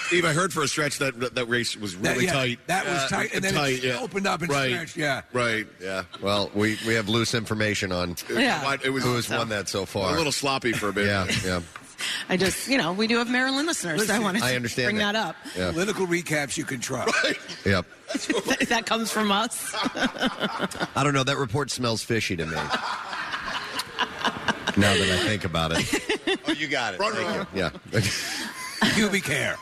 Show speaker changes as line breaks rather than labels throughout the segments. Steve, I heard for a stretch that that, that race was
That,
really
yeah,
tight.
That
Uh,
was tight, and then it opened up and
right,
stretched. Yeah.
right. Yeah,
Well, we, we have loose information on
Yeah.
It was
Oh,
who has won that so far.
a little sloppy for a bit.
yeah, yeah.
I just, you know, we do have Maryland listeners. so I wanted
I
to
understand
bring
that.
that, up.
Yeah.
Political recaps you can try.
Yep.
That, that comes from us.
I don't know. That report smells fishy to me. now that I think about it.
Oh, you got it. Thank
Yeah.
Pubic hair,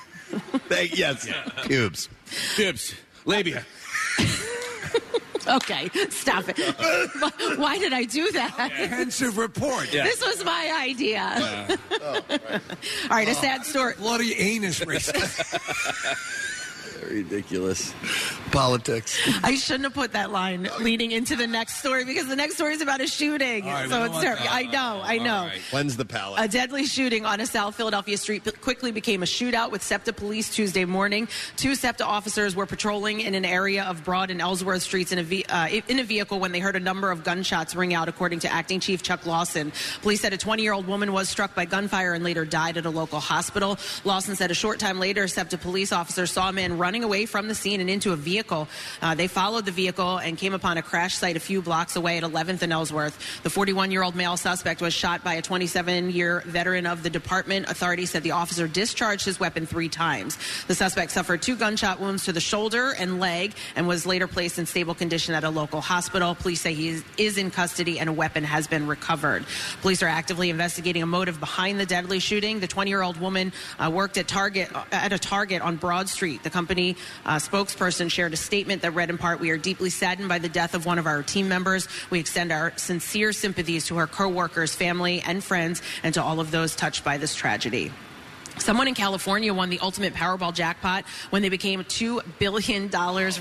Thank, yes.
Cubes.
dips, labia.
Okay, stop it. Why did I do that?
Pensive report.
This was my idea.
Oh,
All right, a sad story.
Uh, Bloody anus race.
Ridiculous politics.
I shouldn't have put that line leading into the next story because the next story is about a shooting.
All right, we
so
don't
it's
want
terrible.
that.
I know, I
All
know. Uh,
right.
Cleanse the palate.
A deadly shooting on a South Philadelphia street quickly became a shootout with SEPTA police Tuesday morning. Two SEPTA officers were patrolling in an area of Broad and Ellsworth streets in a, ve- uh, in a vehicle when they heard a number of gunshots ring out, according to acting chief Chuck Lawson. Police said a 20 year old woman was struck by gunfire and later died at a local hospital. Lawson said a short time later, SEPTA police officers saw a man running away from the scene and into a vehicle. Uh, they followed the vehicle and came upon a crash site a few blocks away at 11th and Ellsworth. The 41 year old male suspect was shot by a 27 year veteran of the department. Authorities said the officer discharged his weapon three times. The suspect suffered two gunshot wounds to the shoulder and leg and was later placed in stable condition at a local hospital. Police say he is- is in custody and a weapon has been recovered. Police are actively investigating a motive behind the deadly shooting. The 20 year old woman uh, worked at Target at a Target on Broad Street. The company uh, spokesperson shared a statement that read in part, "We are deeply saddened by the death of one of our team members. We extend our sincere sympathies to her coworkers, family, and friends, and to all of those touched by this tragedy." Someone in California won the ultimate Powerball jackpot when they became $2 billion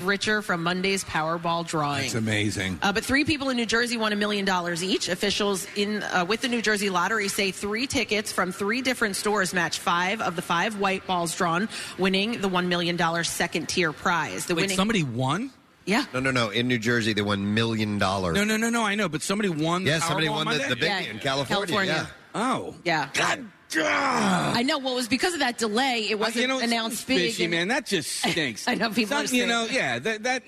richer from Monday's Powerball drawing.
It's amazing.
Uh, but three people in New Jersey won a million dollars each. Officials in uh, with the New Jersey Lottery say three tickets from three different stores match five of the five white balls drawn, winning the one million dollar second tier prize. The
Wait,
winning,
somebody won?
yeah,
No, no, no. In New Jersey, they won million dollars.
No, no, no, no. I know, but somebody won.
Yeah,
the
somebody
Powerball
won the,
Monday?
the big
Yeah,
in California.
California.
Yeah.
Oh,
yeah.
God.
I know. Well, it was because of that delay. It wasn't
you know,
announced
it's
big.
fishy,
and-
man. That just stinks.
I know, people are
Some, You
saying
know,
that.
yeah, that, that.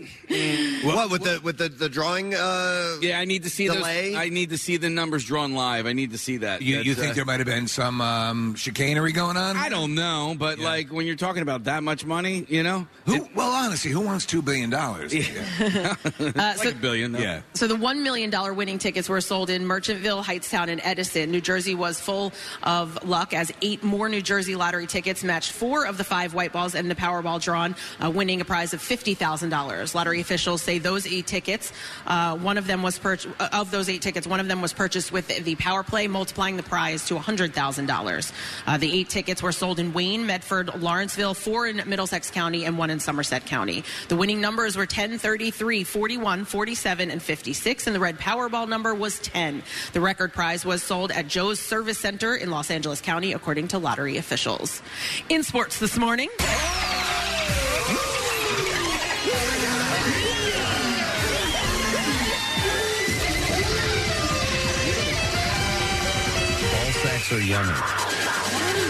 what with the with the, the drawing? Uh,
Yeah, I need to see
Delay?
Those, I need to see the numbers drawn live. I need to see that.
You,
That's,
you
uh,
think there might have been some um, chicanery going on?
I don't know, but like when you're talking about that much money, you know,
Who? Well, honestly, who wants two billion dollars?
Uh, so-
like a billion. though.
Yeah.
So the one million dollar winning tickets were sold in Merchantville, Heightstown, and Edison. New Jersey was full of luck as eight more New Jersey lottery tickets matched four of the five white balls and the Powerball drawn, uh, winning a prize of fifty thousand dollars. Lottery officials say those eight tickets, uh, one of them was purch- uh, of those eight tickets, one of them was purchased with the Power Play, multiplying the prize to hundred thousand uh, dollars. The eight tickets were sold in Wayne, Medford, Lawrenceville, four in Middlesex County, and one in Somerset County. The winning numbers were 10, 33, 41, 47, and 56, and the red Powerball number was 10. The record prize was sold at Joe's Service Center in Los Angeles County, according to lottery officials. In sports this morning.
Ball sacks are yummy.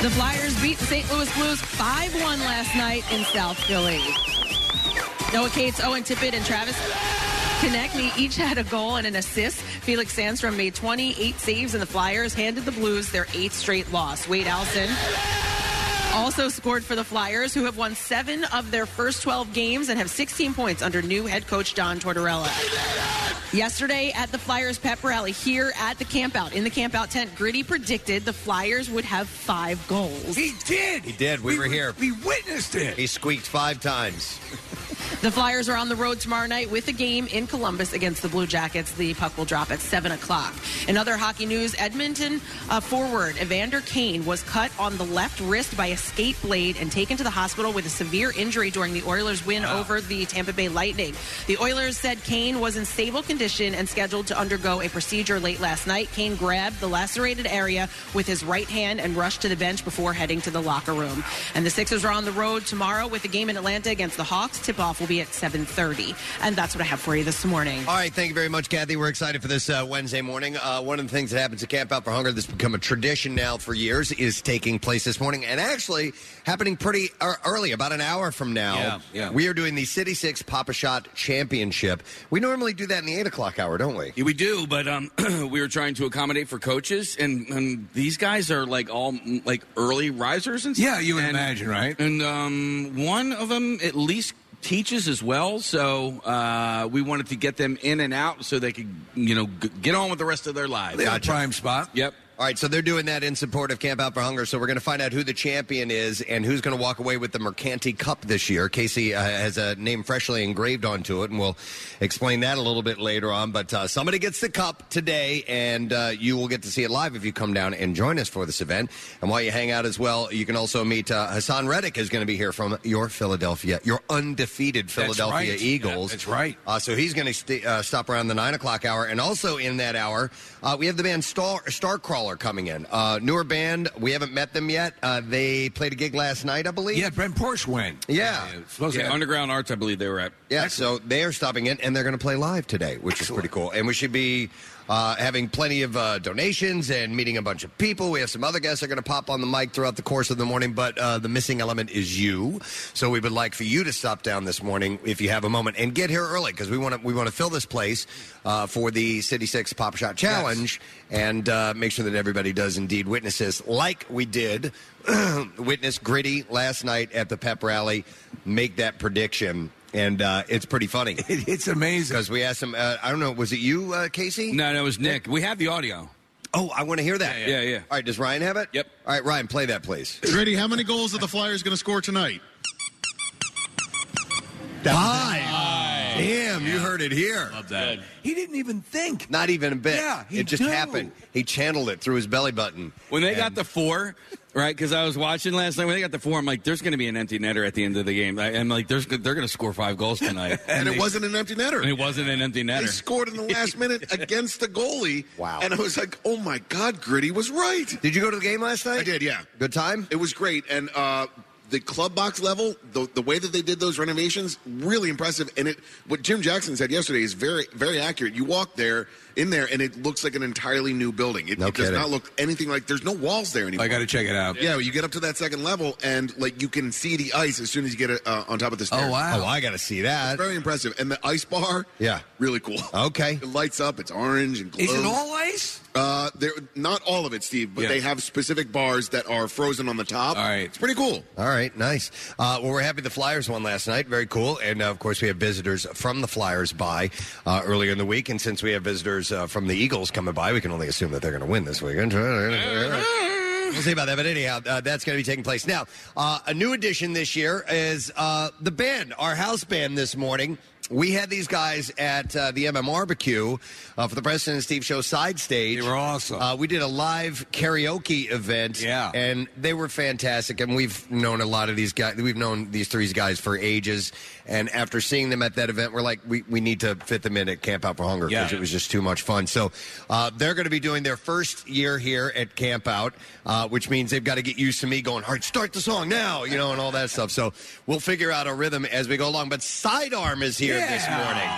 The Flyers beat the St. Louis Blues 5-1 last night in South Philly. Noah Cates, Owen Tippett, and Travis Konechny each had a goal and an assist. Felix Sandstrom made 28 saves, and the Flyers handed the Blues their eighth straight loss. Wade Allison also scored for the Flyers, who have won seven of their first 12 games and have 16 points under new head coach Don Tortorella. Yesterday at the Flyers pep rally here at the campout, in the campout tent, Gritty predicted the Flyers would have five goals.
He did. He
did. We were here.
We witnessed it.
He squeaked five times.
The Flyers are on the road tomorrow night with a game in Columbus against the Blue Jackets. The puck will drop at 7 o'clock. In other hockey news, Edmonton uh, forward Evander Kane was cut on the left wrist by a skate blade and taken to the hospital with a severe injury during the Oilers' win over the Tampa Bay Lightning. The Oilers said Kane was in stable condition and scheduled to undergo a procedure late last night. Kane grabbed the lacerated area with his right hand and rushed to the bench before heading to the locker room. And the Sixers are on the road tomorrow with a game in Atlanta against the Hawks. Tip-off will be at 7:30. And that's what I have for you this morning.
All right, thank you very much, Kathy. We're excited for this uh, Wednesday morning. Uh, one of the things that happens at Camp Out for Hunger that's become a tradition now for years is taking place this morning and actually happening pretty ear- early, about an hour from now.
Yeah, yeah.
We are doing the City Six Papa Shot Championship. We normally do that in the 8 o'clock hour, don't we?
Yeah, we do, but um, we were trying to accommodate for coaches, and, and these guys are like all mm, like early risers and stuff.
Yeah, you would
and,
imagine, right?
And um, one of them at least teaches as well, so uh, we wanted to get them in and out so they could you know g- get on with the rest of their lives.
They had a prime spot.
Yep.
All right, so they're doing that in support of Camp Out for Hunger. So we're going to find out who the champion is and who's going to walk away with the Mercanti Cup this year. Casey uh, has a name freshly engraved onto it, and we'll explain that a little bit later on. But uh, somebody gets the cup today, and uh, you will get to see it live if you come down and join us for this event. And while you hang out as well, you can also meet uh, Hassan Reddick is going to be here from your Philadelphia, your undefeated Philadelphia
right.
Eagles.
That's right.
Uh, so he's going to st- uh, stop around the nine o'clock hour, and also in that hour, uh, we have the band Star Starcrawler coming in. Uh, newer band, we haven't met them yet. Uh, they played a gig last night, I believe.
Yeah, Brent Porsche went. Uh,
Yeah.
supposed
Yeah,
to
Underground Arts, I believe they were at.
Yeah, so they are stopping in, and they're going to play live today, which is pretty cool. And we should be uh, having plenty of uh, donations and meeting a bunch of people. We have some other guests that are going to pop on the mic throughout the course of the morning, but uh, the missing element is you. So we would like for you to stop down this morning if you have a moment and get here early because we want to we want to fill this place uh, for the City Six Pop Shot Challenge and uh, make sure that everybody does indeed witness this, like we did witness Gritty last night at the pep rally. Make that prediction. And uh, it's pretty funny.
It- it's amazing.
Because we asked him, uh, I don't know, was it you, uh, Casey?
No, no, it was Nick. We have the audio.
Oh, I want to hear that.
Yeah, yeah. Yeah, yeah.
All right, does Ryan have it?
Yep.
All right, Ryan, play that, please.
Gritty, how many goals are the Flyers going to score tonight?
Five. Damn, you heard it here.
He didn't even think.
Not even a bit.
Yeah, he
it just
do.
happened. He channeled it through his belly button.
When they got the four, right? Because I was watching last night. When they got the four, I'm like, "There's going to be an empty netter at the end of the game." I, I'm like, "There's they're going to score five goals tonight,"
And
they-
it wasn't an empty netter.
And it wasn't an empty
They
netter.
scored in the last minute against the goalie.
Wow.
And I was like, oh my God, Gritty was right.
Did you go to the game last night?
I did, yeah.
Good time?
It was great. And uh, the club box level, the, the way that they did those renovations, really impressive. And it what Jim Jackson said yesterday is very, very accurate. You walk there, in there, and it looks like an entirely new building. It,
No
it does
kidding.
not look anything like there's no walls there anymore.
I got to check it out.
yeah, you get up to that second level, and like you can see the ice as soon as you get uh, on top of the stairs.
Oh, wow.
Oh, I got to see that.
Very impressive. And the ice bar,
Yeah.
really cool.
Okay.
It lights up. It's orange and glows.
Is it all ice?
Uh, they're, not all of it, Steve, but
Yeah.
they have specific bars that are frozen on the top.
All right.
It's pretty cool.
All right, nice. Uh, well, we're happy the Flyers won last night. Very cool. And uh, of course, we have visitors from the Flyers by uh, earlier in the week. And since we have visitors uh, from the Eagles coming by, we can only assume that they're going to win this weekend. We'll see about that. But anyhow, uh, that's going to be taking place. Now, uh, a new addition this year is uh, the band, our house band this morning. we had these guys at uh, the MM Barbecue uh, for the President and Steve Show side stage. They were awesome. Uh, we did a live karaoke event. Yeah, and they were fantastic. And we've known a lot of these guys. We've known these three guys for ages. And after seeing them at that event, we're like, we, we need to fit them in at Camp Out for Hunger because
Yeah.
it was just too much fun. So uh, they're going to be doing their first year here at Camp Out, uh, which means they've got to get used to me going, all right, start the song now, you know, and all that stuff. So we'll figure out a rhythm as we go along. But Sidearm is here this morning.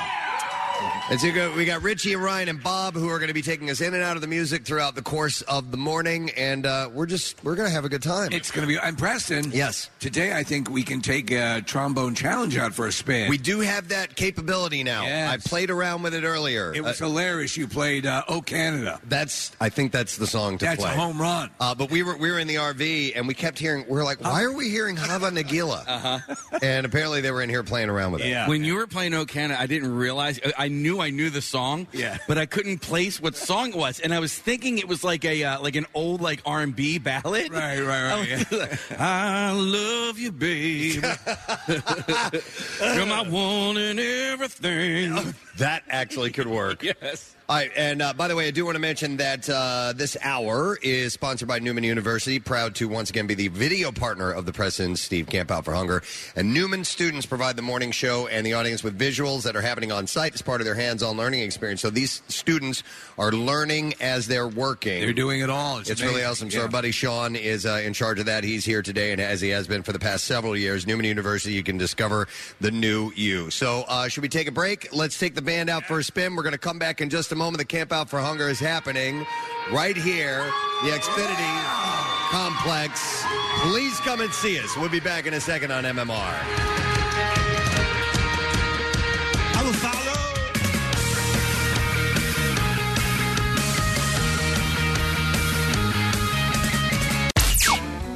And so we got- we got Richie and Ryan and Bob who are going to be taking us in and out of the music throughout the course of the morning, and uh, we're just we're going to have a good time.
It's going to be. And Preston.
Yes.
Today, I think we can take a trombone challenge out for a spin.
We do have that capability now. I played around with it earlier.
It was
Uh,
hilarious. You played uh, "Oh Canada."
That's I think that's the song to
That's a
play.
home run.
Uh, but we were we were in the RV and we kept hearing we are like, why are we hearing Hava Nagila?
Uh,
Uh-huh. and apparently they were in here playing around with it.
When you were playing O Canada, I didn't realize. uh, I- I knew I knew the song.
Yeah.
But I couldn't place what song it was, and I was thinking it was like a uh, like an old like R and B ballad. Right, right, right. I love you, babe. You're my one and everything.
that actually could work.
yes.
All right, and uh, by the way, I do want to mention that uh, this hour is sponsored by Newman University, proud to once again be the video partner of the President's Steve Camp Out for Hunger. And Newman students provide the morning show and the audience with visuals that are happening on site as part of their hands on learning experience. So these students are learning as they're working.
They're doing it all. It's
It's, really
amazing.
awesome. So
Yeah.
our buddy Sean is uh, in charge of that. He's here today, and as he has been for the past several years, Newman University, you can discover the new you. So uh, should we take a break? Let's take the band out for a spin. We're going to come back in just a moment. The Camp Out for Hunger is happening right here, the Xfinity Complex. Please come and see us. We'll be back in a second on MMR.
I will follow.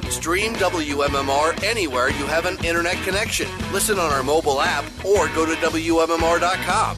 Stream WMMR anywhere you have an internet connection. Listen on our mobile app or go to WMMR.com.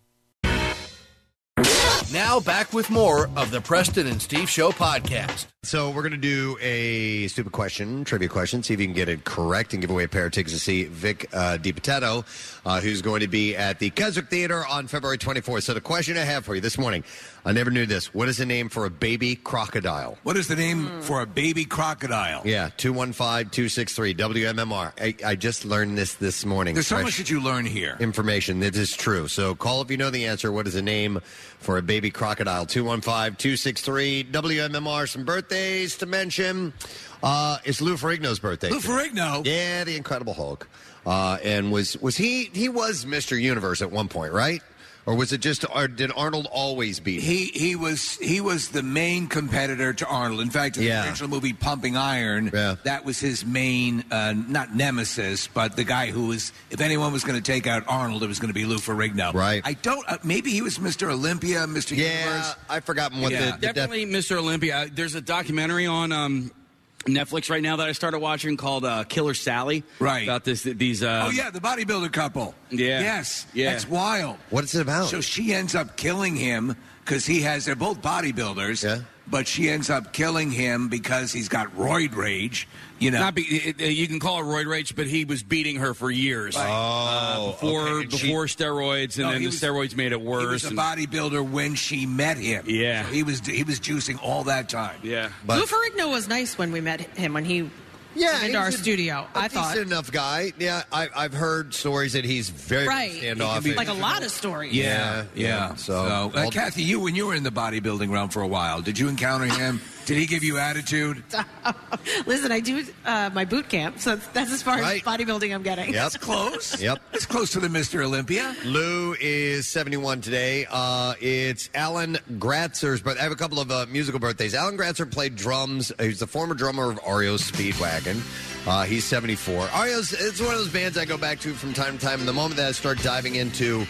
Now back with more of the Preston and Steve Show podcast.
So we're going to do a stupid question, trivia question, see if you can get it correct and give away a pair of tickets to see Vic uh, DiPotato, uh, who's going to be at the Keswick Theater on February 24th. So the question I have for you this morning, I never knew this. What is the name for a baby crocodile?
What is the name for a baby crocodile?
Yeah, 215-263-WMMR. I, I just learned this this morning.
There's so
Fresh
much that you learn here.
Information that is true. So call if you know the answer. What is the name for a baby crocodile? 215-263-WMMR. Some birthdays to mention. Uh, it's Lou Ferrigno's birthday.
Lou
Ferrigno? Yeah, the Incredible Hulk. Uh, and was, was he, he was Mr. Universe at one point, right? Or was it just, or did Arnold always beat him?
He he was he was the main competitor to Arnold. In fact, in
Yeah.
the original movie Pumping Iron, that was his main uh, not nemesis, but the guy who was if anyone was going to take out Arnold, it was going to be Lou Ferrigno. Right. I don't. Uh, maybe he was Mr. Olympia, Mr. Yeah, Universe.
I forgot
definitely Mr. Olympia. There's a documentary on um, Netflix right now that I started watching called uh, Killer Sally.
Right.
about this these. Uh,
oh yeah, the bodybuilder couple.
Yeah.
Yes.
Yeah.
That's wild.
What's it about?
So she ends up killing him because he has. They're both bodybuilders. Yeah. But she ends up killing him because he's got roid rage. You know.
Not be, it, it- you can call it roid rage, but he was beating her for years.
Right. Oh,
uh, before
okay. And she-
before steroids, and
No,
then
he
the
was-
steroids made it worse.
He was a
and-
bodybuilder when she met him.
Yeah.
So he was he was juicing all that time.
Yeah,
Lou Ferrigno was nice when we met him when he came
he's
into our
a-
studio.
a
I thought
decent enough guy. Yeah, I, I've heard stories that he's very
Right.
standoffish.
like a lot of stories.
Yeah, yeah. So, uh, Kathy, you when you were in the bodybuilding realm for a while, did you encounter him? Did he give you attitude?
Listen, I do uh, my boot camp, so that's, that's as far as bodybuilding I'm getting.
Yep. Yep.
It's close to the Mr. Olympia.
Lou is 71 today. Uh, it's Alan Gratzer's birth. I have a couple of uh, musical birthdays. Alan Gratzer played drums. He's the former drummer of Ario Speedwagon. Uh, he's 74. Ario's it's one of those bands I go back to from time to time. And the moment that I start diving into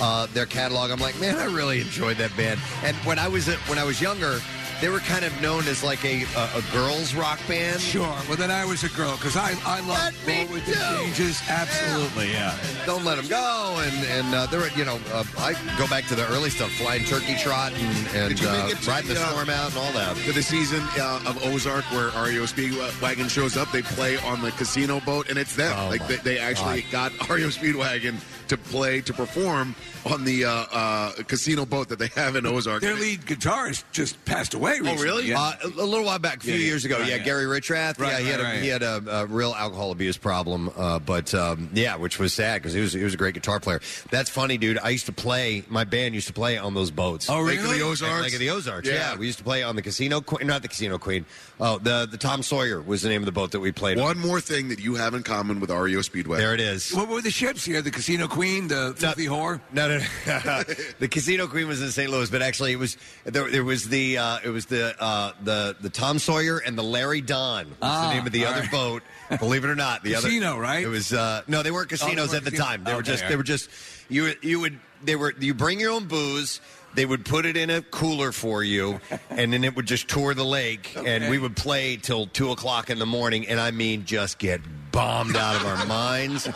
uh, their catalog, I'm like, man, I really enjoyed that band. And when I was uh, when I was younger, they were kind of known as like a a, a girls rock band.
Sure. Well, then I was a girl because I, I love with the changes. Absolutely, yeah.
Don't let them go, and and uh, there, were, you know, uh, I go back to the early stuff, flying turkey trot, and and
Did you
uh,
make it to
riding the storm out, and all that.
To the season uh, of Ozark where E Ario Speedwagon shows up, they play on the casino boat, and it's
Oh
them. like they, they actually got E Ario Speedwagon to play to perform on the uh, uh, casino boat that they have in Ozark.
Their lead guitarist just passed away.
Oh,
recently.
really?
Yeah.
Uh, a a little while back, a few
Yeah, yeah.
years ago,
Right,
yeah,
yeah.
Gary Richrath,
Right,
yeah, he had a,
right, right.
he had a, a real alcohol abuse problem, uh, but um, yeah, which was sad because he was he was a great guitar player. That's funny, dude. I used to play my band used to play on those boats.
Oh, Lake of
Lake
really? the Ozarks?
Lake of the Ozarks. Yeah.
Yeah.
we used to play on the Casino Queen, not the Casino Queen. Oh, the the Tom Sawyer was the name of the boat that we played.
One more thing that you have in common with E Ario Speedwagon.
There it is.
What were the ships? You had the Casino Queen, the filthy whore.
No, no, no. the Casino Queen was in St. Louis, but actually, it was there. there was the uh, it was the uh, the the Tom Sawyer and the Larry Don was
Ah,
the name of the
all
other
right.
boat. Believe it or not, the
Casino,
other,
right?
It was uh, no, they weren't
Oh, they
casinos
weren't
at the
casino-
time. They were
Okay,
just
all
they
right.
were just you you would they were you bring your own booze. They would put it in a cooler for you, and then it would just tour the lake, and we would play till two o'clock in the morning, and I mean, just get bombed out of our minds.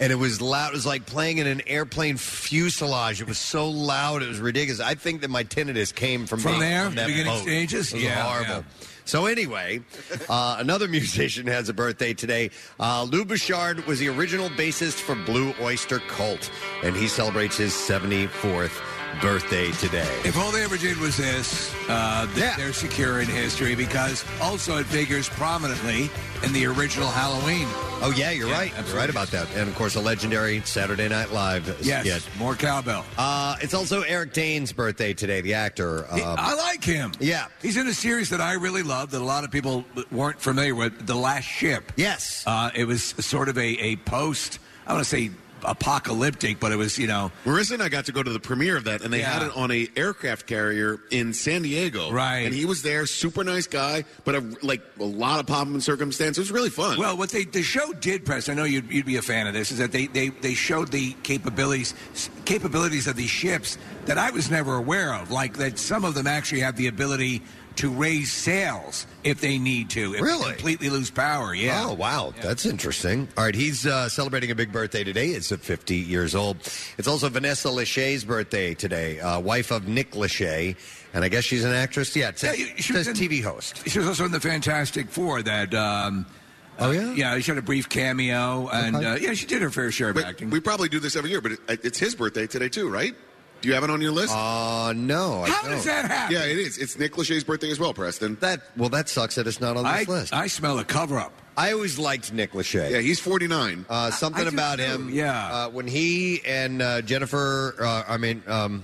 And it was loud. It was like playing in an airplane fuselage. It was so loud. It was ridiculous. I think that my tinnitus came from,
From
being
there?
on that
Beginning
boat.
stages?
It was
Yeah,
horrible.
yeah.
So anyway, uh, another musician has a birthday today. Uh, Lou Bouchard was the original bassist for Blue Oyster Cult, and he celebrates his 74th birthday today.
If all they ever did was this, uh, th- they're secure in history because also it figures prominently in the original Halloween.
Oh yeah, you're right. You're right
absolutely.
about that. And of course, a legendary Saturday Night Live
Yes,
skit.
more cowbell.
Uh, it's also Eric Dane's birthday today, the actor. Um,
I like him.
Yeah.
He's in a series that I really love that a lot of people weren't familiar with, The Last Ship.
Yes.
Uh, it was sort of a, a post, I want to say apocalyptic, but it was, you know.
Marissa and I got to go to the premiere of that, and they
Yeah.
had it on a aircraft carrier in San Diego.
Right.
and he was there, super nice guy, but a, like a lot of pomp and circumstance. It was really fun.
Well, what they the show did, press, I know you'd, you'd be a fan of this, is that they, they, they showed the capabilities capabilities of these ships that I was never aware of. Like that, some of them actually have the ability to raise sails if they need to. If
Really?
They completely lose power. Yeah.
Oh wow, that's interesting. All right, he's uh, celebrating a big birthday today. It's at 50 years old. It's also Vanessa Lachey's birthday today, uh, wife of Nick Lachey, and I guess she's an actress. Yeah, it says, says TV host.
She was also in the Fantastic Four. That. Um, oh yeah. yeah, she had a brief cameo, and uh, yeah, she did her fair share of
But
acting.
we probably do this every year, but it, it's his birthday today too, right? Do you have it on your list?
Uh, no.
How does that happen?
Yeah, it is. It's Nick Lachey's birthday as well, Preston.
That well, that sucks that it's not on this
I-
list.
I smell a cover up.
I always liked Nick Lachey.
Yeah, he's 49.
Uh, something
I do
about
too,
him.
yeah.
Uh, when he and uh, Jennifer, uh, I mean, um,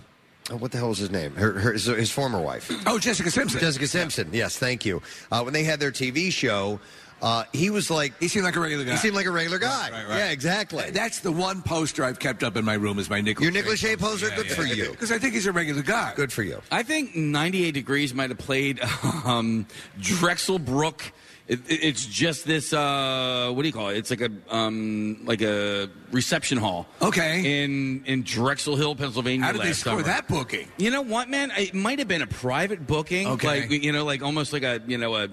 oh, what the hell was his name? Her, her, his, his former wife.
Oh, Jessica Simpson.
Jessica Simpson. Yes, thank you. Uh, when they had their TV show, uh, he was like
he seemed like a regular guy.
He seemed like a regular guy.
Right, right, right.
Yeah, exactly.
That's the one poster I've kept up in my room is my Nick.
Your Nick Lachey poster? Good for you.
Because I think he's a regular guy.
Good for you.
I think 98 Degrees might have played um, Drexel Brook. It, it- it's just this. Uh, what do you call it? It's like a um, like a reception hall.
Okay.
In in Drexel Hill, Pennsylvania.
How did they
last
score
summer.
that booking?
You know what, man? It might have been a private booking.
Okay.
Like you know, like almost like a you know a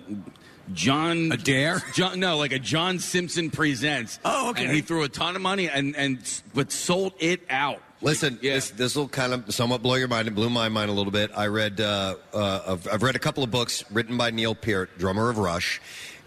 John
Adair.
John, no, like a John Simpson presents.
Oh, okay.
And he threw a ton of money and and s- but sold it out.
Listen, this this will kind of somewhat blow your mind. It blew my mind a little bit. I read uh, uh, I've, I've read a couple of books written by Neil Peart, drummer of Rush,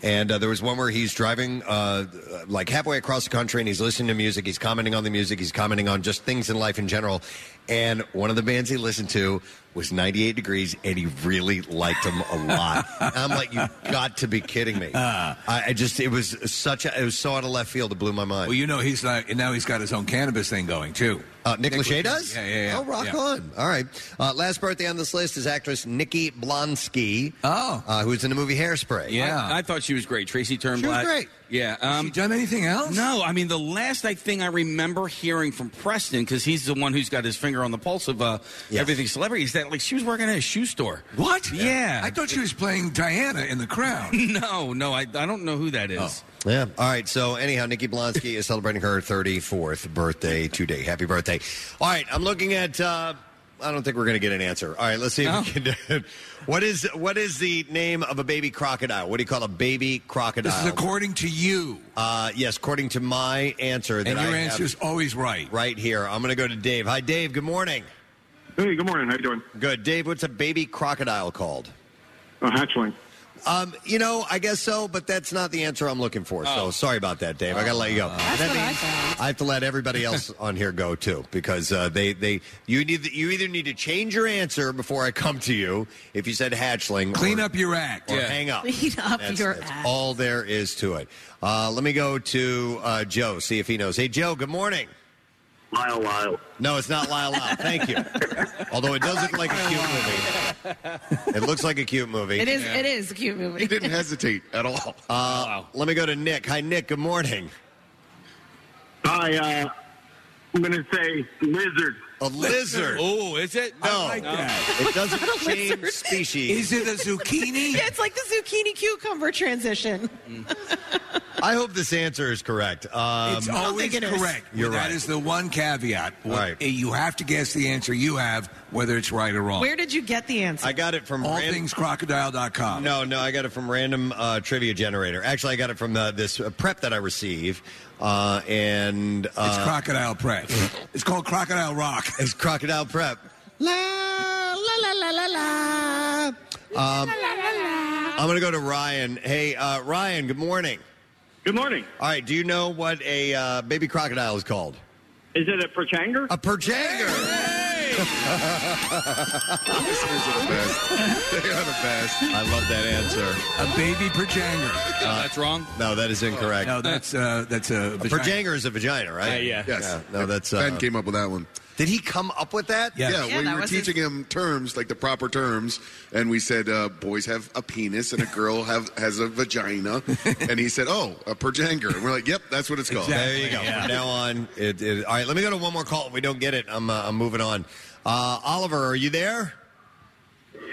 And uh, there was one where he's driving uh, like halfway across the country and he's listening to music. He's commenting on the music. He's commenting on just things in life in general. And one of the bands he listened to was 98 Degrees and he really liked them a lot. And I'm like, you got to be kidding me.
Uh.
I, Uh, I just, it was such a, it was so out of left field. It blew my mind.
Well, you know he's not, and now he's got his own cannabis thing going too.
Uh, Nick, Lachey does?
Yeah, yeah, yeah.
Oh, rock
Yeah.
on. All right. Uh, last birthday on this list is actress Nikki Blonsky. Oh. Uh, who's in the movie Hairspray.
I, I thought she was great. Tracy Turnblad.
was great.
Yeah. Um, she done
anything else?
No. I mean, the last I thing I remember hearing from Preston, because he's the one who's got his finger on the pulse of uh, everything celebrity, is that like she was working at a shoe store.
What?
Yeah.
I thought she was playing Diana in the crowd.
no, no, I, I don't know who that is.
Oh.
Yeah. All right. So, anyhow, Nikki Blonsky is celebrating her 34th birthday today. Happy birthday. All right. I'm looking at. Uh, I don't think we're going to get an answer. All right. Let's see if we can. do it. what is what is the name of a baby crocodile? What do you call a baby crocodile?
This is according to you.
Uh, yes, according to my answer. That
And your
I have
answer's always right.
Right here. I'm going to go to Dave. Hi, Dave. Good morning.
Hey, good morning. How you doing?
Good, Dave. What's a baby crocodile called?
Oh, hatchling.
Um, you know, I guess so, but that's not the answer I'm looking for.
Oh.
So sorry about that, Dave. I got to let you
Uh,
go. That means I, have to let everybody else on here go too, because uh, they they you need you either need to change your answer before I come to you. If you said hatchling,
Clean
or-
up your act.
or hang up.
Clean up
That's-
your
that's
act.
all there is to it. Uh, let me go to uh, Joe, see if he knows. Hey, Joe, good morning.
Lyle Lyle.
No, it's not Lyle Lyle. Thank you. Although it does look like a cute movie. It looks like a cute movie.
It is. It is a cute movie.
hesitate at all. Uh, Let me go to Nick. Hi, Nick. Good morning.
Hi, uh, I'm going to say lizard.
A lizard.
Oh, is it?
No. It doesn't change species.
it a zucchini?
yeah, it's like the zucchini cucumber transition.
I hope this answer is correct. Um,
It's always correct.
You're
That
right.
is the one caveat.
Right.
You have to guess the answer you have, whether it's right or wrong.
Where did you get the answer?
Oh. I got it from
All
ran-
things crocodile.com.
No, no, I got it from random uh, trivia generator. Actually, I got it from uh, this uh, prep that I receive, uh, and uh,
It's crocodile prep. it's called crocodile rock.
It's crocodile prep. Um, I'm going to go to Ryan. Hey, uh, Ryan. Good morning.
Good morning.
All right. Do you know what a uh, baby crocodile is called?
Is it a perchanger?
A perchanger.
Listeners are the best. They are the best.
I love that answer.
A baby perjanger.
that's wrong.
No, that is incorrect.
No, that's uh, that's a,
a perjanger is a vagina,
Uh,
right?
yeah.
Yes.
no, that's uh,
Ben came up with that one.
Did he come up with that?
Yeah,
Yeah,
we
that
were
was
teaching him terms, like the proper terms, and we said uh, boys have a penis and a girl have has a vagina, and he said, "Oh, a perjanger," and we're like, "Yep, that's what it's called."
There you go. From now on, it, it, all right. Let me go to one more call. If we don't get it, I'm uh, I'm moving on. Uh, Oliver, are you there?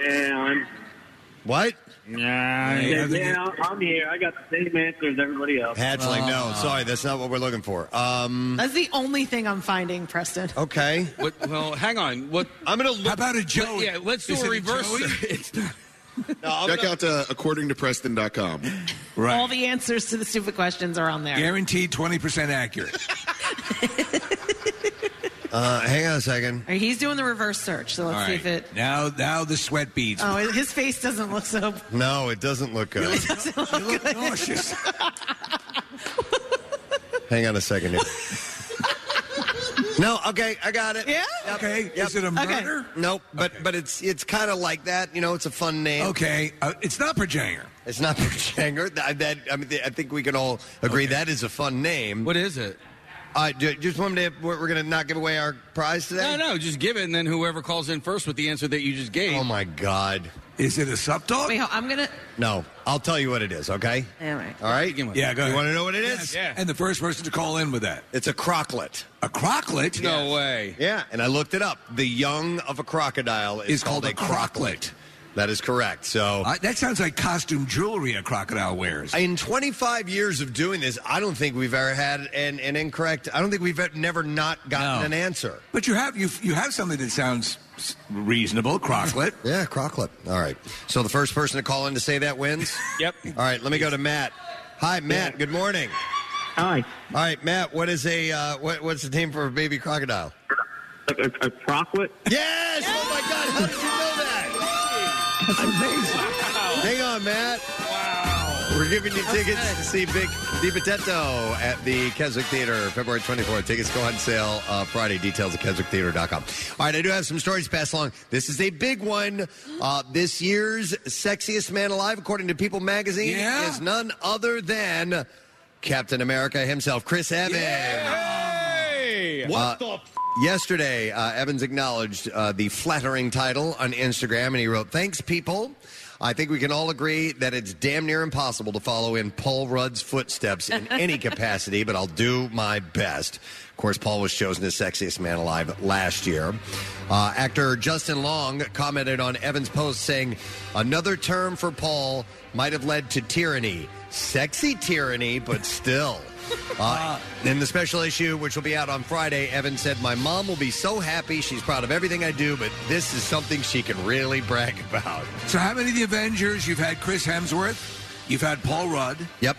Yeah, I'm,
What?
yeah, yeah, I'm here. I got the same answer as everybody else.
Hatchling? no,
Ah.
sorry, that's not what we're looking for. Um,
That's the only thing I'm finding, Preston.
okay.
What, well, hang on. What?
I'm gonna look.
How about a Joey?
Yeah, let's do
Is
a
it
reverse.
Joey?
It's-
No, I'm
Check
gonna-
out uh, according to Preston.com.
Right.
All the answers to the stupid questions are on there.
Guaranteed 20% accurate.
uh, hang on a second.
All right, he's doing the reverse search, so let's
All
see
right.
if it.
Now, now the sweat beads.
Oh, his face doesn't look so.
No, it doesn't look good.
you look nauseous.
hang on a second. here. no, okay, I got it.
Yeah?
Okay, is it a murder?
Nope, but but it's it's kind of like that. You know, it's a fun name.
Okay, uh, it's not perjanger.
It's not Perchanger. Th- I- That I mean, th- I think we can all agree that is a fun name.
what is it?
Uh, ju- just one minute. We're, we're going to not give away our prize
No,
today.
no. Just give it, and then whoever calls in first with the answer that you just gave.
Oh my God!
Is it a sub dog?
Wait, hold- I'm gonna.
No, I'll tell you what it is. Okay.
All right.
All right.
Begin with.
Yeah, go
You
ahead.
want to know what it is?
Yeah.
And the first person to call in with that.
It's a croclet.
A croclet
No way.
Yeah, and I looked it up. The young of a crocodile is,
is called a croclet.
That is correct. So.
Uh, that sounds like costume jewelry a crocodile wears.
in 25 years of doing this, I don't think we've ever had an, an incorrect. I don't think we've ever, never not gotten
No.
an answer.
but you have you you have something that sounds s- reasonable, croclet.
Yeah, croclet. All right. So the first person to call in to say that wins.
Yep.
All right. Let me go to Matt. Hi, Matt. Good morning.
Hi.
All right, Matt. What is a uh, what, what's the name for a baby crocodile?
A, a, a croclet?
Yes! Oh my God! How did you know that?
That's amazing.
Hang on, Matt. Wow. We're giving you tickets to see Vic DiPatetto at the Keswick Theater February 24th. Tickets go on sale uh, Friday. Details at keswicktheater.com. All right, I do have some stories to pass along. This is a big one. Uh, this year's Sexiest Man Alive, according to People Magazine,
Yeah.
is none other than Captain America himself, Chris Evans. Uh, Yesterday, uh, Evans acknowledged uh, the flattering title on Instagram, and he wrote, "Thanks, people. I think we can all agree that it's damn near impossible to follow in Paul Rudd's footsteps in any capacity, but I'll do my best." Of course, Paul was chosen as sexiest man alive last year. Uh, actor Justin Long commented on Evans' post saying, "Another term for Paul might have led to tyranny, sexy tyranny, but still." Uh, in the special issue, which will be out on Friday, Evan said, My mom will be so happy. She's proud of everything I do, but this is something she can really brag about.
So how many of the Avengers? You've had Chris Hemsworth. You've had Paul Rudd.
Yep.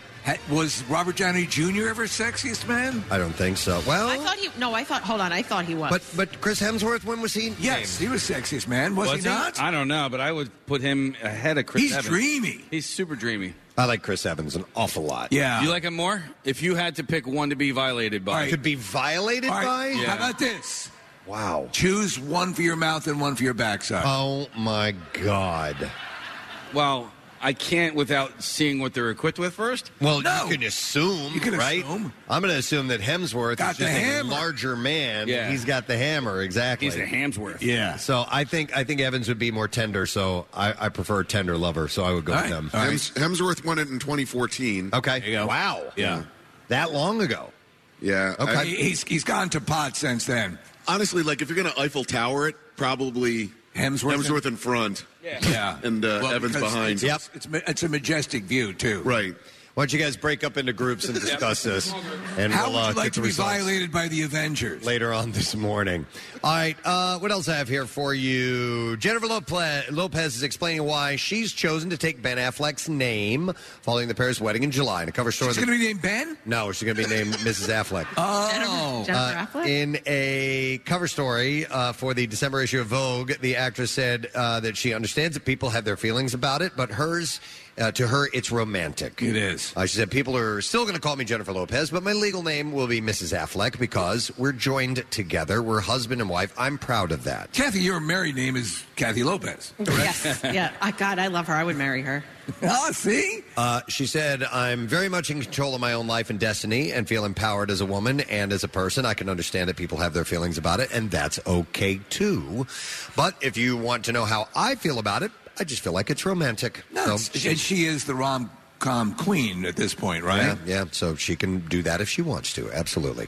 was Robert Downey Jr. ever sexiest man?
I don't think so. Well,
I thought he. No, I thought. Hold on, I thought he was.
but but Chris Hemsworth, when was he?
Yes, he was sexiest man, was, he, not?
I don't know, but I would put him ahead of Chris
He's
Evans.
dreamy.
He's super dreamy.
I like Chris Evans an awful lot.
You like him more? If you had to pick one to be violated by.
Could be violated
All
by?
right, How about this?
Wow.
Choose one for your mouth and one for your backside.
Oh my God.
Well, I can't without seeing what they're equipped with first.
Well, you can assume,
You can
right?
assume.
I'm going to assume that Hemsworth
Got
is just
the
a
hammer.
larger man.
Yeah.
He's got the hammer, exactly.
He's the Hamsworth.
Yeah. So I think I think Evans would be more tender. So I, I prefer tender lover. So I would go with them.
Hems- Hemsworth won it in 2014.
Okay. Wow. That long ago.
Yeah.
Okay. He- he's- he's gone to pot since then.
Honestly, like if you're going to Eiffel Tower it, probably
Hemsworth in-
Hemsworth in, front.
Yeah.
And uh,
Well,
Evans
because
behind.
It's, it's, it's, a majestic view, too.
Right.
Why don't you guys break up into groups and discuss this? And
How
we'll,
would
uh,
you
get
like to
the
be
results.
violated by the Avengers?
Later on this morning. All right. Uh, what else I have here for you? Jennifer Lopez, Lopez is explaining why she's chosen to take Ben Affleck's name following the pair's wedding in July. In a cover story.
She's going to be named Ben?
No, she's going to be named Mrs. Affleck.
Oh.
Uh, In a cover story uh, for the December issue of Vogue, the actress said uh, that she understands that people have their feelings about it, but hers, uh, to her, it's romantic.
It is.
Uh, she said, People are still going to call me Jennifer Lopez, but my legal name will be Mrs. Affleck because we're joined together. We're husband and wife. I'm proud of that.
Kathy, your married name is Kathy Lopez.
yes, yeah. Oh, God, I love her. I would marry her.
Ah, see?
Uh, she said, I'm very much in control of my own life and destiny and feel empowered as a woman and as a person. I can understand that people have their feelings about it, and that's okay too. But if you want to know how I feel about it, I just feel like it's romantic.
No, it's- and she is the rom com queen at this point, right?
Yeah, yeah, so she can do that if she wants to. Absolutely.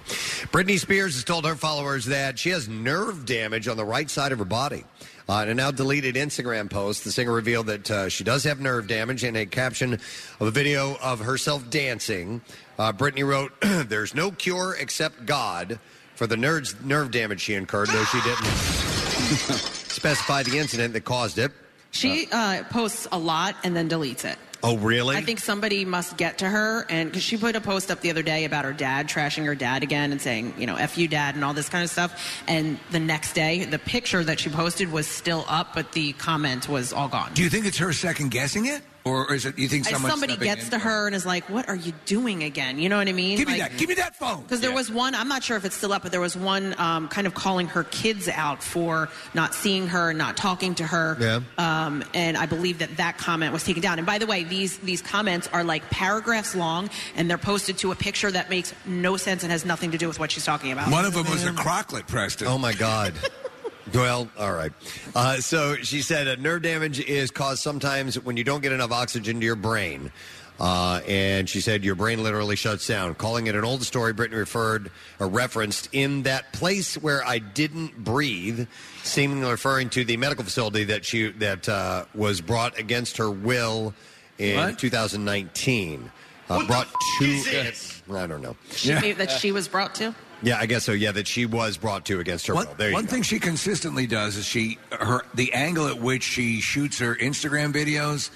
Britney Spears has told her followers that she has nerve damage on the right side of her body. Uh, in a now deleted Instagram post, the singer revealed that uh, she does have nerve damage in a caption of a video of herself dancing. Uh, Britney wrote, There's no cure except God for the nerds, nerve damage she incurred, though she didn't specify the incident that caused it.
She uh, posts a lot and then deletes it.
Oh, really?
I think somebody must get to her, and because she put a post up the other day about her dad trashing her dad again and saying, you know, "f you, dad," and all this kind of stuff. And the next day, the picture that she posted was still up, but the comment was all gone.
Do you think it's her second guessing it? Or is it you think
As
someone's
somebody
stepping
gets
in?
to her and is like, "What are you doing again?" You know what I mean?
Give me that. Give me that phone.
Because there was one. I'm not sure if it's still up, but there was one um, kind of calling her kids out for not seeing her, not talking to her.
Yeah.
Um, and I believe that that comment was taken down. And by the way, these these comments are like paragraphs long, and they're posted to a picture that makes no sense and has nothing to do with what she's talking about.
One of them was a crocklet, Preston.
Oh my God. well, all right. Uh, so she said uh, nerve damage is caused sometimes when you don't get enough oxygen to your brain. Uh, and she said your brain literally shuts down. Calling it an old story, Brittany referred or referenced in that place where I didn't breathe, seemingly referring to the medical facility that she that uh, was brought against her will in
What?
2019. Uh,
What the
brought
f-
to
is this?
I don't know.
She made- that she was brought to.
Yeah, I guess so. Yeah, that she was brought to against her will. There you
One
go.
thing she consistently does is she her the angle at which she shoots her Instagram videos.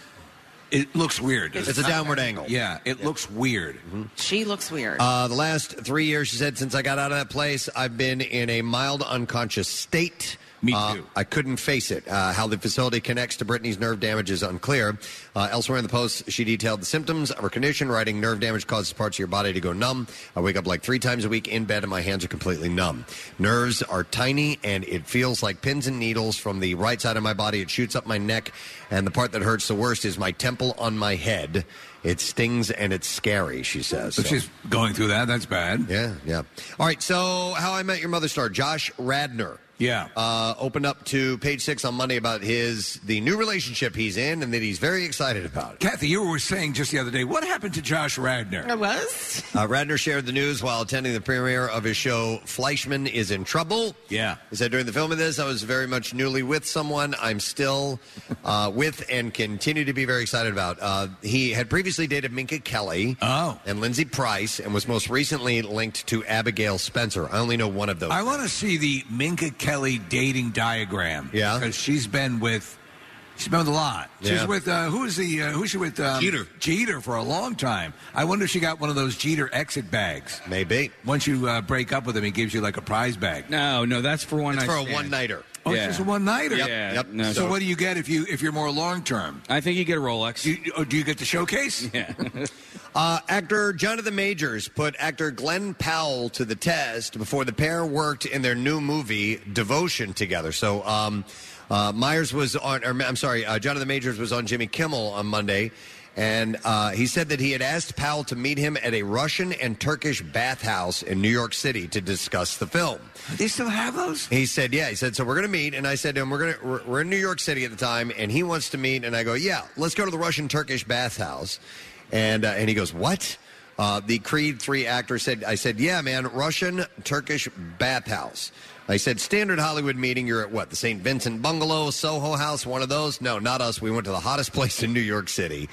It looks weird.
It's
does
a
it not?
downward angle. Mm-hmm.
Yeah, it looks weird.
She looks weird.
Uh, the last three years, she said, since I got out of that place, I've been in a mild unconscious state Me too. I couldn't face it. Uh, how the facility connects to Brittany's nerve damage is unclear. Uh, elsewhere in the post, she detailed the symptoms of her condition, writing, Nerve damage causes parts of your body to go numb. I wake up like three times a week in bed and my hands are completely numb. Nerves are tiny and it feels like pins and needles from the right side of my body. It shoots up my neck, and the part that hurts the worst is my temple on my head. It stings and it's scary, she says.
So
So-
she's going through that. That's bad.
Yeah, yeah. all right, so How I Met Your Mother star Josh Radner.
Yeah.
Uh, opened up to page six on Monday about his the new relationship he's in and that he's very excited about. It.
Kathy, you were saying just the other day, what happened to Josh Radner?
I was.
Uh, Radner shared the news while attending the premiere of his show Fleischman is in Trouble.
Yeah.
He said, during the film of this, I was very much newly with someone I'm still uh, with and continue to be very excited about. Uh, he had previously dated Minka Kelly oh. and Lindsay Price and was most recently linked to Abigail Spencer. I only know one of those.
I want to see the Minka Kelly dating diagram. Yeah, because she's been with, she's been with a lot. She's
Yeah.
with uh, who is the uh, who's she with? Um, Jeter. Jeter for a long time. I wonder if she got one of those Jeter exit bags.
Maybe
once you uh, break up with him, he gives you like a prize bag.
No, no, that's for one.
It's
night
for a
stand.
one-nighter. Oh, it's just a one nighter.
Yeah. No,
so, what do you get if you if you're more long term?
I think you get a Rolex.
You, oh, do you get the showcase?
Yeah.
Uh, actor Jonathan Majors put actor Glenn Powell to the test before the pair worked in their new movie Devotion together. So um, uh, Myers was on, or I'm sorry, uh, Jonathan Majors was on Jimmy Kimmel on Monday, and uh, he said that he had asked Powell to meet him at a Russian and Turkish bathhouse in New York City to discuss the film.
They still have those?
He said, "Yeah." He said, "So we're going to meet," and I said to him, "We're going to we're, we're in New York City at the time, and he wants to meet." And I go, "Yeah, let's go to the Russian Turkish bathhouse," and uh, and he goes, "What?" Uh, the Creed three actor said, "I said, yeah, man, Russian Turkish bathhouse." I said, "Standard Hollywood meeting. You're at what? The St. Vincent Bungalow, Soho House, one of those? No, not us. We went to the hottest place in New York City."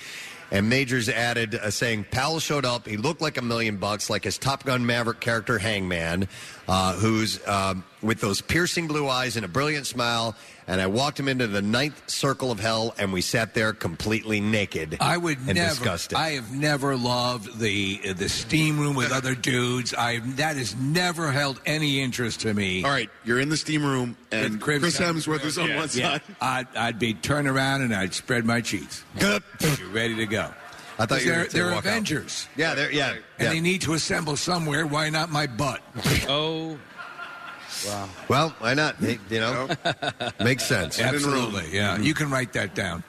And Majors added, uh, saying, Powell showed up. He looked like a million bucks, like his Top Gun Maverick character, Hangman, uh, who's um, with those piercing blue eyes and a brilliant smile. And I walked him into the ninth circle of hell, and we sat there completely naked.
I would
and
never.
disgusted.
I have never loved the uh, the steam room with other dudes. I that has never held any interest to me.
All right, you're in the steam room, and Chris Hemsworth is on one side.
I'd, I'd be turned around and I'd spread my cheeks.
You're
ready to go.
I thought you
they're,
were gonna say
they're
walk out.
Avengers.
Yeah, they're, yeah,
And they need to assemble somewhere. Why not my butt?
oh, wow.
Well, why not? They- you know, makes sense.
Absolutely. Yeah,
Mm-hmm.
you can write that down.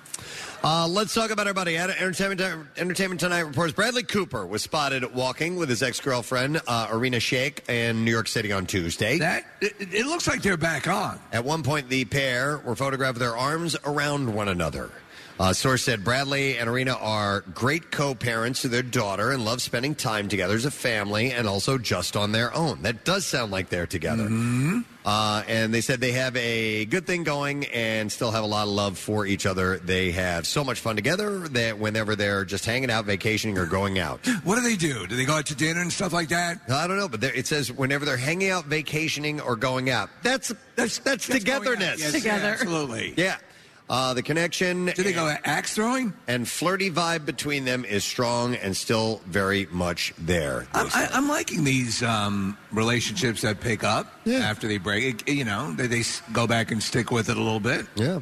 Uh, let's talk about our buddy. Ad- Entertainment, Entertainment Tonight reports Bradley Cooper was spotted walking with his ex girlfriend, uh, Arena Shayk, in New York City on Tuesday.
That it, it looks like they're back on.
At one point, the pair were photographed with their arms around one another. Uh, source said Bradley and Arena are great co-parents to their daughter and love spending time together as a family and also just on their own. That does sound like they're together. Uh, and they said they have a good thing going and still have a lot of love for each other. They have so much fun together that whenever they're just hanging out, vacationing, or going out.
What do they do? Do they go out to dinner and stuff like that?
I don't know, but there, it says whenever they're hanging out, vacationing, or going out. That's that's that's, togetherness.
Yes, Together. yeah, absolutely.
Yeah. Uh, the connection. Did
they go axe throwing?
And flirty vibe between them is strong and still very much there.
I, I'm liking these um, relationships that pick up after they break. It, you know, they, they s- go back and stick with it a little bit.
Yeah.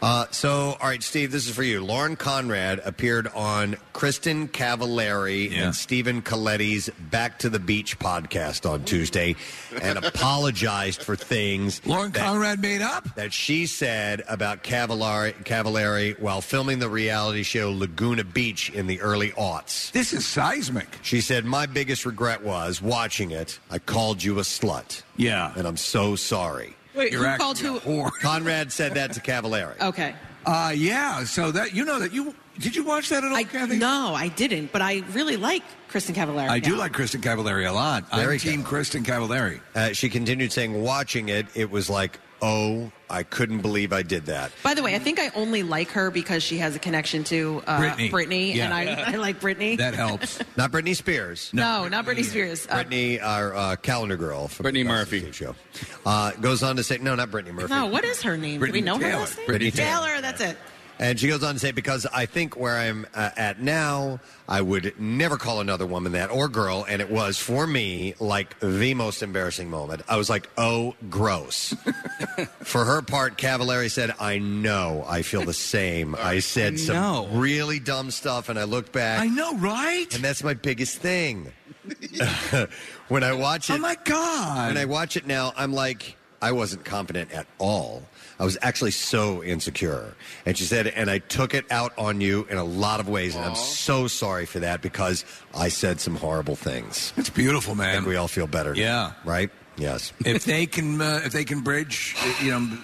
Uh, so, all right, Steve, this is for you. Lauren Conrad appeared on Kristen Cavallari and Stephen Coletti's Back to the Beach podcast on Tuesday and apologized for things
Lauren Conrad made up
that she said about Cavallari, Cavallari while filming the reality show Laguna Beach in the early aughts.
This is seismic.
She said, "My biggest regret was watching it. I called you a slut.
Yeah,
and I'm so sorry."
Wait, who called who?
Conrad said that to Cavallari.
Okay.
Uh, yeah. So that you know that you did you watch that at all, Kathy?
No, I didn't. But I really like Kristen Cavallari.
I do
now.
like Kristen Cavallari a lot. I'm
Very
Team Kristen Cavallari.
Uh, she continued saying, watching it, it was like, oh, I couldn't believe I did that.
By the way, I think I only like her because she has a connection to uh,
Britney. Yeah.
and I, I like Britney.
helps.
Not Britney Spears.
No, not Britney Spears. Uh,
Brittany, our uh, calendar girl from Brittany Murphy show, uh, goes on to say, no, not Brittany Murphy.
no, what is her name? Do we know her last name?
Brittany Taylor.
That's it.
And she goes on to say, because I think where I'm uh, at now, I would never call another woman that or girl. And it was for me like the most embarrassing moment. I was like, oh, gross. for her part, Cavallari said, I know. I feel the same. I said some
know.
really dumb stuff. And I looked back. I
know, right?
And that's my biggest thing. when I watch it. Oh, my
God.
When I watch it now, I'm like, I wasn't competent at all. I was actually so insecure. And she said, and I took it out on you in a lot of ways. And I'm so sorry for that because I said some horrible things. It's
beautiful, man.
I think we all feel better. now,
Yeah.
Right? Yes.
if they can uh, if they can bridge uh, you know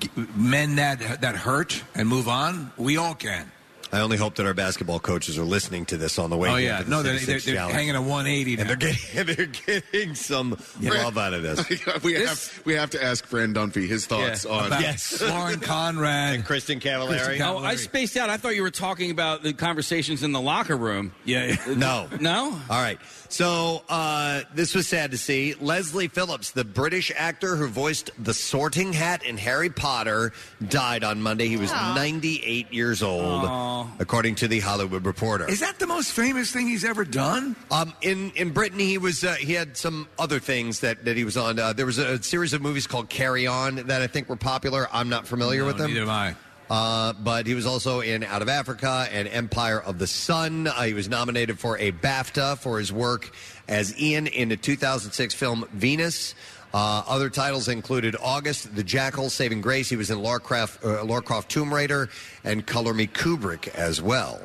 g- mend that that hurt and move on we all can
I only hope that our basketball coaches are listening to this on the way.
oh
here
yeah
to the
no they're,
66
they're, they're
challenge.
hanging a 180
And they're getting they're getting some love out of this.
we have we have to ask Fran Dunphy his thoughts on
Lauren Conrad and
Kristen
Cavallari.
Oh, I spaced out. I thought you were talking about the conversations in the locker room. Yeah.
No.
No?
All right. So uh, this was sad to see. Leslie Phillips, the British actor who voiced the sorting hat in Harry Potter, died on Monday. He was
Aw.
98 years old,
Aw.
according to the Hollywood Reporter.
is that the most famous thing he's ever done
Um, in in Britain, he was uh, he had some other things that, that he was on. Uh, there was a series of movies called Carry On that I think were popular. I'm not familiar
No,
with them.
neither am I.
Uh, but he was also in Out of Africa and Empire of the Sun. Uh, he was nominated for a BAFTA for his work as Ian in the 2006 film Venus. Uh, other titles included August, The Jackal, Saving Grace. He was in Lorecraft, uh, Lorecraft Tomb Raider, and Color Me Kubrick as well.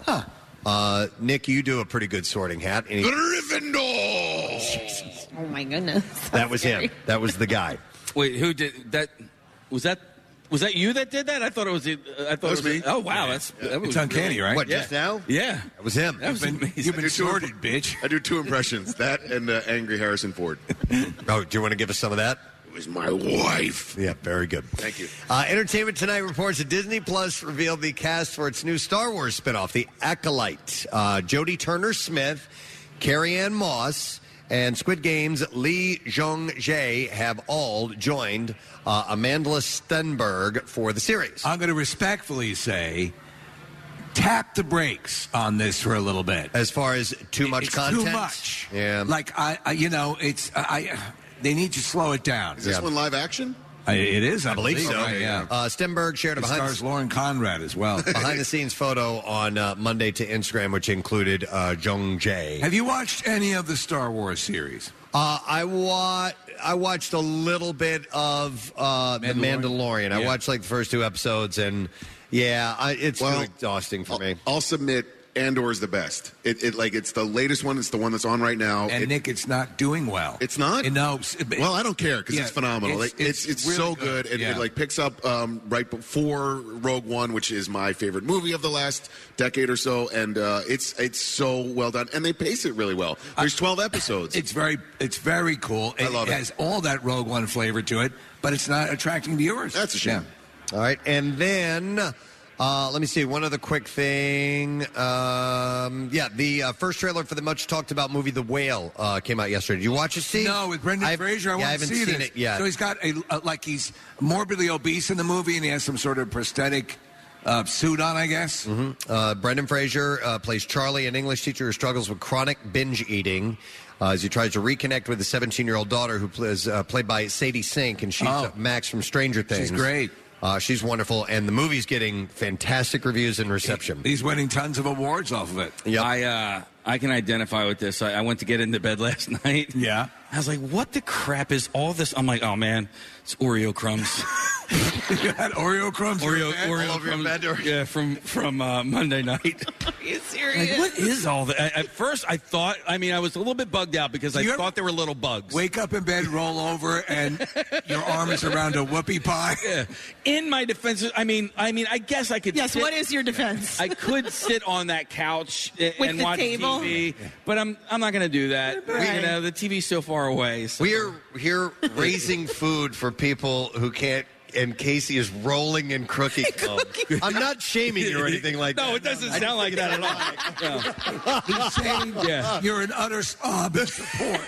Uh, Nick, you do a pretty good sorting hat. And he-
Gryffindor.
Oh my goodness.
that was him. That was the guy.
Wait, who did that? Was that was that you that did that? I thought it was. I thought it was me. Oh wow, that's that was really-
What,
Yeah.
just now?
Yeah,
That was him.
That was amazing.
You've been
sorted, bitch.
I do two impressions: that and uh, angry Harrison Ford.
oh, do you want to give us some of that?
It was my wife.
Yeah, very good.
Thank you.
Uh, Entertainment Tonight reports that Disney Plus revealed the cast for its new Star Wars spinoff, The Acolyte. Uh, Jodie Turner Smith, Carrie Ann Moss, and Squid Game's Lee Jong Jae have all joined uh, Amanda Stenberg for the series.
i'm going to respectfully say tap the brakes on this for a little bit
As far as too much
It's
content,
too much
Yeah,
like I, I you know it's i, I they need to slow it down
Is this one live action?
I- Uh, it is i,
believe so.
right, yeah
Uh, Stenberg shared a
it
behind
stars Lauren Conrad as well.
behind the scenes photo on uh, Monday to Instagram, which included uh, Jong Jae.
Have you watched any of the Star Wars series?
Uh, I wa- I watched a little bit of uh, The Mandalorian.
Mandalorian?
I
Yeah.
watched like the first two episodes, and yeah, I, it's too exhausting for me.
I'll submit. Andor is the best. It, it like it's the latest one. It's the one that's on right now.
And
It-
Nick, it's not doing well.
It's not.
No. s- but-
Well, I don't care because
Yeah,
it's phenomenal. Like, It's it's,
really
so good. It,
Yeah.
it like picks up um, right before Rogue One, which is my favorite movie of the last decade or so, and uh, it's it's so well done. And they pace it really well. There's 12 episodes.
it's very, it's very cool.
I love it.
has all that Rogue One flavor to it, but it's not attracting viewers. That's a shame.
All right, and then uh, let me see one other quick thing. Um, yeah, the uh, first trailer for the much talked about movie The Whale uh, came out yesterday. Did you watch it? See,
No, with Brendan
I've-
Fraser, I
yeah,
want
I
to
haven't
see
seen
this.
it yet.
So he's got a uh, like he's morbidly obese in the movie, and he has some sort of prosthetic uh, suit on, I guess.
hmm Uh, Brendan Fraser uh, plays Charlie, an English teacher who struggles with chronic binge eating. Uh, as he tries to reconnect with his 17 year old daughter, who plays uh, played by Sadie Sink, and she's
Oh.
uh, Max from Stranger Things.
great.
Uh, she's wonderful, and the movie's getting fantastic reviews and reception.
He's winning tons of awards off of it.
Yeah. I uh, I can identify with this. I, I went to get into bed last night.
Yeah.
I was like, what the crap is all this? I'm like, oh man, it's Oreo crumbs.
you had Oreo crumbs.
Oreo, Oreo crumbs. yeah, from from uh, Monday night.
Are you
Like,
serious?
what is all that? I- At first, I thought. I mean, I was a little bit bugged out because I thought there were little bugs.
Wake up in bed, roll over, and your arm is around a whoopie pie.
Yeah. In my defense, I mean, I mean, I guess I could.
Yes,
sit-
what is your defense?
I could sit on that couch a-
With
and
the
watch
table?
TV, but I'm I'm not going to do that. You
Right.
know, the TV's so far away. So.
We're here raising food for people who can't. And Casey is rolling in cookie crumbs. I'm not shaming you or anything like that.
No, it doesn't sound like that at all. No.
He's saying
Yeah.
you're an utter snob and support.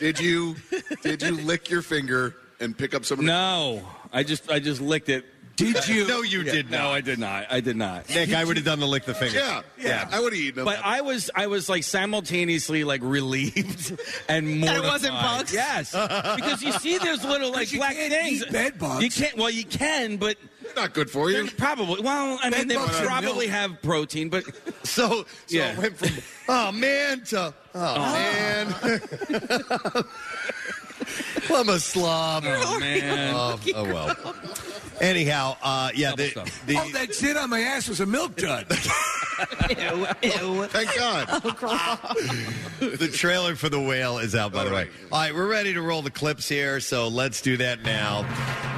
did you did you lick your finger and pick up some? Of the-
No, I just I just licked it
Did you?
no, you did not. No, I did not. I did not.
Nick, I would have done the lick the finger.
Yeah, yeah, I would have eaten them.
But I was, I was like simultaneously like relieved and
That
more.
it wasn't bugs?
Yes, because you see, there's little like
But you
black
can't
things.
eat bed bugs.
You can't. Well, you can, but
not good for you.
Probably. Well, I mean,
Bed
they
bugs are
probably
milk.
have protein, but
so, so
yeah.
it went from oh man to oh, man. well, I'm a slob.
Oh, man.
Oh, oh, well. Anyhow, uh, yeah, the, the,
All Oh, that shit on my ass was a milk jug.
ew, ew. Oh,
Thank God. the trailer for the whale is out. By the way, all right, we're ready to roll the clips here, so let's do that now.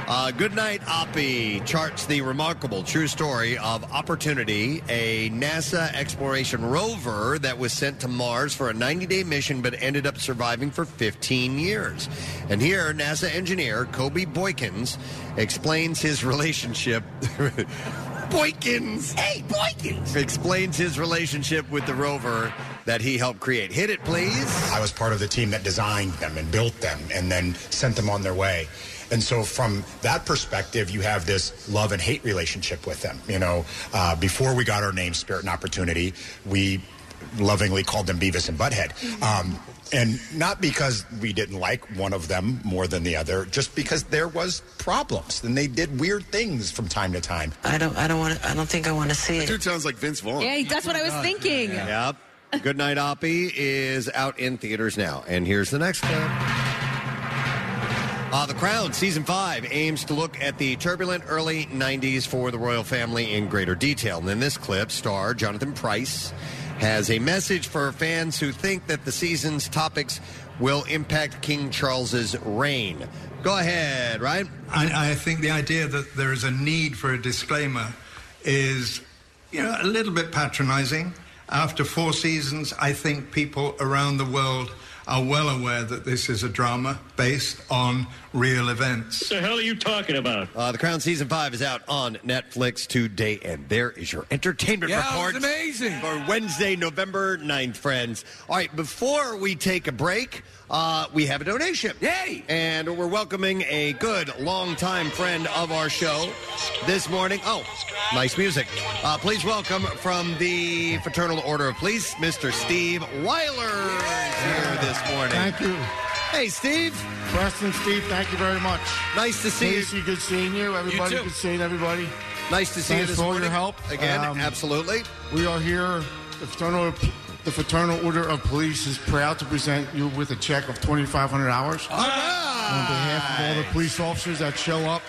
Uh, Good night, Oppie charts the remarkable true story of Opportunity, a NASA exploration rover that was sent to Mars for a 90 day mission but ended up surviving for 15 years. And here, NASA engineer Kobe Boykins explains his relationship. Boykins! Hey, Boykins! Explains his relationship with the rover that he helped create. Hit it, please.
I was part of the team that designed them and built them and then sent them on their way. And so, from that perspective, you have this love and hate relationship with them. You know, uh, before we got our name, Spirit and Opportunity, we lovingly called them Beavis and Butthead.
Mm-hmm.
Um, and not because we didn't like one of them more than the other, just because there was problems and they did weird things from time to time.
I don't. I don't want. I don't think I want to see
Dude sounds like Vince Vaughn.
Oh
Yeah,
that's what I was thinking.
Yep. Good Night Oppie is out in theaters now. And here's the next clip. Uh, the Crown Season 5 aims to look at the turbulent early 90s for the royal family in greater detail. And in this clip, star Jonathan Price has a message for fans who think that the season's topics will impact King Charles's reign. Go ahead, right?
I, I think the idea that there is a need for a disclaimer is, you know, a little bit patronizing. After four seasons, I think people around the world are well aware that this is a drama based on real events. What the hell are you talking about?
Uh, the Crown Season 5 is out on Netflix today, and there is your entertainment
Yeah, it was
report. amazing. For Wednesday, November 9th, friends. All right, before we take a break, uh, we have a donation. Yay! And we're welcoming a good, longtime friend of our show this morning. Oh, nice music. Uh, please welcome from the Fraternal Order of Police, Mr. Steve Weiler is here this morning.
Thank you.
Hey, Steve.
Preston, Steve, thank you very much.
Nice to see you.
Casey, good seeing you. Everybody,
too.
good seeing everybody.
Nice to see you
Thanks
this
for all
morning.
your help. Um,
Again, absolutely.
We are here. The Fraternal, the Fraternal Order of Police is proud to present you with a check of $2,500 on behalf of all the police officers that show up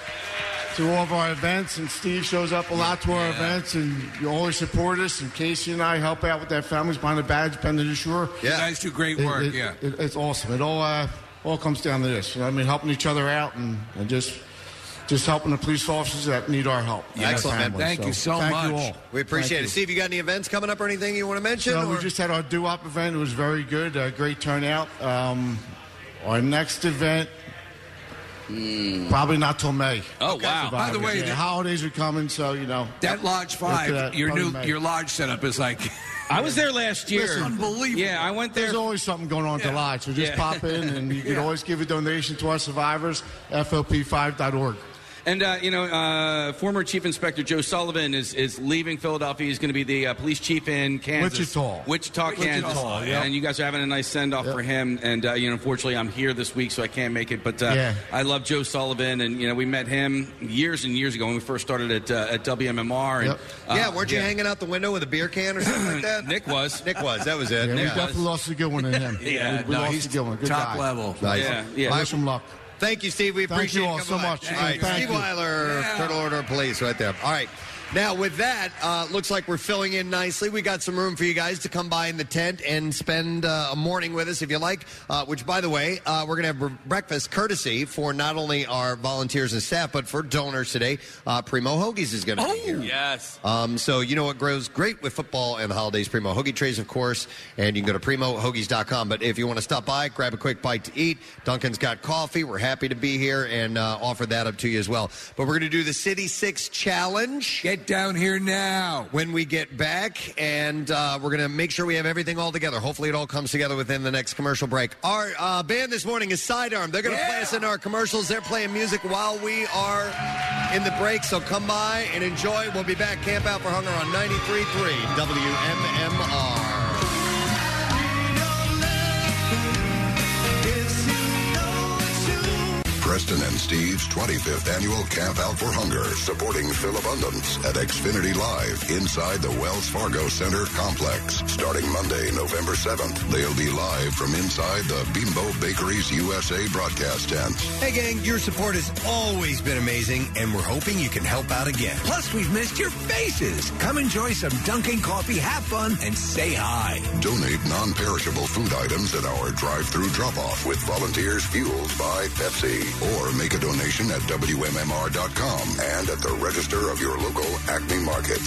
to all of our events. And Steve shows up a lot to our events, and you always support us. And Casey and I help out with their families behind the badge, bending the shore.
You guys do great
It-
work.
it-
yeah.
it- it's awesome. It all uh, all comes down to this. You know, what I mean, helping each other out and, and just just helping the police officers that need our help. and their
Excellent, man.
families. thank You all.
We appreciate
Thank
it. Steve, you got any events coming up or anything you want to mention?
So we
or-
just had our do op event. It was very good. Uh, great turnout. Um, our next event. Probably not till May.
Oh, wow. By the way,
Yeah,
the-
holidays are coming, so you know
That Lodge
Look at that,
5, your
probably
new
May.
your lodge setup is like.
I was there last year.
Listen,
unbelievable. Yeah, I went there.
There's always something going on at the lodge, so just
Yeah.
pop in, and you can always give a donation to our survivors. FOP5.org.
And uh, you know, uh, former Chief Inspector Joe Sullivan is is leaving Philadelphia. He's going to be the uh, police chief in Kansas,
Wichita.
Wichita,
Wichita,
Kansas.
yeah.
And you guys are having a nice send off for him. And uh, you know, unfortunately, I'm here this week, so I can't make it. But uh,
Yeah.
I love Joe Sullivan, and you know, we met him years and years ago when we first started at uh, at WMMR. And, uh,
yeah, weren't you hanging out the window with a beer can or something like that?
Nick was.
Nick was. That was it.
Yeah, we
Yeah.
definitely lost a good one in him.
Yeah,
we, we
no,
lost
he's
a good one. Good
top
guy.
level. Nice. Yeah, yeah.
Wish him luck.
Thank you, Steve. We
Thank
appreciate
you all
it. Come
so
on.
much.
All right,
Thank
Steve
you.
Weiler, Fraternal Order of Police, right there. All right. Now, with that, uh, looks like we're filling in nicely. We got some room for you guys to come by in the tent and spend uh, a morning with us if you like. Uh, which, by the way, uh, we're going to have breakfast courtesy for not only our volunteers and staff, but for donors today. Uh, Primo Hoagies is going to be here.
Oh, Yes.
Um, so you know what grows great with football and the holidays? Primo hoagie trays, of course, and you can go to primohoagies.com. But if you want to stop by, grab a quick bite to eat. Duncan's got coffee. We're happy to be here and uh, offer that up to you as well. But we're going to do the City Six Challenge.
Yeah, get down here now.
When we get back, and uh, we're going to make sure we have everything all together. Hopefully, it all comes together within the next commercial break. Our uh, band this morning is Sidearm. They're going to play us in our commercials. They're playing music while we are in the break. So come by and enjoy. We'll be back. Camp Out for Hunger on 93.3 WMMR.
Preston and Steve's 25th annual Camp Out for Hunger, supporting Phil Abundance at Xfinity Live inside the Wells Fargo Center complex. Starting Monday, November 7th, they'll be live from inside the Bimbo Bakeries USA broadcast tent.
Hey, gang, your support has always been amazing, and we're hoping you can help out again.
Plus, we've missed your faces. Come enjoy some Dunkin' coffee, have fun, and say hi.
Donate non perishable food items at our drive through drop off with volunteers fueled by Pepsi. Or make a donation at WMMR.com and at the register of your local Acme Market.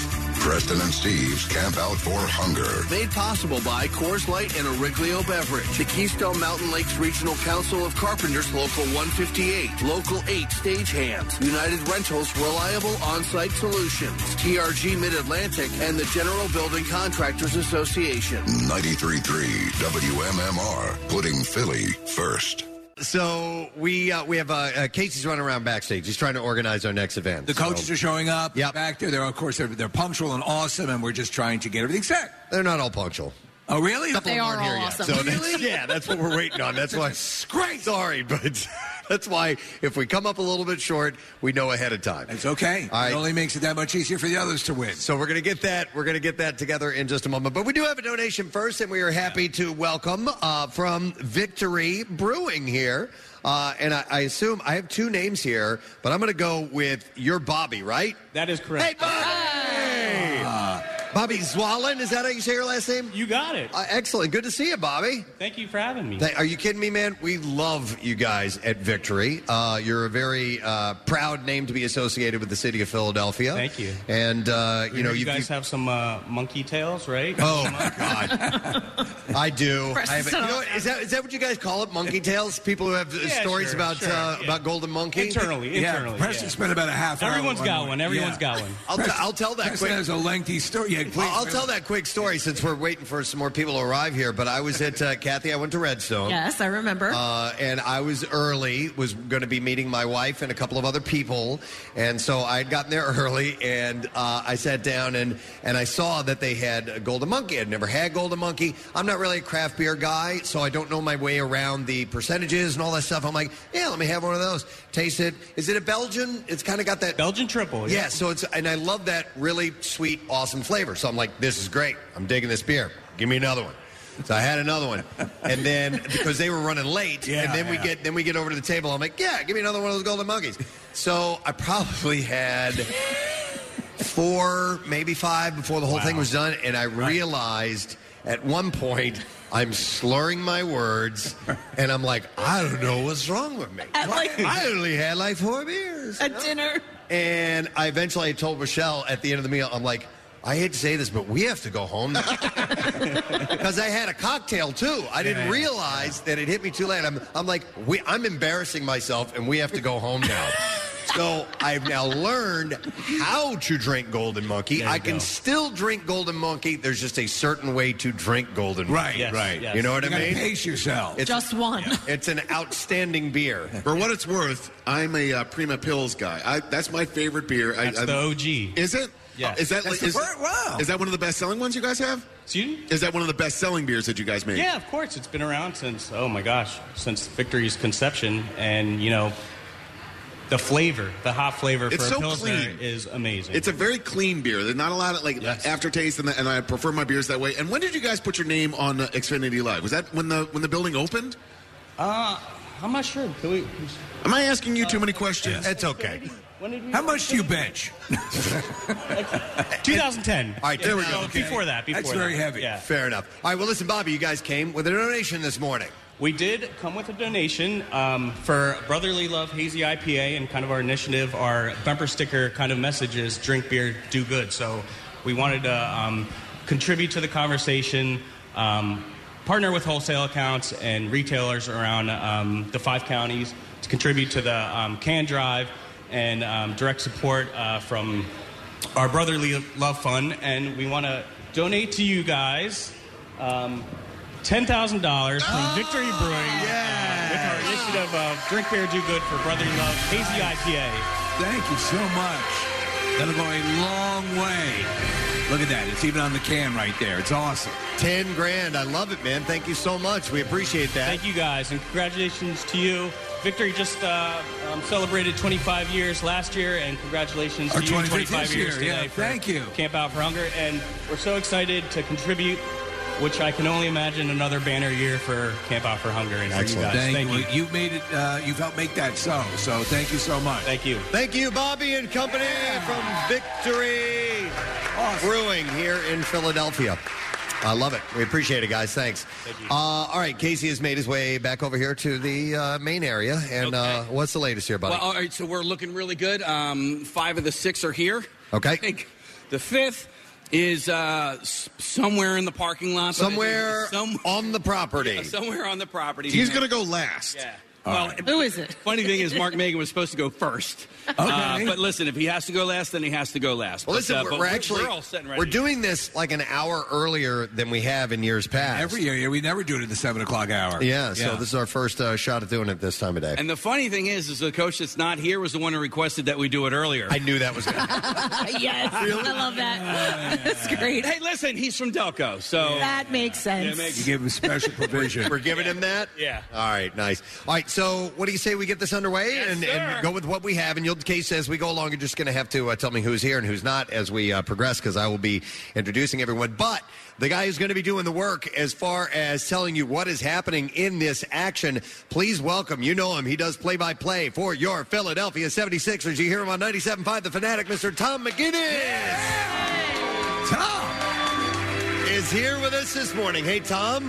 Preston and Steve's Camp Out for Hunger.
Made possible by Coors Light and Origlio Beverage, the Keystone Mountain Lakes Regional Council of Carpenters Local 158, Local 8 Stagehands, United Rentals Reliable On-Site Solutions, TRG Mid-Atlantic, and the General Building Contractors Association.
93.3 WMMR, putting Philly first.
So we uh, we have uh, uh, Casey's running around backstage. He's trying to organize our next event.
The coaches are showing up back there. They're, of course, they're, they're punctual and awesome, and we're just trying to get everything set.
They're not all punctual.
Oh, really?
Couple of them aren't here yet. So that's, yeah, that's what we're waiting on. That's why.
Great.
Sorry, but that's why if we come up a little bit short, we know ahead of time.
It's okay.
All right.
It only makes it that much easier for the others to win.
So we're going to get that. We're going to get that together in just a moment. But we do have a donation first, and we are happy to welcome uh, from Victory Brewing here. Uh, and I, I assume I have two names here, but I'm going to go with your Bobby, right?
That is correct.
Hey, Bobby! Uh, Bobby Zwalin, is that how you say your last name?
You got it.
Uh, excellent. Good to see you, Bobby.
Thank you for having me.
Th- Are you kidding me, man? We love you guys at Victory. Uh, you're a very uh, proud name to be associated with the city of Philadelphia.
Thank you.
And uh, you know,
you
you,
guys have some uh, monkey tails, right?
Oh, I do. I have,
Preston,
you know, what, is that is that what you guys call it? Monkey tails? People who have uh,
Yeah,
stories
sure,
about
sure,
uh,
yeah.
about golden monkey?
Internally,
Yeah, internally, Preston yeah. spent about a half hour
Everyone's
one
got
morning.
one. Everyone's
Yeah.
got one.
I'll, t- I'll tell that
Preston
quick.
has a lengthy story. Yeah, please,
I'll I'll
Phil.
tell that quick story since we're waiting for some more people to arrive here. But I was at uh, Kathy. I went to Redstone.
Yes, I remember.
Uh, and I was early, was going to be meeting my wife and a couple of other people. And so I had gotten there early and uh, I sat down and, and I saw that they had a Golden Monkey. I'd never had Golden Monkey. I'm not really a craft beer guy, so I don't know my way around the percentages and all that stuff. I'm like, yeah, let me have one of those. Taste it. Is it a Belgian? It's kind of got that
Belgian triple.
Yeah, so it's, and I love that really sweet, awesome flavor. So I'm like, this is great. I'm digging this beer. Give me another one. So I had another one, and then because they were running late,
Yeah,
and then we
yeah.
get then we get over to the table. I'm like, yeah, give me another one of those golden monkeys. So I probably had four, maybe five before the whole thing was done, and I realized at one point I'm slurring my words, and I'm like, I don't know what's wrong with me.
At like-
I only had like four beers
At dinner.
and I eventually I told Rochelle at the end of the meal, I'm like. I hate to say this, but we have to go home now. Because I had a cocktail too. I didn't
Yeah, yeah,
realize that it hit me too late. I'm, I'm like, we, I'm embarrassing myself and we have to go home now. so I've now learned how to drink Golden Monkey.
There you
I can
go.
still drink Golden Monkey. There's just a certain way to drink Golden Monkey.
Right, Yes, right. yes.
You know what
You
I
gotta
mean?
pace yourself.
just
one.
It's an outstanding beer.
For what it's worth, I'm a uh, Prima Pills guy. I, that's my favorite beer. I,
That's
I'm-
the OG.
Is it?
Yes.
Is that
That's
like,
the
is,
word- wow.
is that one of the best selling ones you guys have? Is that one of the best selling beers that you guys make?
Yeah, of course. It's been around since oh my gosh, since Victory's conception, and you know, the flavor, the hot flavor
It's
for
so
a pilsner
clean.
is amazing.
It's a very clean beer. There's not a lot of like aftertaste, and, and I prefer my beers that way. And when did you guys put your name on uh, Xfinity Live? Was that when the when the building opened?
Uh, I'm not sure. Can we,
Am I asking you too many questions?
It's okay.
when did we?
How much do you bench?
2010.
All right,
Yeah,
there we
so
go.
Before that, before that. Yeah.
Fair enough. All right, well, listen, Bobby, you guys came with a donation this morning.
We did come with a donation um, for Brotherly Love Hazy IPA and kind of our initiative, our bumper sticker kind of message is drink beer, do good. So we wanted to um, contribute to the conversation, um, partner with wholesale accounts and retailers around um, the five counties to contribute to the um, can drive and um, direct support uh, from our brotherly love fund, and we want to donate to you guys um, ten thousand dollars from
Oh,
Victory Brewing uh, with our initiative of uh, Drink Beer Do Good for Brotherly Love Hazy IPA.
Thank you so much. That'll go a long way. Look at that. It's even on the can right there. It's awesome.
10 grand. I love it, man. Thank you so much. We appreciate that.
Thank you guys, and congratulations to you. Victory just uh, um, celebrated 25 years last year, and congratulations
Our
to you
25th
25
this
years
year, yeah,
today. for
thank you.
Camp Out for Hunger, and we're so excited to contribute, which I can only imagine another banner year for Camp Out for Hunger and for you guys.
Thank,
Thank
you. you. have made it. Uh, you've helped make that so. So thank you so much.
Thank you.
Thank you, Bobby and Company from Victory Brewing here in Philadelphia. I love it. We appreciate it, guys. Thanks. Uh, all right, Casey has made his way back over here to the uh, main area. And uh, what's the latest here, buddy?
Well, all right, so we're looking really good. Um, five of the six are here.
Okay.
I think the fifth is uh, s- somewhere in the parking lot. but it is
Somewhere on the property.
Yeah, somewhere on the property.
He's
Yeah.
gonna go
last.
Yeah.
All
Well,
right.
who is it?
Funny thing is, Mark Megan was supposed to go first. Okay. but listen, if he has to go last, then he has to go last.
Well,
But,
listen,
uh,
we're,
but
we're actually
we're all sitting right
we're doing this like an hour earlier than we have in years past.
Every
year,
yeah, we never do it at the seven o'clock hour.
Yeah, so
Yeah.
this is our first uh, shot at doing it this time of day.
And the funny thing is, is the coach that's not here was the one who requested that we do it earlier. I
knew that was going to
yes, I love that. That's great.
Hey, listen, he's from Delco, so
That makes sense.
You gave him special provision. We're giving him that?
Yeah.
All right, nice. All right, so what do you say we get this underway and, and go with what we have? And you'll, case as we go along, you're just going to have to uh, tell me who's here and who's not as we uh, progress because I will be introducing everyone. But the guy who's going to be doing the work as far as telling you what is happening in this action, please welcome. You know him. He does play by play for your Philadelphia 76ers. You hear him on 97.5 The Fanatic, Mr. Tom McGinnis. Tom is here with us this morning. Hey, Tom.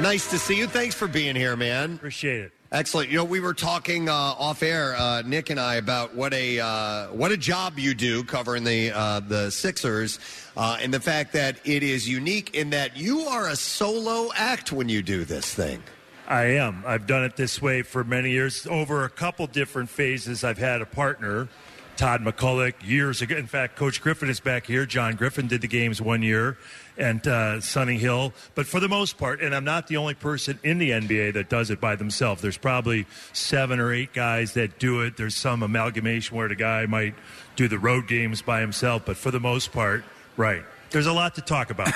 Nice to see you. Thanks for being here, man.
Appreciate it.
Excellent. You know, we were talking uh, off air, uh, Nick and I, about what a uh, what a job you do covering the uh, the Sixers, uh, and the fact that it is unique in that you are a solo act when you do this thing.
I am. I've done it this way for many years. Over a couple different phases, I've had a partner, Todd McCulloch, years ago. In fact, Coach Griffin is back here. John Griffin did the games one year, and uh, Sonny Hill. But for the most part, and I'm not the only person in the NBA that does it by themselves. There's probably seven or eight guys that do it. There's some amalgamation where the guy might do the road games by himself. But for the most part, right. There's a lot to talk about.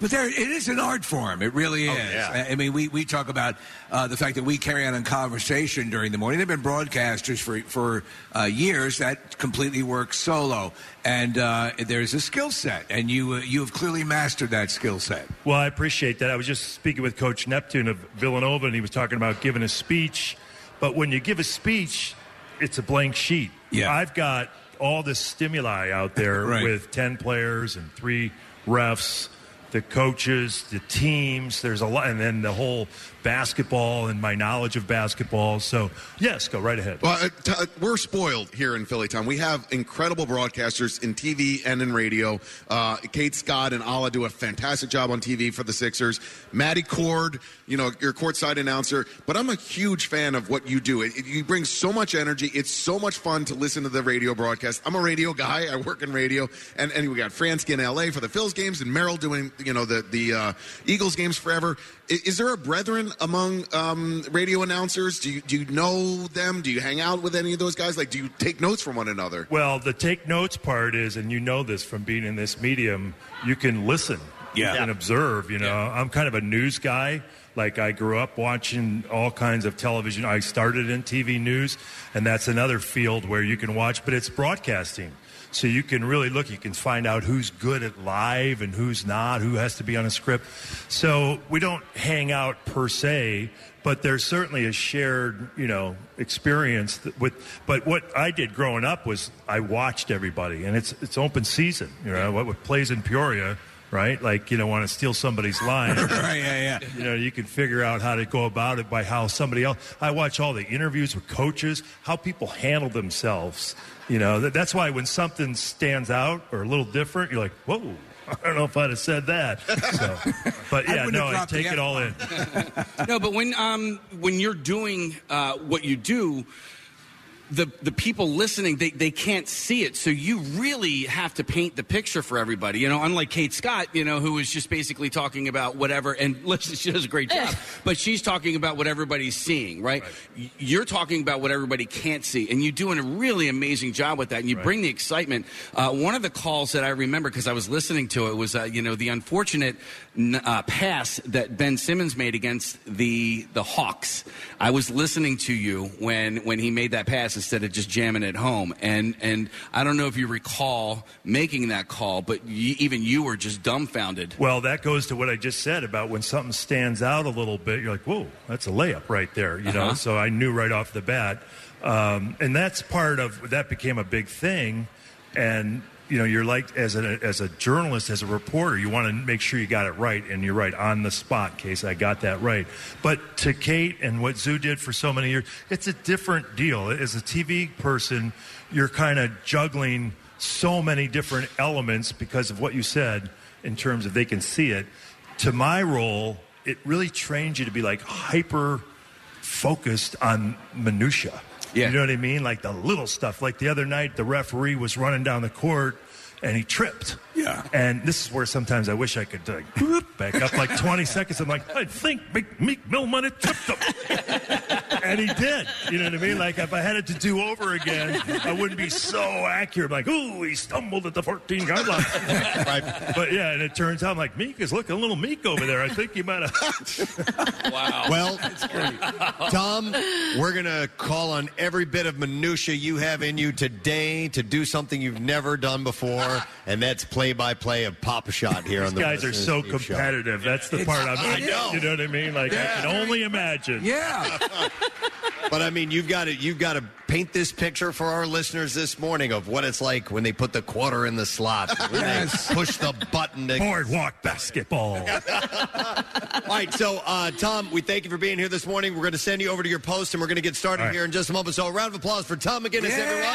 But there, it is an art form. It really is. I I mean, we, we talk about uh, the fact that we carry on a conversation during the morning. There have been broadcasters for for uh, years that completely work solo, and uh, there's a skill set, and you uh, you have clearly mastered that skill set.
Well, I appreciate that. I was just speaking with Coach Neptune of Villanova, and he was talking about giving a speech. But when you give a speech, it's a blank sheet. Yeah. I've got all this stimuli out there
Right.
with 10 players and three refs, the coaches, the teams. There's a lot, and then the whole basketball and my knowledge of basketball. So, yes, go right ahead.
Well, uh, t- uh, we're spoiled here in Philly Town. We have incredible broadcasters in TV and in radio. Uh, Kate Scott and Ala do a fantastic job on TV for the Sixers. Maddie Cord, you know, your courtside announcer. But I'm a huge fan of what you do. It, it- you bring so much energy. It's so much fun to listen to the radio broadcast. I'm a radio guy. I work in radio, and and we got Fransky in LA for the Phils games, and Merrill doing you know the the uh, Eagles games forever. I- Is, there a brethren among um, radio announcers? Do you do you know them? Do you hang out with any of those guys? Like, do you take notes from one another?
Well, the take notes part is, and you know this from being in this medium, you can listen
Yeah.
and observe. You know, I'm kind of a news guy. Like, I grew up watching all kinds of television. I started in TV news, and that's another field where you can watch, but it's broadcasting. So you can really look, you can find out who's good at live and who's not, who has to be on a script. So we don't hang out per se, but there's certainly a shared, you know, experience that with. But what I did growing up was I watched everybody, and it's it's open season, you know, what, what plays in Peoria. Right, like you don't want to steal somebody's line. right,
yeah,
yeah. You know, you can figure out how to go about it by how somebody else. I watch all the interviews with coaches, how people handle themselves. You know, that, that's why when something stands out or a little different, you're like, "Whoa, I don't know if I'd have said that." So, but
I
yeah,
wouldn't
no,
have
I
dropped the
take it all in.
no, but when um when you're doing uh, what you do, the the people listening they, they can't see it, so you really have to paint the picture for everybody. You know, unlike Kate Scott, you know, who is just basically talking about whatever, and listen, she does a great job, but she's talking about what everybody's seeing, right? Y- You're talking about what everybody can't see, and you're doing a really amazing job with that, and you bring the excitement. Uh, one of the calls that I remember because I was listening to it was, uh, you know, the unfortunate n- uh, pass that Ben Simmons made against the the Hawks. I was listening to you when when he made that pass instead of just jamming it home, and and I don't know if you recall making that call, but y- even you were just dumbfounded.
Well, that goes to what I just said about when something stands out a little bit, you're like, whoa, that's a layup right there, you know?
Uh-huh.
So I knew right off the bat. Um, and that's part of that became a big thing. And, you know, you're like, as a, as a journalist, as a reporter, you want to make sure you got it right. And you're right on the spot case. I got that right. But to Kate and what Zoo did for so many years, it's a different deal. As a TV person, you're kind of juggling so many different elements because of what you said in terms of they can see it. To my role, it really trains you to be like hyper focused on minutia. You know what I mean? Like the little stuff. Like the other night, the referee was running down the court and he tripped. Yeah. And this is where sometimes I wish I could like, whoop, back up like 20 seconds. I'm like, I think Meek, Meek Mill might have tripped him. and he did. You know what I mean? Like if I had it to do over again, I wouldn't be so accurate. like, ooh, he stumbled at the 14 yard line. right. But yeah, and it turns out I'm like, Meek is looking a little meek over there. I think he might have.
wow.
Well,
Tom,
we're going to call on every bit of minutia you have in you today to do something you've never done before, and that's play-by-play of Pop Shot here
These
on the
guys are
Preston
so
and Steve Show.
competitive. That's the
It's-
part I'm.
I know.
You know what I mean? Like I can only imagine.
Yeah. but I mean, you've got to you've got to paint this picture for our listeners this morning of what it's like when they put the quarter in the slot, when they push the button to
boardwalk basketball.
All right, so uh, Tom, we thank you for being here this morning. We're going to send you over to your post, and we're going to get started
All right.
here in just a moment. So, a round of applause for Tom McGinnis, everyone.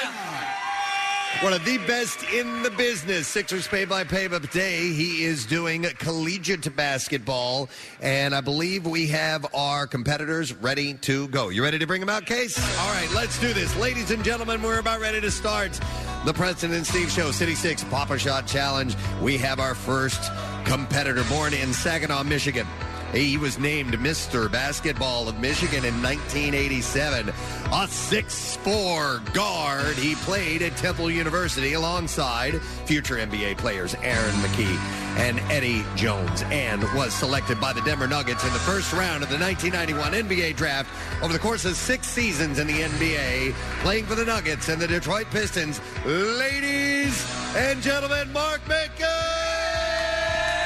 One of the best in the business, Sixers pay by pay. But today he is doing collegiate basketball, and I believe we have our competitors ready to go. You ready to bring them out, Case? All right, let's do this, ladies and gentlemen. We're about ready to start the Preston and Steve Show, City Six Papa Shot Challenge. We have our first competitor, born in Saginaw, Michigan. He was named Mr. Basketball of Michigan in 1987. A 6'4 guard, he played at Temple University alongside future NBA players Aaron McKee and Eddie Jones and was selected by the Denver Nuggets in the first round of the 1991 NBA draft over the course of six seasons in the NBA, playing for the Nuggets and the Detroit Pistons. Ladies and gentlemen, Mark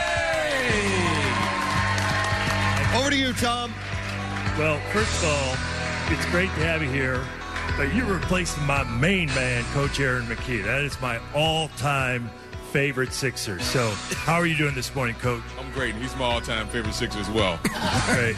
McKay! Over to you, Tom.
Well, first of all, it's great to have you here, but you're replacing my main man, Coach Aaron McKee. That is my all-time favorite Sixer. So, how are you doing this morning, Coach?
I'm great. and He's my all-time favorite Sixer as well.
Great.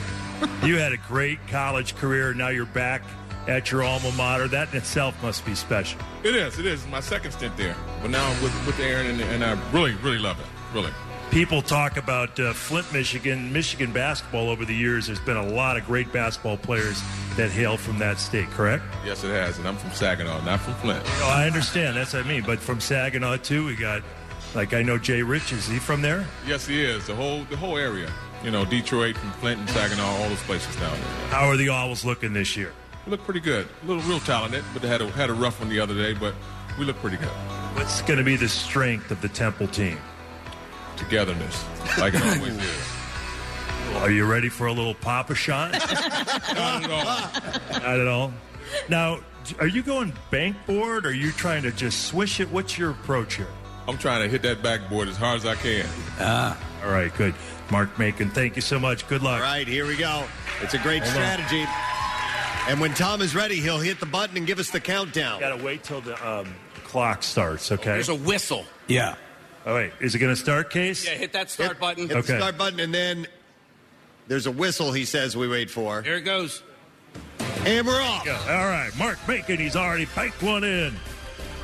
You had a great college career. Now you're back at your alma mater. That in itself must be special.
it is. It is. My second stint there, but now I'm with with Aaron, and, and I really, really love it. Really.
People talk about uh, Flint, Michigan, Michigan basketball over the years. There's been a lot of great basketball players that hail from that state, correct?
Yes, it has. And I'm from Saginaw, not from Flint.
No, I understand. That's what I mean. But from Saginaw, too, we got, like, I know Jay Rich. Is he from there?
Yes, he is. The whole the whole area. You know, Detroit and Flint and Saginaw, all those places down there.
How are the Owls looking this year?
We look pretty good. A little real talented, but they had a had a rough one the other day. But we look pretty good.
What's going to be the strength of the Temple team?
Togetherness, like it always is.
Are you ready for a little Papa shot?
Not at all.
Not at all. Now, are you going bankboard? Or are you trying to just swish it? What's your approach here?
I'm trying to hit that backboard as hard as I can.
Ah. All right, good. Mark Macon, thank you so much. Good luck.
All right, here we go. It's a great
Hold on.
strategy. And when Tom is ready, he'll hit the button and give us the countdown.
Gotta wait till the um, clock starts, okay?
There's
a whistle.
yeah. All right, is it going to start, Case?
Yeah, hit that start button.
Hit the start button, and then there's a whistle he says we wait for.
Here it goes.
And we're off.
All right, Mark Macon, he's already banked one in.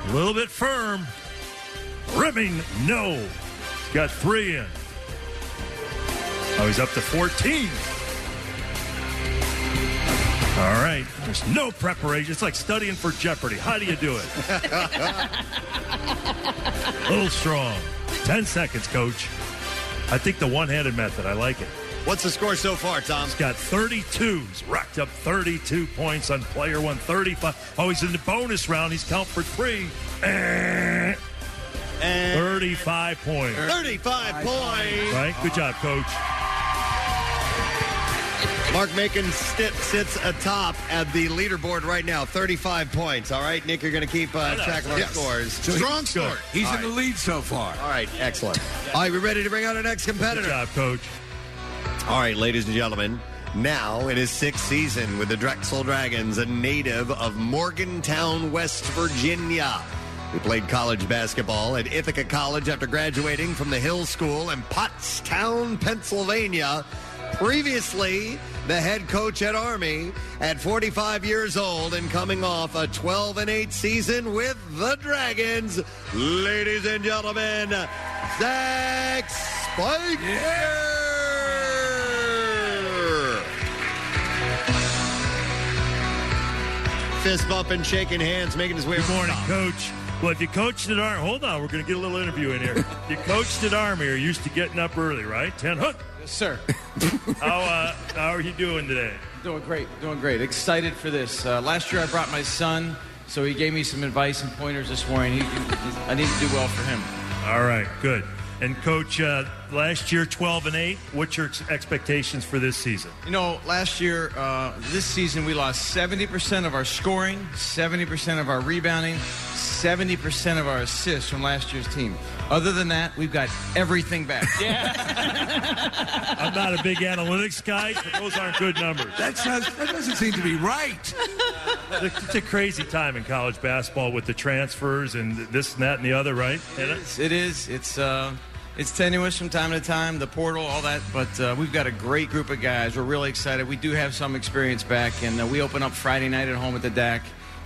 A little bit firm. Rimming, no. He's got three in. Oh, he's up to 14. All right. There's no preparation. It's like studying for Jeopardy. How do you do it? Little strong. 10 seconds, coach. I think the one handed method. I like it.
What's the score so far, Tom?
He's got 32s, racked up 32 points on player one, 35. Oh, he's in the bonus round. He's count for three. Eh. 35 points.
35 points.
Right? Good job, coach.
Mark Macon sti- sits atop at the leaderboard right now, 35 points. All right, Nick, you're going to keep uh, track of our
Yes.
scores.
So he- Strong start.
Good.
He's
All
in the lead so far.
All right, excellent. All right, we ready to bring out our next competitor. Good
job, coach.
All right, ladies and gentlemen, now in his sixth season with the Drexel Dragons, a native of Morgantown, West Virginia. He played college basketball at Ithaca College after graduating from the Hill School in Pottstown, Pennsylvania. Previously, the head coach at Army at 45 years old and coming off a 12 and 8 season with the Dragons. Ladies and gentlemen, Zach Spike. Fist bumping, shaking hands, making his way.
Good morning, coach. Well, if you coached at Army, hold on, we're going to get a little interview in here. you coached at Army, you're used to getting up early, right? 10 hook.
Yes, sir.
How, uh, how are you doing today?
Doing great, doing great. Excited for this. Uh, last year I brought my son, so he gave me some advice and pointers this morning. He, he- I need to do well for him.
All right, good. And coach, uh, last year 12 and 8. What's your ex- expectations for this season?
You know, last year, uh, this season, we lost 70% of our scoring, 70% of our rebounding, 70% of our assists from last year's team. Other than that, we've got everything back.
I'm not a big analytics guy, but those aren't good numbers.
That sounds. That doesn't seem to be right.
It's a crazy time in college basketball with the transfers and this and that and the other, right?
It is. It is. It's uh, it's tenuous from time to time. The portal, all that, but uh, we've got a great group of guys. We're really excited. We do have some experience back, and uh, we open up Friday night at home at the DAC,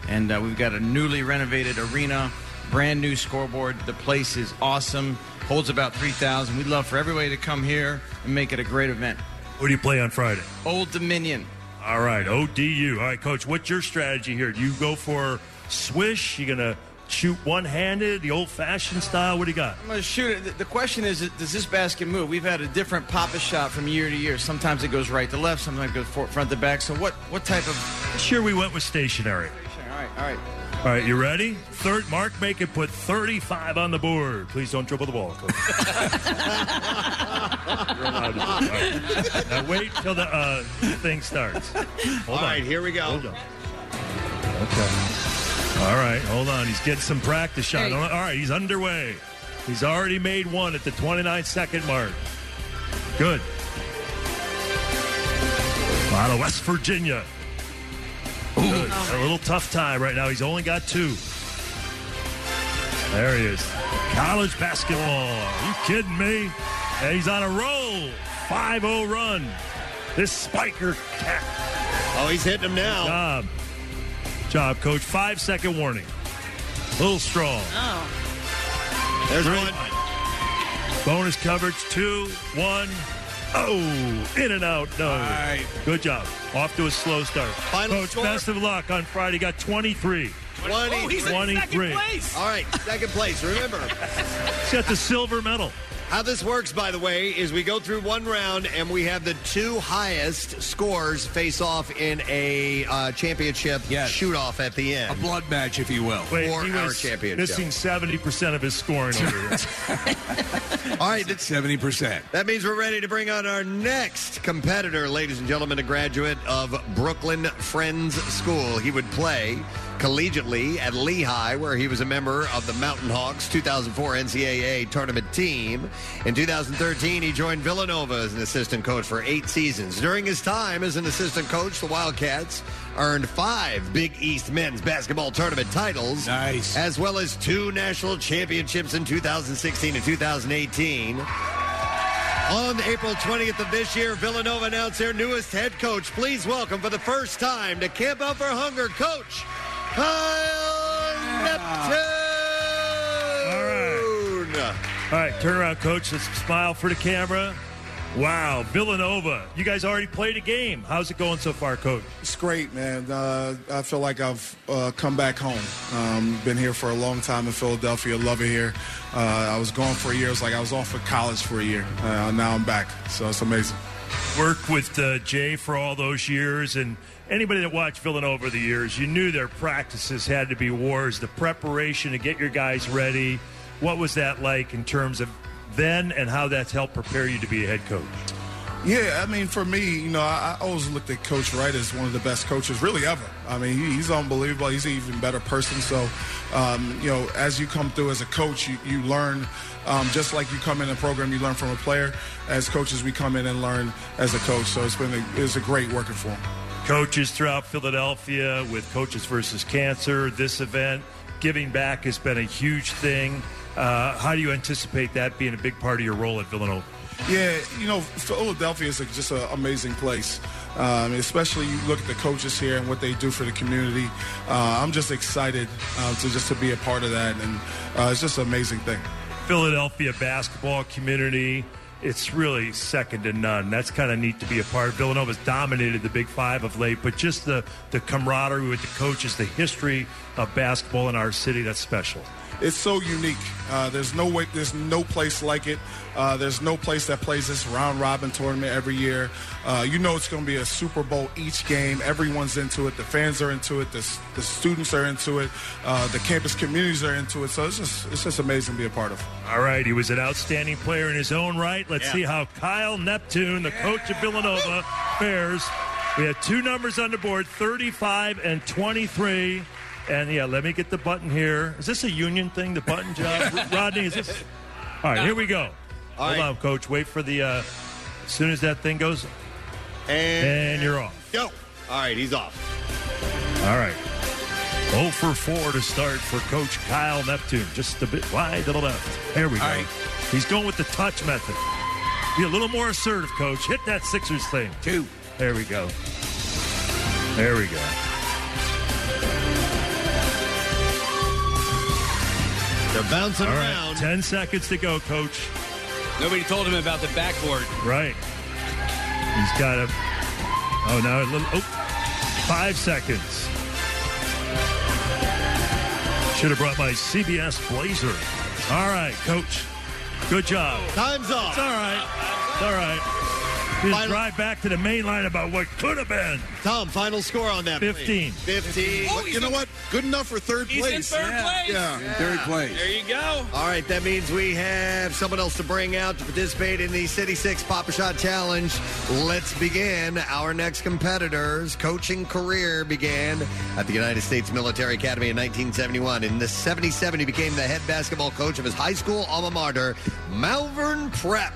and uh, we've got a newly renovated arena, brand new scoreboard. The place is awesome. Holds about three thousand. We'd love for everybody to come here and make it a great event.
Who do you play on Friday?
Old Dominion.
All right, ODU. All right, coach, what's your strategy here? Do you go for swish? You going to shoot one handed, the old fashioned style? What do you got?
I'm gonna shoot it. The- The question is, does this basket move? We've had a different pop-up shot from year to year. Sometimes it goes right to left. Sometimes it goes for- front to back. So what? What type of?
This year we went with stationary.
All right, all right.
All right, you ready? Third, Mark Macon put 35 on the board. Please don't dribble the ball, coach. You're allowed to. All right. Now wait till the uh, thing starts. Hold
All
on.
right, here we go.
Hold on. All right, hold on. He's getting some practice shot.
Hey.
All right, he's underway. He's already made one at the 29 second mark. Good. Out of West Virginia. Good. A little tough tie right now. He's only got two. There he is. College basketball. Are you kidding me? And he's on a roll. 5 0 run. This spiker cat.
Oh, he's hitting him now.
Job. Job, coach. Five second warning. Little strong.
Oh.
There's one. Bonus coverage. Two, one. Oh, in and out. No. Good job. Off to a slow start.
Final
coach,
score.
best of luck on Friday. Got 23.
20,
Oh, he's in 23. second place.
All right, second place. Remember,
He's got the silver medal.
how this works, by the way, is we go through one round and we have the two highest scores face off in a uh, championship shoot off at the end. A
blood match, if you will.
Wait, for
he
our
was
championship.
missing 70% of his scoring over here.
All right, that's
seventy percent.
That means we're ready to bring on our next competitor, ladies and gentlemen, a graduate of Brooklyn Friends School. He would play collegiately at Lehigh, where he was a member of the Mountain Hawks 2004 NCAA tournament team. In 2013, he joined Villanova as an assistant coach for eight seasons. During his time as an assistant coach, the Wildcats earned five Big East men's basketball tournament titles, nice. as well as two national championships in 2016 and 2018. On April 20th of this year, Villanova announced their newest head coach. Please welcome for the first time to Camp Out for Hunger, Coach Kyle Neptune.
All right, turn around, coach. Let's smile for the camera. Wow, Villanova. You guys already played a game. How's it going so far, coach?
It's great, man. Uh, I feel like I've uh, come back home. Um, been here for a long time in Philadelphia. Love it here. Uh, I was gone for a year. It was like I was off for college for a year. Uh, now I'm back, so it's amazing.
Worked with uh, Jay for all those years, and anybody that watched Villanova over the years, you knew their practices had to be wars. The preparation to get your guys ready. What was that like in terms of then, and how that's helped prepare you to be a head coach?
Yeah, I mean, for me, you know, I, I always looked at Coach Wright as one of the best coaches really ever. I mean, he, he's unbelievable. He's an even better person. So, um, you know, as you come through as a coach, you, you learn um, just like you come in a program, you learn from a player. As coaches, we come in and learn as a coach. So it's been a, it's a great working for him.
Coaches throughout Philadelphia with Coaches versus Cancer, this event, giving back has been a huge thing. Uh, how do you anticipate that being a big part of your role at Villanova?
Yeah, you know, Philadelphia is a, just an amazing place. Um, especially you look at the coaches here and what they do for the community. Uh, I'm just excited uh, to just to be a part of that, and uh, it's just an amazing thing.
Philadelphia basketball community. It's really second to none. That's kind of neat to be a part. of. Villanova's dominated the Big Five of late, but just the, the camaraderie with the coaches, the history of basketball in our city, that's special.
It's so unique. Uh, there's no way. There's no place like it. Uh, there's no place that plays this round robin tournament every year. Uh, you know it's going to be a Super Bowl each game. Everyone's into it. The fans are into it. The, s- the students are into it. Uh, the campus communities are into it. So it's just it's just amazing to be a part of.
All right, he was an outstanding player in his own right. Let's see how Kyle Neptune, the coach of Villanova, fares. We had two numbers on the board 35 and 23. And yeah, let me get the button here. Is this a union thing, the button job? Rodney, is this. All right, here we go.
All
Hold
right.
on, coach. Wait for the. Uh, as soon as that thing goes, and, you're off.
Go. All right, he's off.
All right. 0 for 4 to start for Coach Kyle Neptune. Just a bit wide to the left. There we go. He's going with the touch method. Be a little more assertive, Coach. Hit that Sixers thing. Two. There we go. There we go.
They're bouncing
All right,
around.
10 seconds to go, Coach.
Nobody told him about the backboard.
Right. He's got a. Oh, now a little. Oh, five seconds. Should have brought my CBS blazer. All right, coach. Good job.
Time's up.
It's all right. It's all right. Just
Final-
drive back to the main line about what could have been.
Tom, final score on that. please.
15.
15.
But you know what? Good enough for third
He's
place.
in third
yeah.
place.
Yeah.
Yeah. Third place. There
you go.
All right, that means we have someone else to bring out to participate in the City Six Papa Shot Challenge. Let's begin. Our next competitor's coaching career began at the United States Military Academy in 1971. In the 77, he became the head basketball coach of his high school alma mater, Malvern Prep.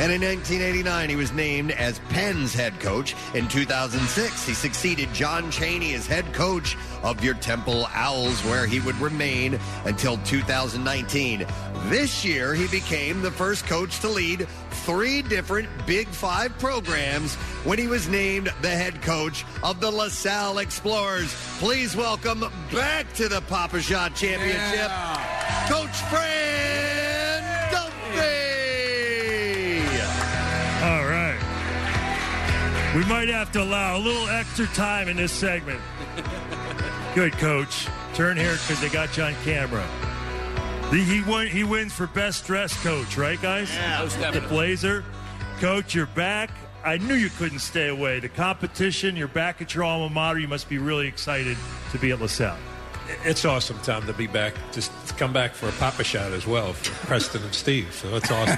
And in 1989, he was named as Penn's head coach. In 2006, he succeeded John Cheney as head coach of your Temple Owls, where he would remain until 2019. This year, he became the first coach to lead three different Big Five programs when he was named the head coach of the LaSalle Explorers. Please welcome back to the Papa Shot Championship, Coach Fran Duffy.
All right. We might have to allow a little extra time in this segment. Good coach. Turn here because they got you on camera. The- He won, he wins for best dress coach, right, guys?
Yeah, most definitely.
The blazer, coach, you're back. I knew you couldn't stay away. The competition, you're back at your alma mater. You must be really excited to be at LaSalle.
It's awesome, Tom, to be back. Just to come back for a papa shot as well for Preston and Steve. So it's awesome.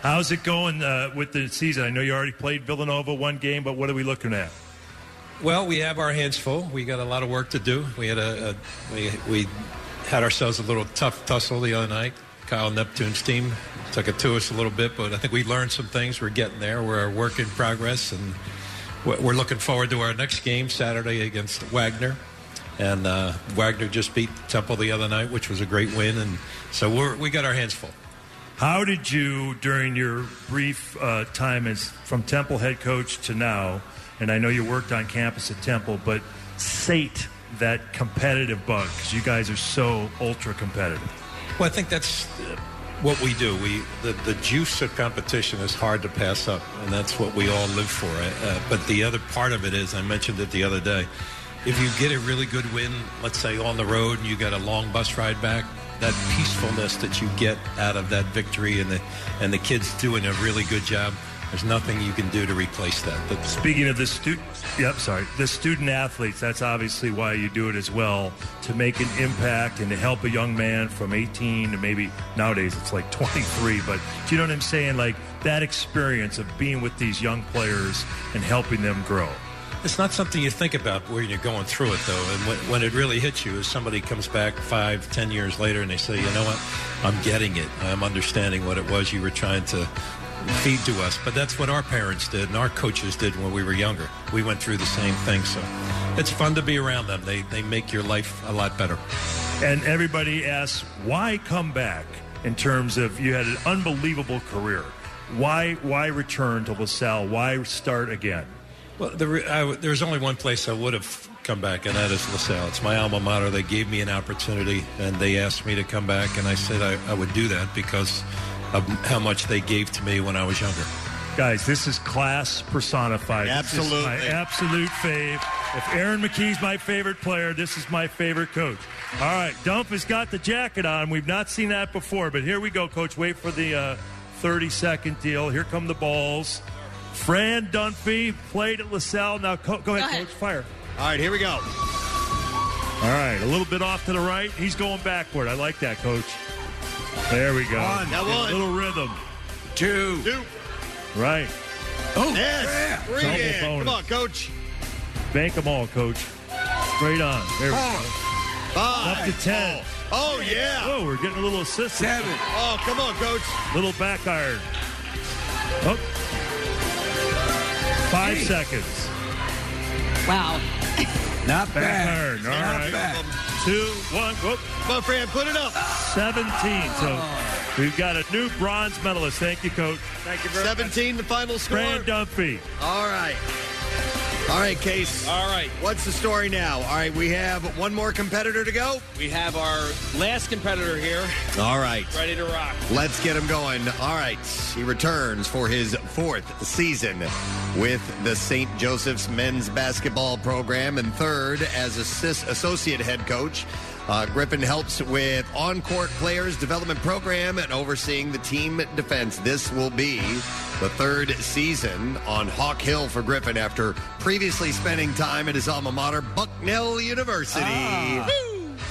How's it going uh, with the season? I know you already played Villanova one game, but what are we looking at?
well, we have our hands full. We got a lot of work to do. We had a, a we, we had ourselves a little tough tussle the other night. Kyle Neptune's team took it to us a little bit, but I think we learned some things. We're getting there. We're a work in progress, and we're we're looking forward to our next game Saturday against Wagner. And uh, Wagner just beat Temple the other night, which was a great win. And so we're, we got our hands full.
How did you, during your brief uh, time as from Temple head coach to now, and I know you worked on campus at Temple, but sate that competitive bug because you guys are so ultra competitive.
Well, I think that's uh, what we do. We the, the juice of competition is hard to pass up, and that's what we all live for. Uh, but the other part of it is, I mentioned it the other day. If you get a really good win, let's say on the road, and you got a long bus ride back, that peacefulness that you get out of that victory, and the and the kids doing a really good job. There's nothing you can do to replace that. That's
Speaking of the student, yep, sorry, the student athletes. That's obviously why you do it as well to make an impact and to help a young man from 18 to maybe nowadays it's like 23. But do you know what I'm saying? Like that experience of being with these young players and helping them grow.
It's not something you think about when you're going through it, though. And when, when it really hits you is somebody comes back five, ten years later and they say, you know what, I'm getting it. I'm understanding what it was you were trying to feed to us. But that's what our parents did and our coaches did when we were younger. We went through the same thing. So it's fun to be around them. They, they make your life a lot better.
And everybody asks, why come back? In terms of you had an unbelievable career, why why return to LaSalle? Why start again?
Well, the re- I w there's only one place I would have come back, and that is LaSalle. It's my alma mater. They gave me an opportunity, and they asked me to come back, and I said I, I would do that because of how much they gave to me when I was younger.
Guys, this is class personified. This is
Absolutely.
my absolute fave. If Aaron McKee's my favorite player, this is my favorite coach. All right, Dump has got the jacket on. We've not seen that before, but here we go, coach. Wait for the uh, 30 second deal. Here come the balls. Fran Dunphy played at LaSalle. Now, co- go, ahead, coach. Fire.
All right, here we go.
All right, a little bit off to the right. He's going backward. I like that, coach. There we go.
One. That one.
Little rhythm.
Two.
Two.
Right.
Oh, yes. Bring
Double
it.
bonus.
Come on, coach.
Bank them all, coach. Straight on. There we
Four.
go.
Five.
Up to ten.
Oh, yeah.
Oh, we're getting a little assist.
Seven. Oh, come on, coach.
Little back iron. Oh. Five
Hey.
seconds.
Wow.
Not
bad.
Back iron. All
Not
right.
bad.
Two, one. Whoop.
Come on, Fran, put it up. Oh.
17. So we've got a new bronze medalist. Thank you, coach.
Thank you very 17, the final score.
Fran Dunphy.
All right. All right, Case. All right. What's the story now? All right, we have one more competitor to go.
We have our last competitor here.
All right.
Ready to rock.
Let's get him going. All right. He returns for his fourth season with the St. Joseph's men's basketball program and third as assist, associate head coach. Uh, Griffin helps with on court players development program and overseeing the team defense. This will be the third season on Hawk Hill for Griffin after previously spending time at his alma mater, Bucknell University.
Ah.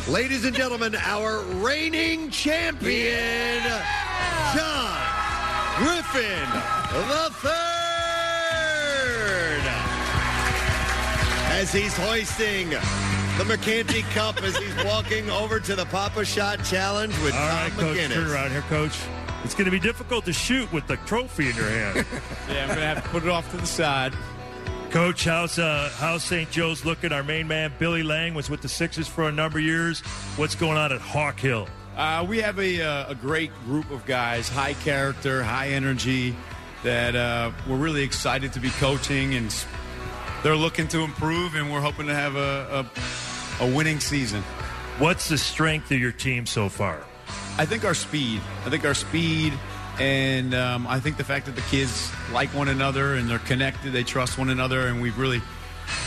Ladies and gentlemen, our reigning champion, John Griffin the Third, as he's hoisting the McCanty Cup as he's walking over to the Papa Shot Challenge with
All right,
Tom
coach. Turn
McGinnis.
around here, coach. It's going to be difficult to shoot with the trophy in your hand.
Yeah, I'm gonna have to put it off to the side.
Coach, how's uh, how's St. Joe's looking? Our main man Billy Lang was with the Sixers for a number of years. What's going on at Hawk Hill?
Uh, we have a, uh, a great group of guys, high character, high energy, that uh, we're really excited to be coaching, and s- they're looking to improve, and we're hoping to have a, a, a winning season.
What's the strength of your team so far?
I think our speed. I think our speed, and um, I think the fact that the kids like one another and they're connected, they trust one another, and we've really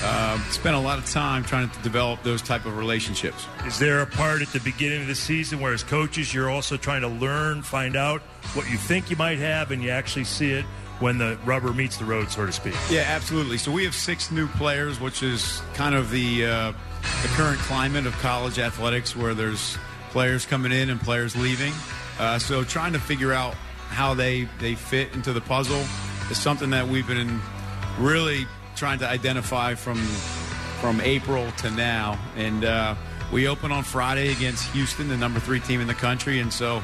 uh, spent a lot of time trying to develop those type of relationships.
Is there a part at the beginning of the season where, as coaches, you're also trying to learn, find out what you think you might have, and you actually see it when the rubber meets the road, so to speak?
Yeah, absolutely. So we have six new players, which is kind of the uh, the current climate of college athletics, where there's players coming in and players leaving. Uh, so trying to figure out how they they fit into the puzzle is something that we've been really trying to identify from from April to now. And uh, we open on Friday against Houston, the number three team in the country, and so.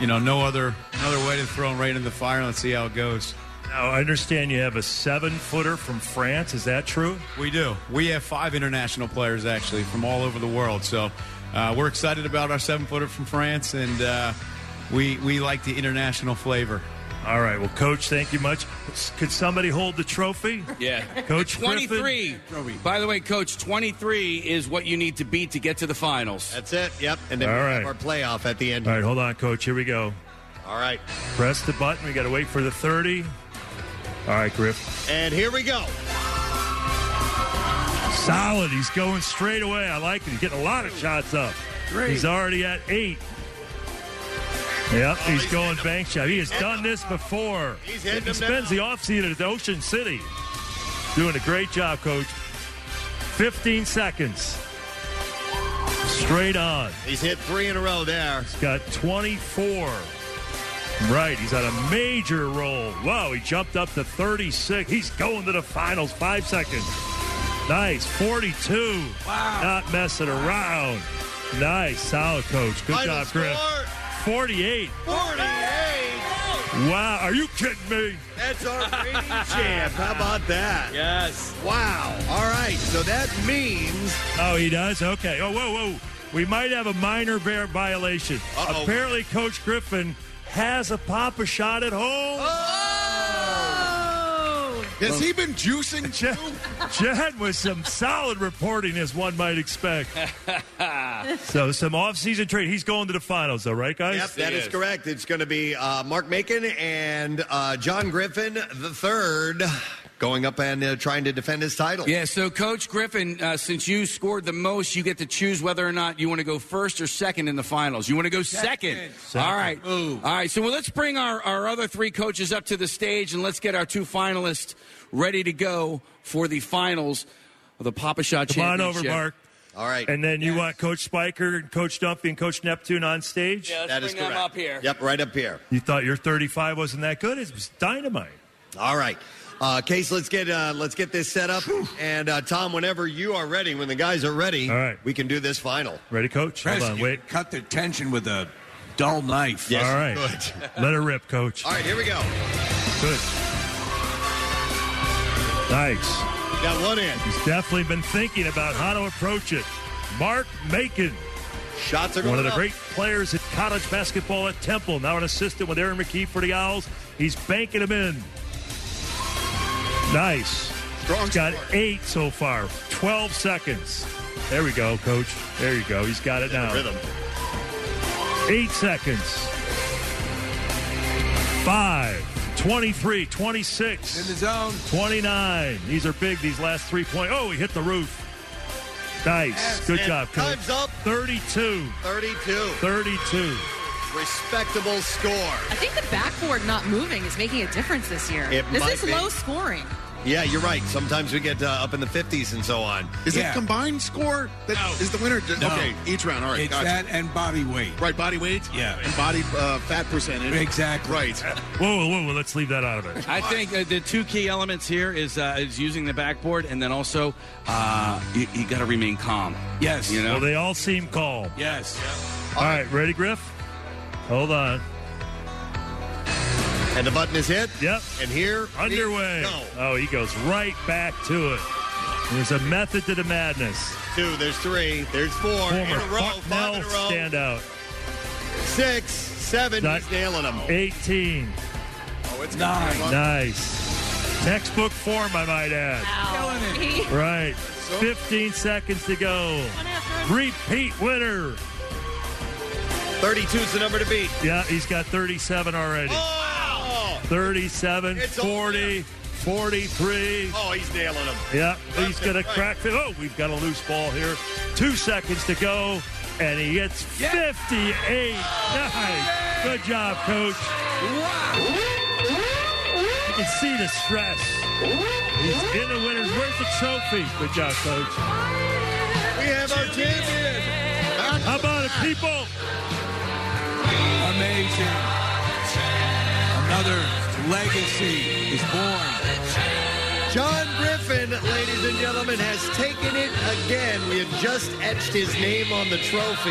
You know, no other another way to throw them right in the fire. Let's see how it goes.
Now, I understand you have a seven footer from France. Is that true?
We do. We have five international players actually from all over the world. So uh, we're excited about our seven footer from France, and uh, we we like the international flavor.
All right. Well, coach, thank you much. Could somebody hold the trophy?
Yeah.
Coach Griffin?
23.
By the way, coach, 23 is what you need to beat to get to the finals.
That's it. Yep. And
then All we have right. our
playoff at the end.
All right, hold on, coach. Here we go.
All right.
Press the button. We got to wait for the 30. All right, Griff.
And here we go.
Solid. He's going straight away. I like it. He's getting a lot of shots up.
Great.
He's already at eight.
Oh,
Yep, he's, going bank shot. He has done this before.
He's hitting
he
them
spends the offseason at Ocean City. Doing a great job, coach. 15 seconds. Straight on.
He's hit three in a row there.
He's got 24. Right, he's had a major roll. Wow, he jumped up to 36. He's going to the finals. Five seconds. Nice. 42. Wow. Not messing around. Nice. Solid coach. Good
Final
job, Griff.
score.
48.
48!
Wow, are you kidding me?
That's our reigning champ. How about that?
Yes.
Wow. All right. So that means.
Oh, he does? Okay. Oh, whoa, whoa. We might have a minor bear violation.
Uh-oh.
Apparently, Coach Griffin has a papa shot at home.
Has he been juicing
Chad, Chad was some solid reporting, as one might expect. so, some off-season trade. He's going to the finals, though, right, guys?
Yep, that is correct. It's going to be uh, Mark Macon and uh, John Griffin the third going up and uh, trying to defend his title.
Yeah, so Coach Griffin, uh, since you scored the most, you get to choose whether or not you want to go first or second in the finals. You want to go second. All right. All right, so well, let's bring our, our other three coaches up to the stage and let's get our two finalists ready to go for the finals of the Papa Shot
Come on
Championship.
over, Mark.
All right.
And then you want Coach Spiker, and Coach Dumpy, and Coach Neptune on stage?
Yeah, let's
That is
bring them
correct.
up here.
Yep, right up here.
You thought your 35 wasn't that good? It was dynamite.
All right. Uh, Case, let's get uh, let's get this set up. And uh, Tom, whenever you are ready, when the guys are ready, All right. we can do this final.
Ready, coach?
Hold
Press,
on,
you
wait.
Cut the tension with a dull knife.
Yes,
All right. Let her rip, coach.
All right, here we go.
Good. Nice.
Got one in.
He's definitely been thinking about how to approach it. Mark Macon.
Shots are
One of
going
the
up.
great players at college basketball at Temple. Now an assistant with Aaron McKee for the Owls. He's banking them in. Nice. He's got eight so far. 12 seconds. There we go, coach. There you go. He's got it now.
Rhythm.
Eight seconds. Five. 23, 26. In the
zone.
29. These are big, these last three point. Oh, he hit the roof. Nice. Good
And
job, coach.
Time's up.
32.
32.
32.
Respectable score.
I think the backboard not moving is making a difference this year.
It
this
might
is
be.
low scoring.
Yeah, you're right. Sometimes we get uh, up in the 50s and so on.
Is
Yeah.
it combined score that is the winner?
No.
Okay, each round. All right,
It's
gotcha.
that
and body weight.
Right, body weight.
Yeah,
and body uh, fat percentage.
Exactly.
Right.
Whoa, whoa, whoa, let's leave that out of it.
I think uh, the two key elements here is uh, is using the backboard and then also uh, you, you got to remain calm.
Yes.
You know?
Well, they all seem calm.
Yes.
All right, ready, Griff? Hold on.
And the button is hit.
Yep.
And here
underway.
we go.
Oh, he goes right back to it. There's a method to the madness.
Two, there's three, there's four in
Former
a row, five in
Bucknell
a row,
standout.
six, seven.
Nice.
He's nailing them.
18.
Oh, it's
Nice. Textbook form, I might add. Right. 15 seconds to go. Repeat winner.
32 is the number to beat. Oh,
Yeah, he's got 37 already. 37,
It's
40, 43.
Oh, he's nailing them.
Yeah,
Left
he's going to
and right.
crack. fi- Oh, we've got a loose ball here. Two seconds to go, and he hits 58. Nice. Good job, coach. You can see the stress. He's in the winners. Where's the trophy? Good job, coach.
We have our champion.
How about it, people?
Amazing. Another legacy is born.
John Griffin, ladies and gentlemen, has taken it again. We have just etched his name on the trophy.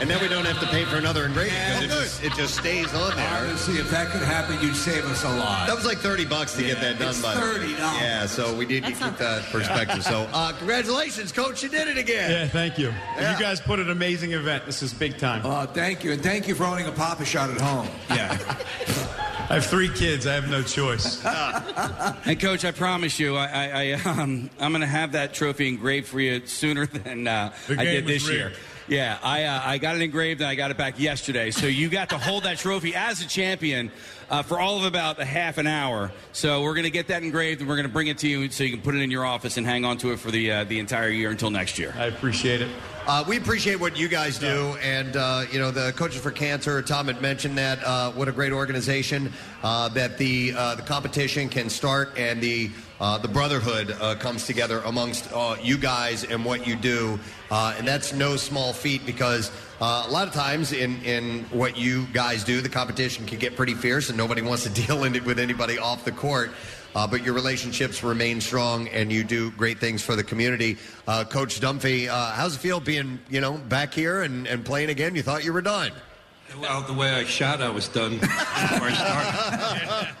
And now we don't have to pay for another engraving because it, just, it just stays on there.
Honestly, if that could happen, you'd save us a lot.
That was like 30 bucks to get that done,
it's
by the way.
$30.
Yeah, so we did keep that perspective. So, uh, congratulations, coach. You did it again.
Yeah, thank you.
Yeah.
You guys put an amazing event. This is big time.
Oh, thank you. And thank you for owning a Papa Shot at home. Yeah.
I have three kids. I have no choice.
And coach, I promise you, I, I, I um, I'm going to have that trophy engraved for you sooner than uh,
The
I
game
did
was
this
rigged.
year.
Yeah, I uh, I got it engraved and I got it back yesterday. So you got to hold that trophy as a champion uh, for all of about a half an hour. So we're gonna get that engraved and we're gonna bring it to you so you can put it in your office and hang on to it for the uh, the entire year until next year.
I appreciate it. Uh, we appreciate what you guys do, and uh, you know the coaches for cancer. Tom had mentioned that uh, what a great organization uh, that the uh, the competition can start, and the uh, the brotherhood uh, comes together amongst uh, you guys and what you do, uh, and that's no small feat because uh, a lot of times in in what you guys do, the competition can get pretty fierce, and nobody wants to deal in it with anybody off the court uh, but your relationships remain strong and you do great things for the community. Uh, Coach Dumphy, uh, how's it feel being, you know, back here and, and playing again? You thought you were done.
e-
Well, the way I shot, I was done before I started.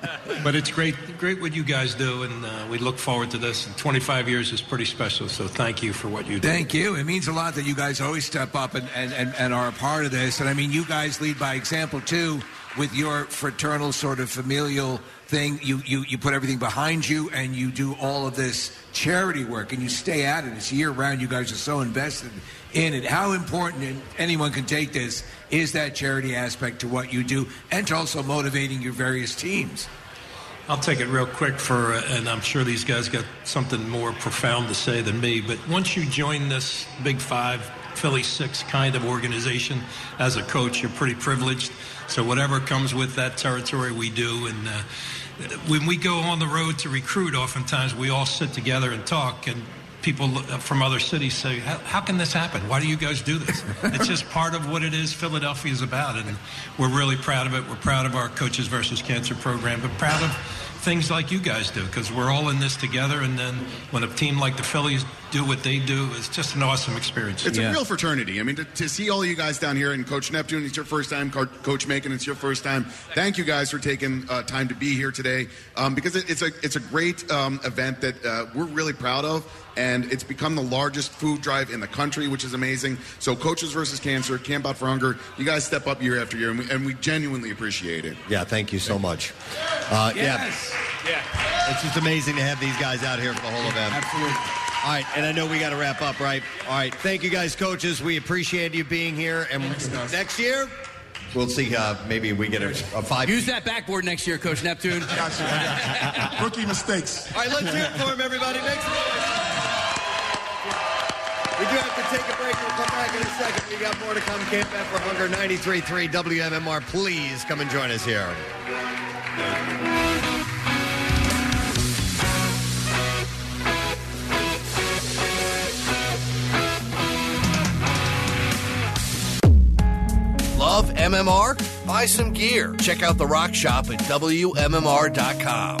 but it's great, great what you guys do, and uh, we look forward to this. And 25 years is pretty special, so thank you for what you do.
Thank you. It means a lot that you guys always step up and, and, and, and are a part of this. And I mean, you guys lead by example, too, with your fraternal sort of familial thing. You, you, you put everything behind you and you do all of this charity work and you stay at it. It's year round. You guys are so invested in it. How important, and anyone can take this, is that charity aspect to what you do and to also motivating your various teams?
I'll take it real quick for, uh, and I'm sure these guys got something more profound to say than me, but once you join this Big Five, Philly Six kind of organization, as a coach, you're pretty privileged. So whatever comes with that territory, we do. And uh, when we go on the road to recruit, oftentimes we all sit together and talk, and people uh, from other cities say, how, how can this happen? Why do you guys do this? it's just part of what it is Philadelphia is about. And we're really proud of it. We're proud of our Coaches versus Cancer program, but proud of things like you guys do because we're all in this together. And then when a team like the Phillies do what they do, it's just an awesome experience.
It's a real fraternity. I mean, to, to see all you guys down here and Coach Neptune, it's your first time. Co- Coach Macon, it's your first time. Thank you guys for taking uh, time to be here today um, because it, it's a it's a great um, event that uh, we're really proud of. And it's become the largest food drive in the country, which is amazing. So, Coaches versus Cancer, Camp Out for Hunger, you guys step up year after year, and we, and we genuinely appreciate it.
Yeah, thank you so much. Uh,
Yeah.
Yeah, it's just amazing to have these guys out here for the whole event.
Absolutely.
All right, and I know we got to wrap up, right? All right, thank you guys, coaches. We appreciate you being here, and next year we'll see. Uh, maybe we get a, a five.
Use that backboard next year, Coach Neptune.
Rookie mistakes.
All right, let's hear it for him, everybody. Make some noise. We do have to take a break. We'll come back in a second. We got more to come. Camp Out for Hunger 93.3 WMMR. Please come and join us here.
Love MMR? Buy some gear. Check out the rock shop at WMMR.com.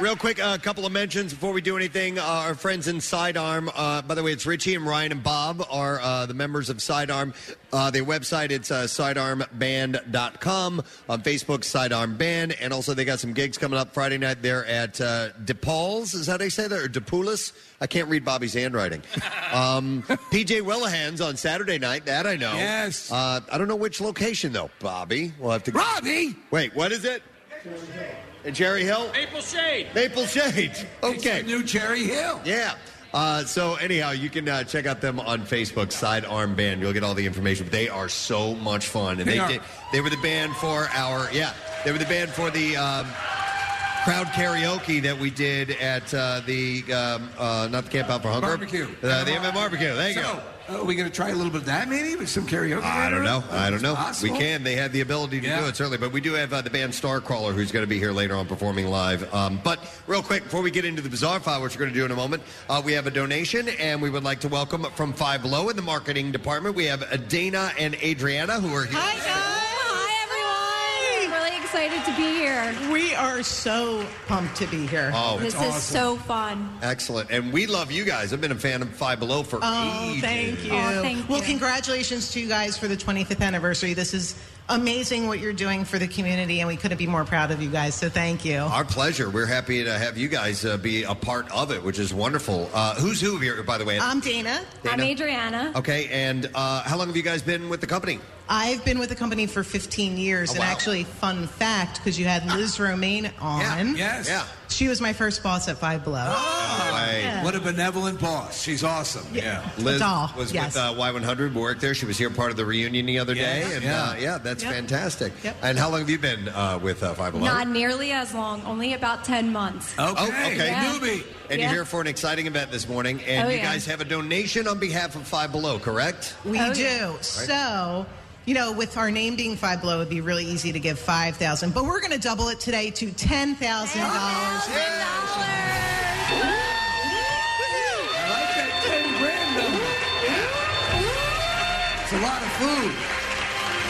Real quick, a couple of mentions before we do anything. Uh, our friends in Sidearm, uh, by the way, it's Richie and Ryan and Bob are uh, the members of Sidearm. Uh, their website, it's uh, sidearmband.com. On Facebook, Sidearm Band. And also, they got some gigs coming up Friday night there at uh, DePaul's. Is that how they say that? Or DePoulis? I can't read Bobby's handwriting. Um, PJ Willahan's on Saturday night. That I know.
Yes.
Uh, I don't know which location, though, Bobby. We'll have to.
Robbie!
Wait, what is it? And Jerry Hill?
Maple Shade.
Maple Shade. Okay.
new Cherry Hill.
Yeah. Uh, so anyhow, you can uh, check out them on Facebook, Sidearm Band. You'll get all the information. But they are so much fun, and
They
they
are.
did, they were the band for our yeah they were the band for the um, crowd karaoke that we did at uh, the um, uh, not the Camp Out for Hunger
Barbecue.
uh, the MM barbecue. There you
so,
go.
uh, are we going to try a little bit of that maybe with some karaoke?
I don't know. I don't know.
Possible.
We can. They have the ability to do it certainly, but we do have uh, the band Starcrawler, who's going to be here later on performing live. Um, but real quick, before we get into the bizarre file, which we're going to do in a moment, uh, we have a donation, and we would like to welcome from Five Below in the marketing department. We have uh, Dana and Adriana, who are here.
Hi, guys. Hi, everyone. I'm really
excited to be here.
We are so pumped to be here.
Oh,
this
it's
is so
awesome.
fun.
Excellent. And we love you guys. I've been a fan of Five Below for
Oh,
ages.
thank you.
Oh, thank
well, congratulations to you guys for the 25th anniversary. This is amazing what you're doing for the community, and we couldn't be more proud of you guys. So thank you.
Our pleasure. We're happy to have you guys uh, be a part of it, which is wonderful. Uh, who's who here, by the way?
Uh,
I'm Dana.
I'm
Adriana.
okay, and uh, how long have you guys been with the company?
I've been with the company for 15 years,
Oh,
and
wow.
actually, fun fact, because you had Liz Romaine on.
yes. Yeah.
She was my first boss at Five Below. Yeah.
What a benevolent boss. She's awesome. Yeah.
Oh, Liz
doll,
was
yes.
with uh, Y100. We worked there. She was here part of the reunion the other
Yeah,
day. And
yeah.
yeah, uh, yeah that's
Yep.
fantastic.
Yep.
And how long have you been uh, with uh, Five Below?
Not nearly as long, only about 10 months.
Oh, okay.
Yeah.
And
Yeah.
you're here for an exciting event this morning. And
Oh,
you
yeah.
guys have a donation on behalf of Five Below, correct?
We do. So, you know, with our name being Five Below, it'd be really easy to give five thousand, but we're going to double it today to ten thousand dollars.
It's a lot of food.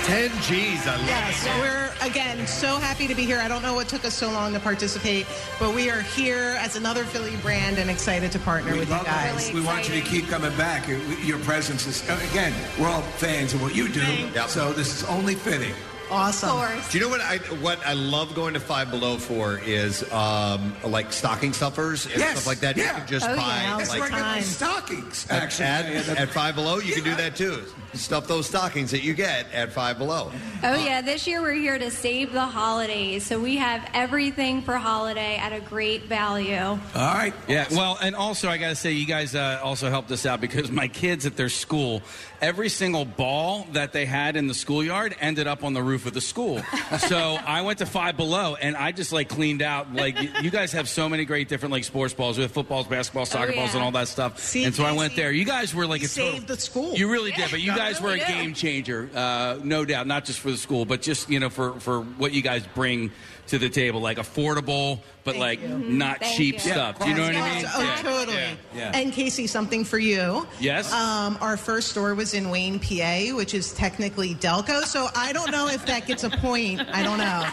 10 G's. I love
Yes,
it.
we're again so happy to be here. I don't know what took us so long to participate, but we are here as another Philly brand and excited to partner
We
with you
love it.
guys.
we want you to keep coming back. Your- Your presence is, uh, again, we're all fans of what you do. So this is only fitting.
Awesome.
Do you know what I what I love going to Five Below for is um, like stocking stuffers and
Yes,
stuff like that. You
yeah.
can just
Oh, yeah,
buy
now's the
like
time. stockings.
At-
Actually,
at,
yeah, that's-
at Five Below, you can do that too. Stuff those stockings that you get at Five Below.
Uh,
Oh, yeah. This year we're here to save the holidays. So we have everything for holiday at a great value.
All right.
Yeah. Well, and also I got to say, you guys uh, also helped us out because my kids at their school, every single ball that they had in the schoolyard ended up on the roof of the school. so I went to Five Below and I just like cleaned out. Like y- you guys have so many great different like sports balls with footballs,
Oh,
basketballs, soccer balls,
yeah.
and all that stuff.
See,
and so I
you
went
see,
there. You guys were like
you
a total-
saved the school.
You really did, but you
Yeah,
guys were a
really did.
game changer, uh, no doubt. Not just for the school, but just you know for for what you guys bring to the table, like affordable, but like not
Thank
cheap
you.
stuff. Do you know what I mean?
Oh, totally.
Yeah.
And Casey, something for you.
Yes?
Um, our first store was in Wayne, PA, which is technically Delco. So I don't know if that gets a point. I don't know.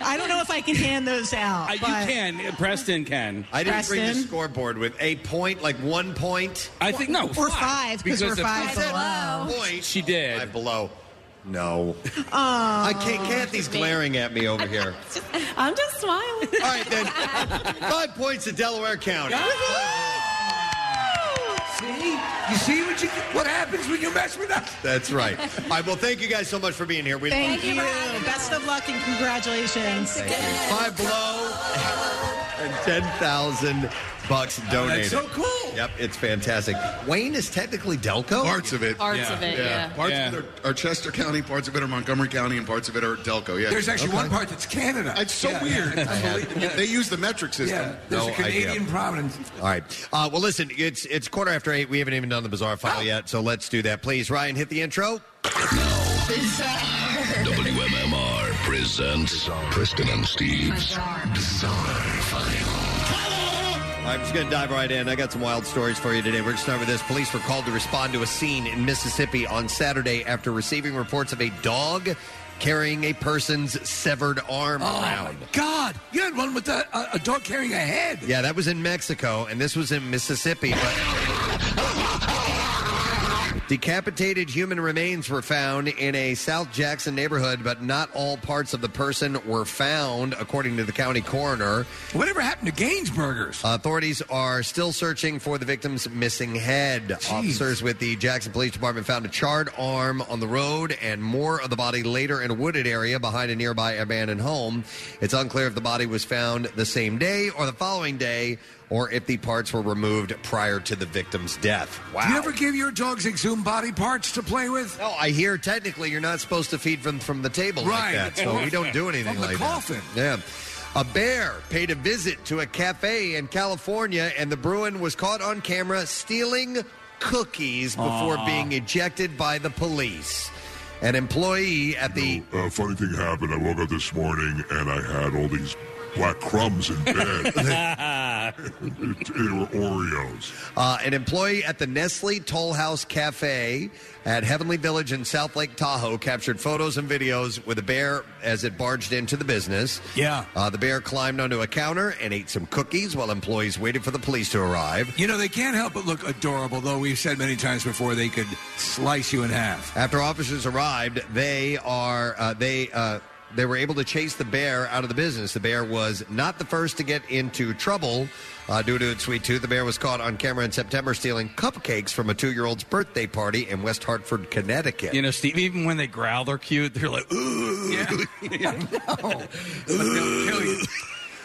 I don't know if I can hand those out.
Uh, you
but-
can. Preston can.
I didn't bring the Preston?
scoreboard with a point, like one point.
I think no.
Or five, 'cause we're
if-
five below.
Point.
She did.
Five Below. No.
I
Oh,
I can't. Kathy's glaring at me over here.
I'm just smiling.
All right, then. Five points to Delaware County.
See? You see what you what happens when you mess with us?
That's right. All right. Well, thank you guys so much for being here. We
Thank you. Best of luck and congratulations.
Five below and ten thousand
Oh,
bucks donated.
so
cool. Yep, it's fantastic. Wayne is technically Delco.
Parts of it.
Parts of it, yeah.
Parts
Yeah.
of it are, are Chester County, parts of it are Montgomery County, and parts of it are Delco. Yeah.
There's actually one part that's Canada.
It's so
Yeah.
weird.
Yeah.
they use the metric system.
Yeah. There's
No
a Canadian
idea.
prominence.
All right. Uh, well, listen, it's it's quarter after eight. We haven't even done the bizarre
Oh.
file yet, so let's do that, please. Ryan, hit the intro.
WMMR presents Preston and Steve's Bizarre File.
I'm just going to dive right in. I got some wild stories for you today. We're going to start with this. Police were called to respond to a scene in Mississippi on Saturday after receiving reports of a dog carrying a person's severed arm
Oh,
around.
my God. You had one with a, a, a dog carrying a head.
Yeah, that was in Mexico, and this was in Mississippi. But decapitated human remains were found in a South Jackson neighborhood, but not all parts of the person were found, according to the county coroner.
Whatever happened to Gainsburgers?
Authorities are still searching for the victim's missing head. Officers with the Jackson Police Department found a charred arm on the road and more of the body later in a wooded area behind a nearby abandoned home. It's unclear if the body was found the same day or the following day or if the parts were removed prior to the victim's death.
Do you ever give your dogs exhumed body parts to play with?
No, I hear technically you're not supposed to feed them from the table
Right.
like that, so we don't do anything
From the
like
coffin.
that. Yeah. A bear paid a visit to a cafe in California, and the Bruin was caught on camera stealing cookies before
Aw.
being ejected by the police. An employee at the
Uh, funny thing happened. I woke up this morning and I had all these
like crumbs in bed. It- it were Oreos.
Uh, an employee at the Nestle Toll House Cafe at Heavenly Village in South Lake Tahoe captured photos and videos with a bear as it barged into the business.
Yeah.
Uh, the bear climbed onto a counter and ate some cookies while employees waited for the police to arrive.
You know, they can't help but look adorable, though we've said many times before they could slice you in half.
After officers arrived, they are uh, they uh, they were able to chase the bear out of the business. The bear was not the first to get into trouble uh, due to its sweet tooth. The bear was caught on camera in September stealing cupcakes from a two-year-old's birthday party in West Hartford, Connecticut.
You know, Steve, even when they growl, they're cute. They're like, ooh.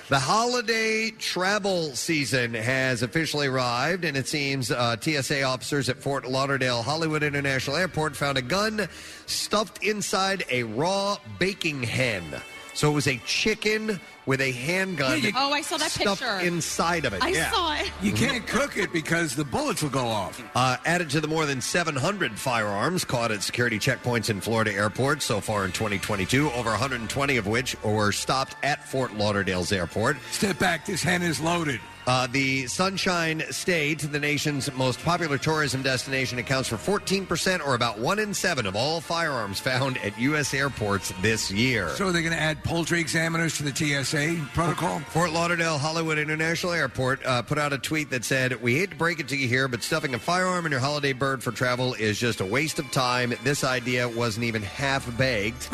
The holiday travel season has officially arrived, and it seems uh, TSA officers at Fort Lauderdale Hollywood International Airport found a gun stuffed inside a raw baking hen. So it was a chicken with a handgun.
Yeah, you- Oh, I saw that
stuffed
picture.
Inside of it,
I saw it.
You can't cook it because the bullets will go off. Uh, added to the more than 700 firearms caught at security checkpoints in Florida airports so far in 2022, over 120 of which were stopped at Fort Lauderdale's airport.
Step back, this hen is loaded.
Uh, the Sunshine State, the nation's most popular tourism destination, accounts for 14% or about one in seven of all firearms found at U.S. airports this year.
So are they going to add poultry examiners to the TSA protocol?
Fort Lauderdale Hollywood International Airport uh, put out a tweet that said, We hate to break it to you here, but stuffing a firearm in your holiday bird for travel is just a waste of time. This idea wasn't even half baked.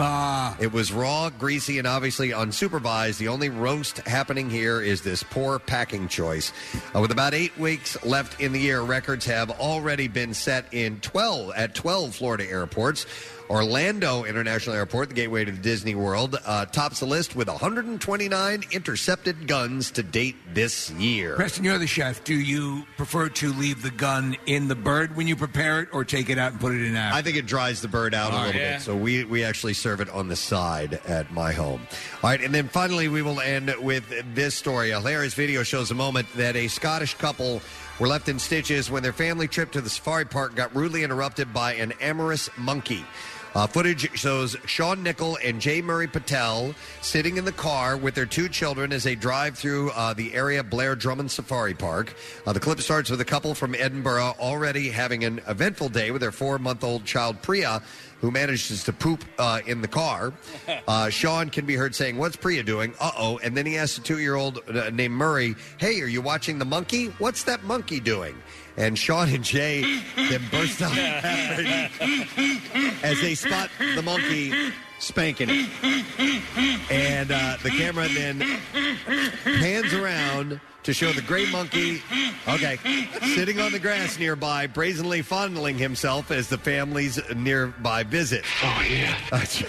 It was raw, greasy, and obviously unsupervised. The only roast happening here is this poor packing choice. Uh, with about eight weeks left in the year, records have already been set in 12 at 12 Florida airports. Orlando International Airport, the gateway to Disney World, uh, tops the list with 129 intercepted guns to date this year.
Preston, you're the chef. Do you prefer to leave the gun in the bird when you prepare it or take it out and put it in after?
I think it dries the bird out a
All
little
right.
bit, so we we actually serve it on the side at my home. All right, and then finally we will end with this story. A hilarious video shows a moment that a Scottish couple were left in stitches when their family trip to the safari park got rudely interrupted by an amorous monkey. Uh, footage shows Sean Nickel and Jay Murray Patel sitting in the car with their two children as they drive through uh, the area Blair Drummond Safari Park. Uh, the clip starts with a couple from Edinburgh already having an eventful day with their four month old child Priya, who manages to poop uh, in the car. Uh, Sean can be heard saying, What's Priya doing? Uh oh. And then he asks a two year old uh, named Murray, Hey, are you watching the monkey? What's that monkey doing? And Sean and Jay then burst out laughing as they spot the monkey spanking it. And uh, the camera then pans around to show the gray monkey, okay, sitting on the grass nearby, brazenly fondling himself as the family's nearby visit. Oh,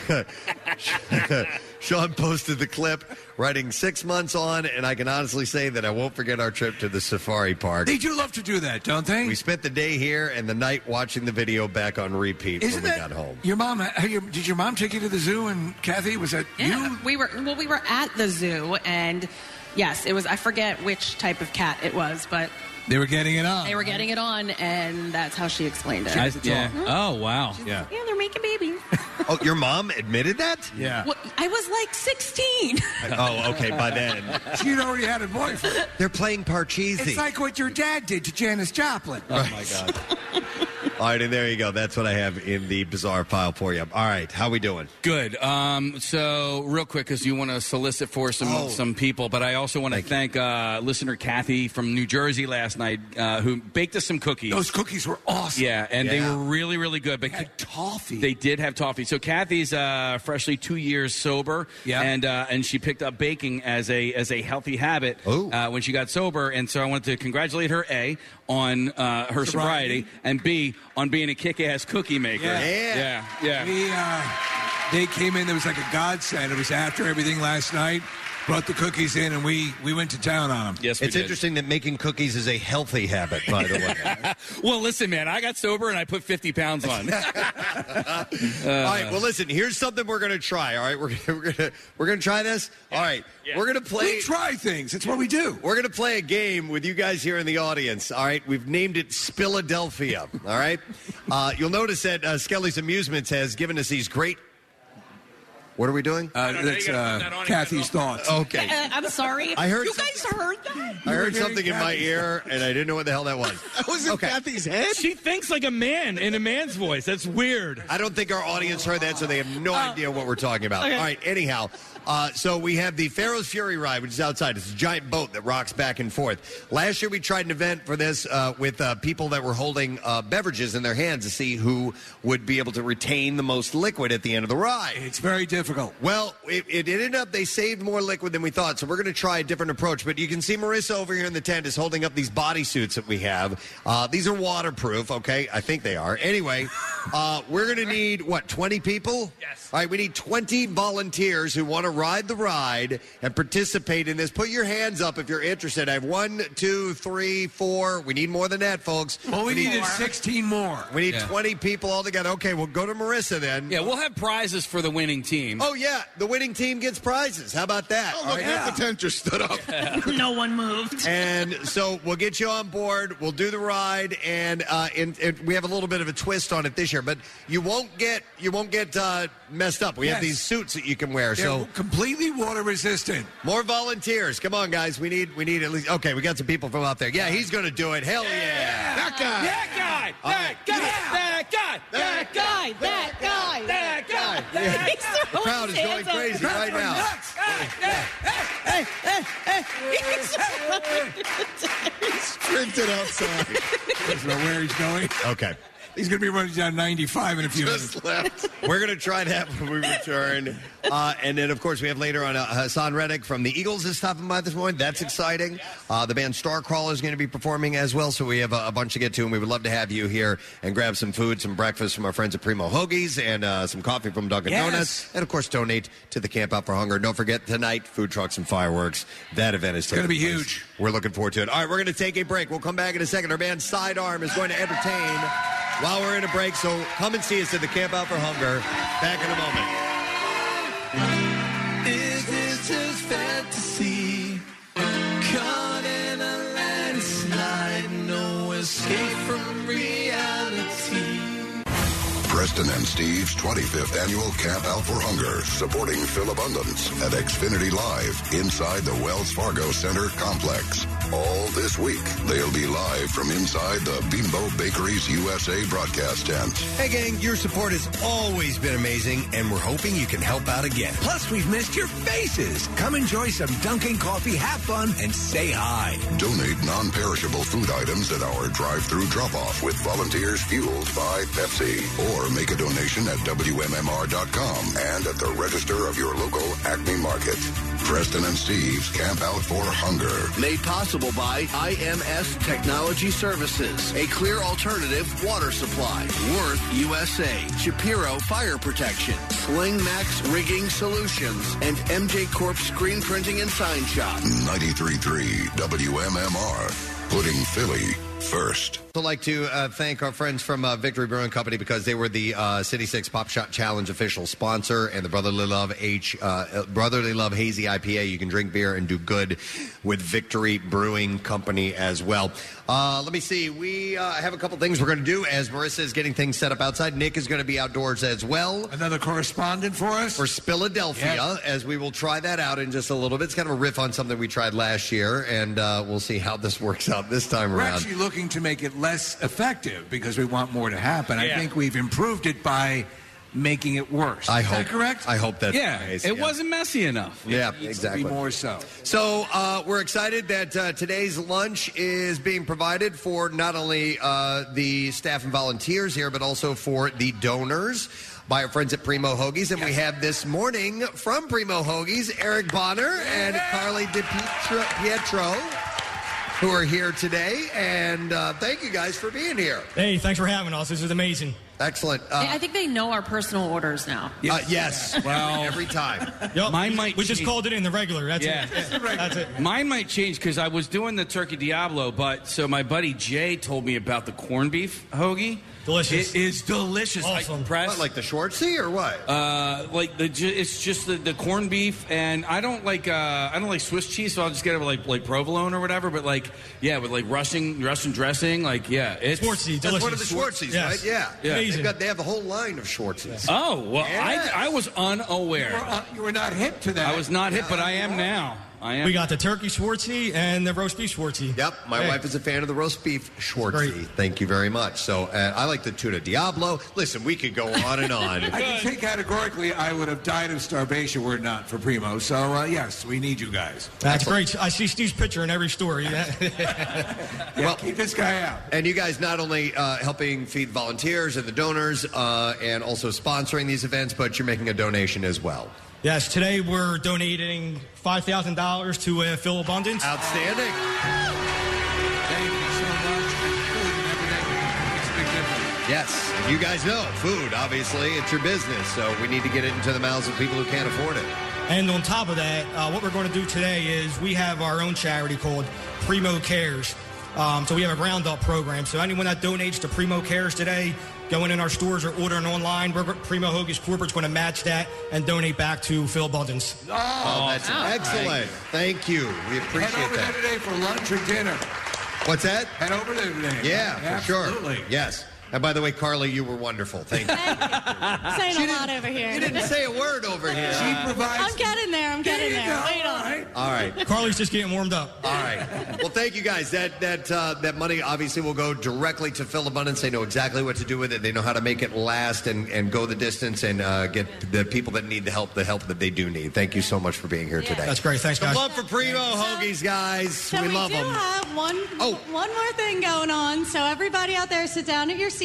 yeah. Sean posted the clip, writing six months on, and I can honestly say that I won't forget our trip to the safari park.
They do love to do that, don't they?
We spent the day here and the night watching the video back on repeat
Isn't
when we
that-
got home.
Your mom, uh, your- did your mom take you to the zoo and Kathy? Was that
Yeah, we were well, we were at the zoo, and yes, it was. I forget which type of cat it was, but
They were getting it on.
they were getting it on, and that's how she explained it.
I- yeah. Oh, wow.
Yeah.
Yeah, they're making babies.
Oh, your mom admitted that?
Yeah.
Well, I was like 16.
Oh, okay. By then,
She'd already had a boyfriend.
They're playing Parcheesi.
It's like what your dad did to Janis Joplin.
Oh god. All right, and there you go. That's what I have in the bizarre file for you. All right, how we doing?
Good. Um, so, real quick, because you want to solicit for some
Oh.
some people, but I also want to thank, uh, listener Kathy from New Jersey last night, uh, who baked us some cookies.
Those cookies were awesome.
Yeah, and they were really, really good. But
toffee.
They did have toffee. So Kathy's uh, freshly two years sober.
Yeah.
and uh, and she picked up baking as a as a healthy habit uh, when she got sober. And so I wanted to congratulate her a on uh, her sobriety.
Sobriety.
and b on being a kick-ass cookie maker. yeah. yeah.
We, uh, they came in. There was like a godsend. It was after everything last night. Brought the cookies in, and we we went to town on them.
it's interesting that making cookies is a healthy habit, by the way.
well, listen, man, I got sober and I put 50 pounds on.
Uh.
all right, well, listen. Here's something we're gonna try. All right, we're gonna we're gonna, we're gonna try this. All right, we're gonna play.
We try things. It's what we do.
We're gonna play a game with you guys here in the audience. All right, we've named it Spilladelphia. all right, uh, you'll notice that uh, Skelly's Amusements has given us these great What are we doing?
Uh, that's uh, Kathy's thoughts.
Okay.
Uh, I'm sorry.
I heard
you guys heard that.
I heard something in my ear, and I didn't know what the hell that was.
was in Kathy's head. She thinks like a man in a man's voice. That's weird.
I don't think our audience heard that, so they have no idea what we're talking about.
okay.
All right, anyhow. Uh, so we have the Pharaoh's Fury ride, which is outside. It's a giant boat that rocks back and forth. Last year, we tried an event for this uh, with uh, people that were holding uh, beverages in their hands to see who would be able to retain the most liquid at the end of the ride.
It's very difficult.
Well, it, it ended up they saved more liquid than we thought, so we're going to try a different approach. But you can see Marissa over here in the tent is holding up these bodysuits that we have. Uh, these are waterproof, okay? I think they are. Anyway, uh, we're going to need, what, 20 people? Yes. All right, we need 20 volunteers who want to ride the ride and participate in this. Put your hands up if you're interested. I have one, two, three, four. We need more than that, folks.
Well, we needed 16 more.
We need
Yeah.
20 people all together. Okay, we'll go to Marissa then.
Yeah, we'll have prizes for the winning team.
Oh yeah, the winning team gets prizes. How about that?
Oh, look, half the
tent just stood up.
no one moved.
And so we'll get you on board. We'll do the ride, and, uh, and, and we have a little bit of a twist on it this year. But you won't get you won't get uh, messed up. We have
Yes.
these suits that you can wear.
They're
so
completely water resistant.
More volunteers. Come on, guys. We need we need at least okay. We got some people from out there. Yeah, he's going to do it. Hell yeah! That guy.
That
guy. That
guy. That guy. That guy. That guy. That guy.
The crowd is going crazy right now.
Hey, hey, hey, hey.
Sprinted outside.
Doesn't know where he's going.
Okay.
He's going to be running down 95 in a few minutes.
We're going to try that when we return. Uh, and then, of course, we have later on uh, Hassan Reddick from the Eagles is stopping by this morning. That's exciting. Uh, the band Starcrawler is going to be performing as well. So we have a, a bunch to get to, and we would love to have you here and grab some food, some breakfast from our friends at Primo Hoagies, and uh, some coffee from Dunkin'
Yes.
Donuts. And, of course, donate to the Camp Out for Hunger. And don't forget, tonight, food trucks and fireworks. That event is
gonna
going to
be huge.
We're looking forward to it. All right, we're going to take a break. We'll come back in a second. Our band Sidearm is going to entertain while we're in a break. So come and see us at the Camp Out for Hunger. Back in a moment.
Is this just fantasy? Caught in a landslide, no escape from reality.
Preston and Steve's 25th annual Camp Out for Hunger, supporting Phil Abundance at Xfinity Live inside the Wells Fargo Center complex. All this week, they'll be live from inside the Bimbo Bakeries USA broadcast tent.
Hey, gang, your support has always been amazing, and we're hoping you can help out again.
Plus, we've missed your faces. Come enjoy some Dunkin' coffee, have fun, and say hi.
Donate non perishable food items at our drive through drop off with volunteers fueled by Pepsi. Or make a donation at WMMR.com and at the register of your local Acme Market. Preston and Steve's Camp Out for Hunger.
Made possible by IMS Technology Services, a clear alternative water supply. Worth USA, Shapiro Fire Protection, Sling Max Rigging Solutions, and MJ Corp Screen Printing and Sign Shop.
93.3 WMMR. Putting Philly first.
I'd also like to uh, thank our friends from uh, Victory Brewing Company because they were the uh, City Six Pop Shot Challenge official sponsor, and the Brotherly Love H uh, Brotherly Love Hazy IPA. You can drink beer and do good with Victory Brewing Company as well. Uh, let me see. We uh, have a couple things we're going to do as Marissa is getting things set up outside. Nick is going to be outdoors as well.
Another correspondent for us for
Philadelphia, as we will try that out in just a little bit. It's kind of a riff on something we tried last year, and uh, we'll see how this works out this time
We're
around.
actually looking to make it less effective because we want more to happen. I
Yeah.
think we've improved it by making it worse.
I
Is that
hope-
correct?
I hope that's Yeah, the case, it yeah. wasn't
messy enough.
Yeah,
It needs to
exactly.
Be more so.
So uh, we're excited that uh, today's lunch is being provided for not only uh, the staff and volunteers here, but also for the donors by our friends at Primo Hoagies. And we have this morning from Primo Hoagies Eric Bonner and Carly DiPietro, who are here today. And uh, thank you guys for being here.
Hey, thanks for having us. This is amazing.
Excellent.
I think they know our personal orders now.
Uh, yes.
Well-
every time.
Yep.
Mine
we,
might
we just
change.
called it in the regular. That's
yeah,
it. That's it.
Mine might change because I was doing the turkey Diablo, but so my buddy Jay told me about the corned beef hoagie.
Delicious.
It is delicious. Awesome. press.
What, like the Schwartzy or what?
Uh, like the ju- it's just the, the corned beef, and I don't like uh, I don't like Swiss cheese, so I'll just get it with like like provolone or whatever. But like yeah, with like Russian Russian dressing, like yeah, it's
That's one of the Schwartzies, right? Yeah.
yeah.
They've got, they have a whole line of Schwartzies.
Oh well,
Yeah.
I I was unaware. You were, not hip to that. I was not hip, but I am now. I am.
We got the turkey Schwartzy and the roast beef Schwartzy.
Yep, my wife is a fan of the roast beef Schwartzy. Thank you very much. So uh, I like the tuna Diablo. Listen, we could go on and on.
I can say categorically, I would have died of starvation were it not for Primo. So uh, yes, we need you guys.
That's great. I see Steve's picture in every story. Yeah.
well, keep this guy out. And you guys not only uh, helping feed volunteers and the donors, uh, and also sponsoring these events, but you're making a donation as well.
yes, today we're donating $5,000 to uh, Phil Abundance.
Outstanding.
Thank you so much. Food and everything. It's a big difference.
Yes, and you guys know food. Obviously, it's your business, so we need to get it into the mouths of people who can't afford it.
And on top of that, uh, what we're going to do today is we have our own charity called Primo Cares. Um, so we have a roundup program. So anyone that donates to Primo Cares today, going in our stores or ordering online, we're, Primo Hoagie's corporate's going to match that and donate back to Phil Bundens.
Oh, that's
wow.
excellent. Thank you. We appreciate
Head over
that.
there today for lunch or dinner.
What's that?
Head over there today.
Yeah, for
Absolutely.
sure. Yes. And by the way, Carly, you were wonderful. Thank you.
Saying a lot over here.
You didn't say a word over here. She
I'm getting there. I'm getting there. Wait on.
All right.
Carly's just getting warmed up.
All right. Well, thank you guys. That that uh, that money obviously will go directly to Phil Abundance. They know exactly what to do with it. They know how to make it last and, and go the distance and uh, get the people that need the help the help that they do need. Thank you so much for being here today.
That's great. Thanks,
Some
guys.
love for Primo Hoagies, guys.
So
we,
we,
love
do
them. Oh.
have one, one more thing going on. So everybody out there, sit down at your seats.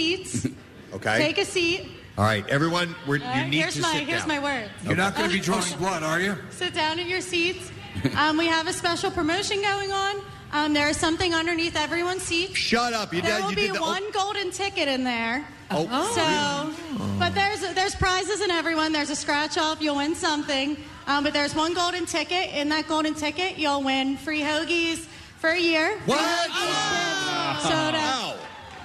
Okay.
Take a seat.
All right, everyone. We're,
All
you
right,
need
here's
to
my
sit
here's
down.
my word.
You're not going to be drawing blood, are you?
Sit down at your seats. Um, we have a special promotion going on. Um, there is something underneath everyone's seat.
Shut up! You
there
did-
will
you
be
did the- oh.
one golden ticket in there.
Oh.
so, but there's there's prizes in everyone. There's a scratch off. You'll win something. Um, but there's one golden ticket. In that golden ticket, you'll win free hoagies for a year. uh,
What?
Soda.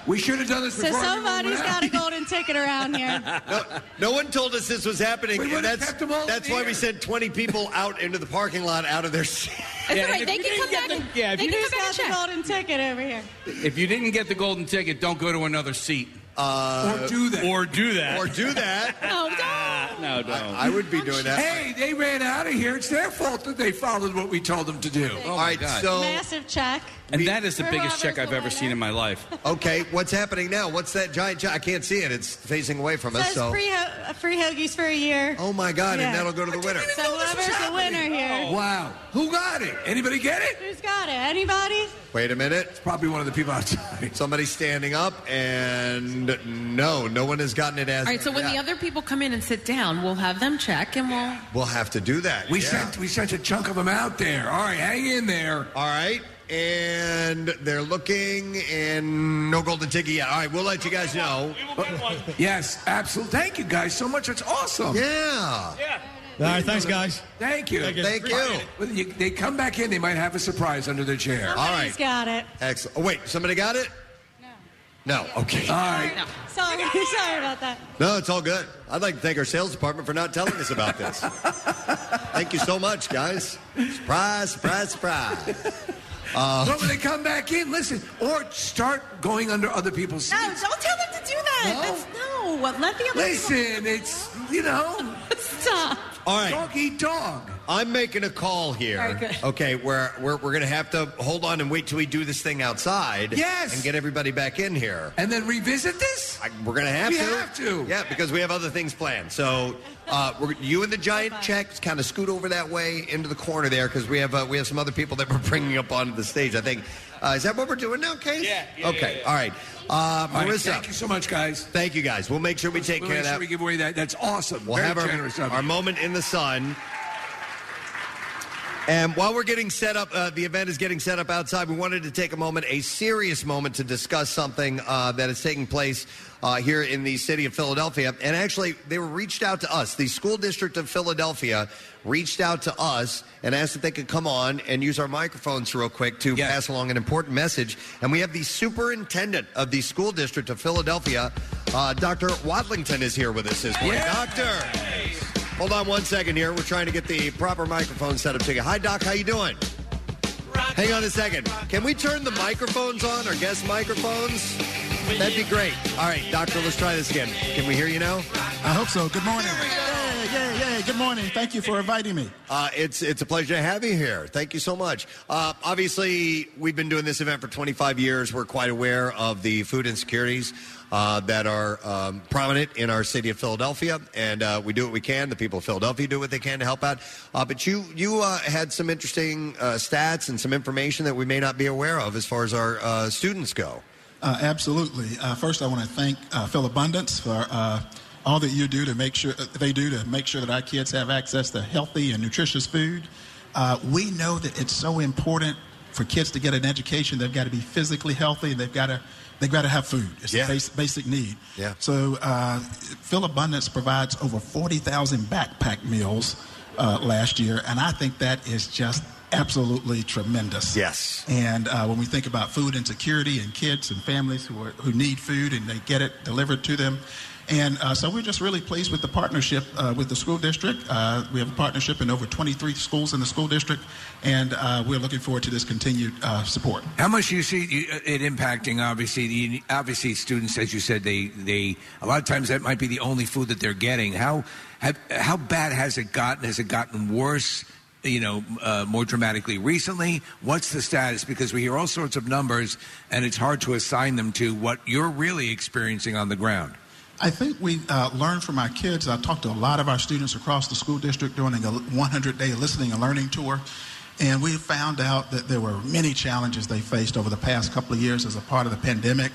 We should have done this
So
before.
somebody's got a golden ticket around here.
No, no one told us this was happening. and that's that's why we sent 20 people out into the parking lot out of their seats.
yeah, if you
Who's
didn't
got the golden ticket over here?
If you didn't get the golden ticket, don't go to another seat.
Uh,
or do that. Or do that.
Or do that.
no,
don't. No, don't.
I, I would be doing that.
Hey, they ran out of here. It's their fault that they followed what we told them to do.
Oh,
my right, God. so-
Massive check.
and that is the
We're
biggest check I've ever seen in my life.
Okay, what's happening now? What's that giant? gi- I can't see it. It's facing away from us.
Says
So,
free, ho- uh, free hoagies for a year.
oh my God, and that'll Oh, go to the winner.
So whoever's the winner here.
Wow. Who got it? Anybody get it?
Who's got it? Anybody?
Wait a minute. It's
probably one of the people outside.
Somebody's standing up, and no, no one has gotten it as.
All right, so when the
Yeah.
other people come in and sit down, we'll have them check and we'll.
We'll have to do that.
We
yeah.
sent we sent a chunk of them out there. All right, hang in there.
All right, and they're looking, and no golden ticket yet. All right, we'll let you guys know.
Yes, absolutely. Thank you guys so much. It's awesome.
Yeah.
Yeah.
All right, thanks, guys.
Thank you.
Thank you. Thank you.
Well, you- They come back in, they might have a surprise under their chair.
All right.
Who's got it?
Excellent. Oh, wait, somebody got it? No. No. Okay.
All right.
Sorry, sorry about that.
No, it's all good. I'd like to thank our sales department for not telling us about this. thank you so much, guys. Surprise, surprise, surprise. Uh,
But when they come back in, listen, or start going under other people's
No,
seats.
don't tell them to do that.
No.
That's, no, let the other
Listen, it's, you know.
Stop.
all right.
Dog eat dog.
I'm making a call here.
All right, good.
Okay, where we're, we're going to have to hold on and wait till we do this thing outside.
Yes.
And get everybody back in here.
And then revisit this?
I, we're going to have
We
to.
have to.
Yeah, because we have other things planned. So uh, we're, you and the giant check kind of scoot over that way into the corner there because we have uh, we have some other people that we're bringing up onto the stage. I think uh, is that what we're doing now, Case? Yeah. okay. All right. Uh,
All right,
Marissa,
thank you so much, guys.
Thank you, guys. We'll make sure we take
We'll
care
make
of
sure
that.
we give away that. That's awesome.
We'll
Very
have our,
generous of
our
you.
moment in the sun. And while we're getting set up, uh, the event is getting set up outside. We wanted to take a moment, a serious moment, to discuss something uh, that is taking place uh, here in the city of Philadelphia. And actually, they were reached out to us. The school district of Philadelphia reached out to us and asked if they could come on and use our microphones real quick to pass along an important message. And we have the superintendent of the school district of Philadelphia, uh, Dr. Wadlington, is here with us this morning. Doctor. Hold on one second here. We're trying to get the proper microphone set up to you. Hi, Doc. How you doing? Hang on a second. Can we turn the microphones on, our guest microphones? That'd be great. All right, Doctor, let's try this again. Can we hear you now?
I hope so. Good morning. Yeah, yeah, yeah. Good morning. Thank you for inviting me.
Uh, it's it's a pleasure to have you here. Thank you so much. Uh, obviously, we've been doing this event for 25 years. We're quite aware of the food insecurities uh, that are um, prominent in our city of Philadelphia, and uh, we do what we can. The people of Philadelphia do what they can to help out. Uh, but you you uh, had some interesting uh, stats and some information that we may not be aware of as far as our uh, students go.
Uh, absolutely. Uh, first, I want to thank uh, Phil Abundance for uh, all that you do to make sure uh, they do to make sure that our kids have access to healthy and nutritious food. Uh, we know that it's so important for kids to get an education. They've got to be physically healthy. and They've got to they've got to have food. It's
Yeah.
a basic, basic need.
Yeah.
So uh, Phil Abundance provides over 40,000 backpack meals uh, last year, and I think that is just absolutely tremendous.
Yes.
And uh, when we think about food insecurity and kids and families who, are, who need food and they get it delivered to them. And uh, so we're just really pleased with the partnership uh, with the school district. Uh, we have a partnership in over 23 schools in the school district, and uh, we're looking forward to this continued uh, support.
How much do you see you- it impacting? Obviously, you, obviously, students, as you said, they they a lot of times that might be the only food that they're getting. How have, how bad has it gotten? Has it gotten worse? You know, uh, more dramatically recently. What's the status? Because we hear all sorts of numbers, and it's hard to assign them to what you're really experiencing on the ground.
I think we uh, learn from our kids. I talked to a lot of our students across the school district during a 100 day listening and learning tour, and we found out that there were many challenges they faced over the past couple of years as a part of the pandemic.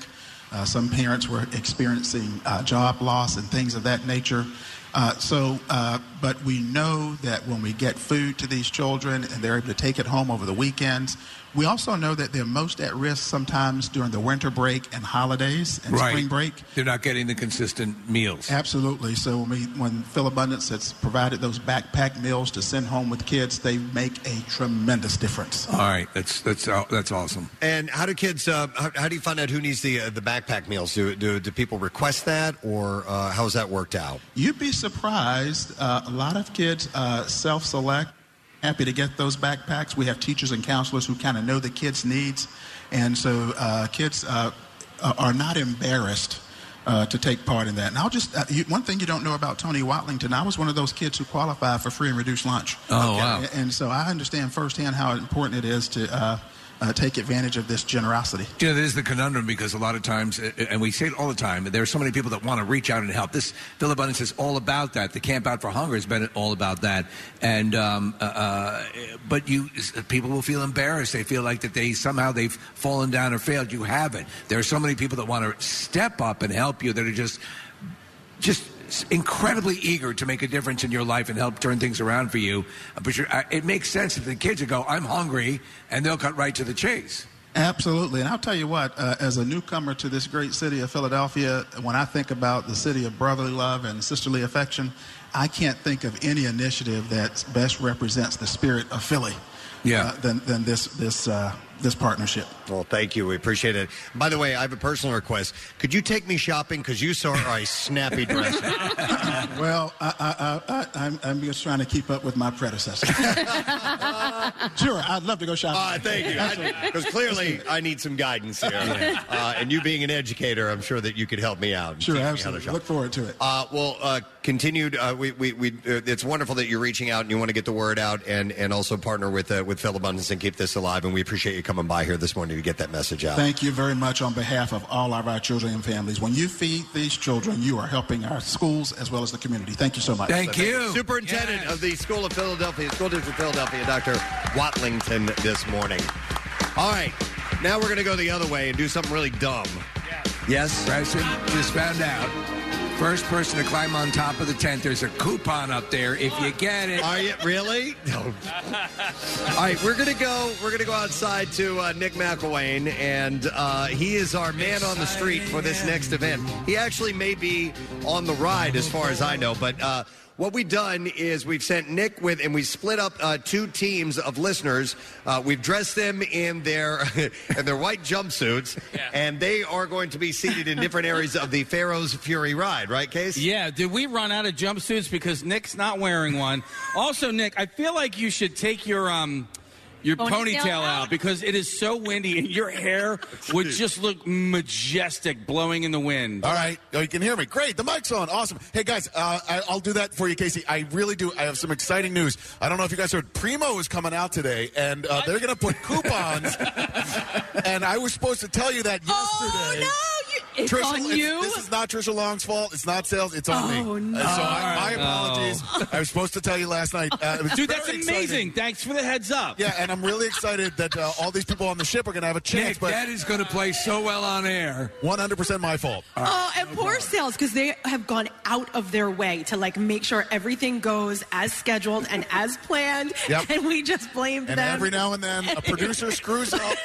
Uh, some parents were experiencing uh, job loss and things of that nature. Uh, so, uh, but we know that when we get food to these children and they're able to take it home over the weekends, we also know that they're most at risk sometimes during the winter break and holidays and spring break.
They're not getting the consistent meals.
Absolutely. So when we, when Phil Abundance has provided those backpack meals to send home with kids, they make a tremendous difference.
All right, that's that's uh, that's awesome.
And how do kids? Uh, how, how do you find out who needs the uh, the backpack meals? Do, do do people request that, or uh, how's that worked out?
You'd be surprised. Uh, a lot of kids uh, self-select. Happy to get those backpacks. We have teachers and counselors who kind of know the kids' needs, and so uh, kids uh, are not embarrassed uh, to take part in that. And I'll just uh, you, one thing you don't know about Tony Watlington. I was one of those kids who qualified for free and reduced lunch.
Oh, wow.
And, and so I understand firsthand how important it is to uh, uh, take advantage of this generosity.
You know, there's the conundrum because a lot of times, uh, and we say it all the time, there are so many people that want to reach out and help. This Phil Abundance is all about that. The Camp Out for Hunger has been all about that. And um, uh, uh, but you, people will feel embarrassed. They feel like that they somehow they've fallen down or failed. You haven't. There are so many people that want to step up and help you that are just just incredibly eager to make a difference in your life and help turn things around for you. But you're, I- it makes sense that the kids will go, "I'm hungry," and they'll cut right to the chase.
Absolutely. And I'll tell you what, uh, as a newcomer to this great city of Philadelphia, when I think about the city of brotherly love and sisterly affection, I can't think of any initiative that best represents the spirit of Philly
Yeah.
uh, than, than this, this, uh, this partnership.
Well, thank you. We appreciate it. By the way, I have a personal request. Could you take me shopping? Because you saw a snappy dress.
well, I, I, I, I, I'm, I'm just trying to keep up with my predecessor. sure, I'd love to go shopping.
Uh, thank you. Because clearly, I need some guidance here.
Yeah.
Uh, and you being an educator, I'm sure that you could help me out. and
Sure,
teach me how to
absolutely.
shop.
Look forward to it.
Uh, well, uh, continued. Uh, we, we, we, uh, it's wonderful that you're reaching out and you want to get the word out and, and also partner with uh, with Phil Abundance and keep this alive. And we appreciate you coming by here this morning to get that message out.
Thank you very much on behalf of all of our children and families. When you feed these children, you are helping our schools as well as the community. Thank you so much.
Superintendent of the School of Philadelphia, School District of Philadelphia, Dr. Watlington, this morning. All right, now we're going to go the other way and do something really dumb. Yes?
Preston just found out First person to climb on top of the tent, there's a coupon up there. If you get it,
Are you really? No. All right, we're gonna go. We're gonna go outside to uh, Nick McElwain, and uh, he is our man on the street for this next event. He actually may be on the ride, as far as I know. But uh, what we've done is we've sent Nick with, and we split up uh, two teams of listeners. Uh, we've dressed them in their in their white jumpsuits, and they are going to be seated in different areas of the Pharaoh's Fury ride. Right, Case?
Yeah, did we run out of jumpsuits because Nick's not wearing one? Also, Nick, I feel like you should take your um your
Ponytail
ponytail, out.
out.
because it is so windy and your hair would just look majestic blowing in the wind.
All right, oh, you can hear me. Great, the mic's on. Awesome. Hey guys, uh, I, I'll do that for you, Casey. I really do. I have some exciting news. I don't know if you guys heard, Primo is coming out today, and uh, they're going to put coupons. and I was supposed to tell you that yesterday. Oh no!
it's on you?
This is not Trisha Long's fault. It's not sales. It's on me.
Oh,
And
no.
So I, my
Oh.
apologies. I was supposed to tell you last night. Uh, it was
Dude,
very
that's
exciting.
amazing. Thanks for the heads up.
Yeah, and I'm really excited that uh, all these people on the ship are going to have a chance.
Nick,
but
that is going to play so well on air.
100% my fault.
Oh, and poor sales because they have gone out of their way to like make sure everything goes as scheduled and as planned,
Yep.
and we just blamed
And
them.
every now and then, a producer screws up,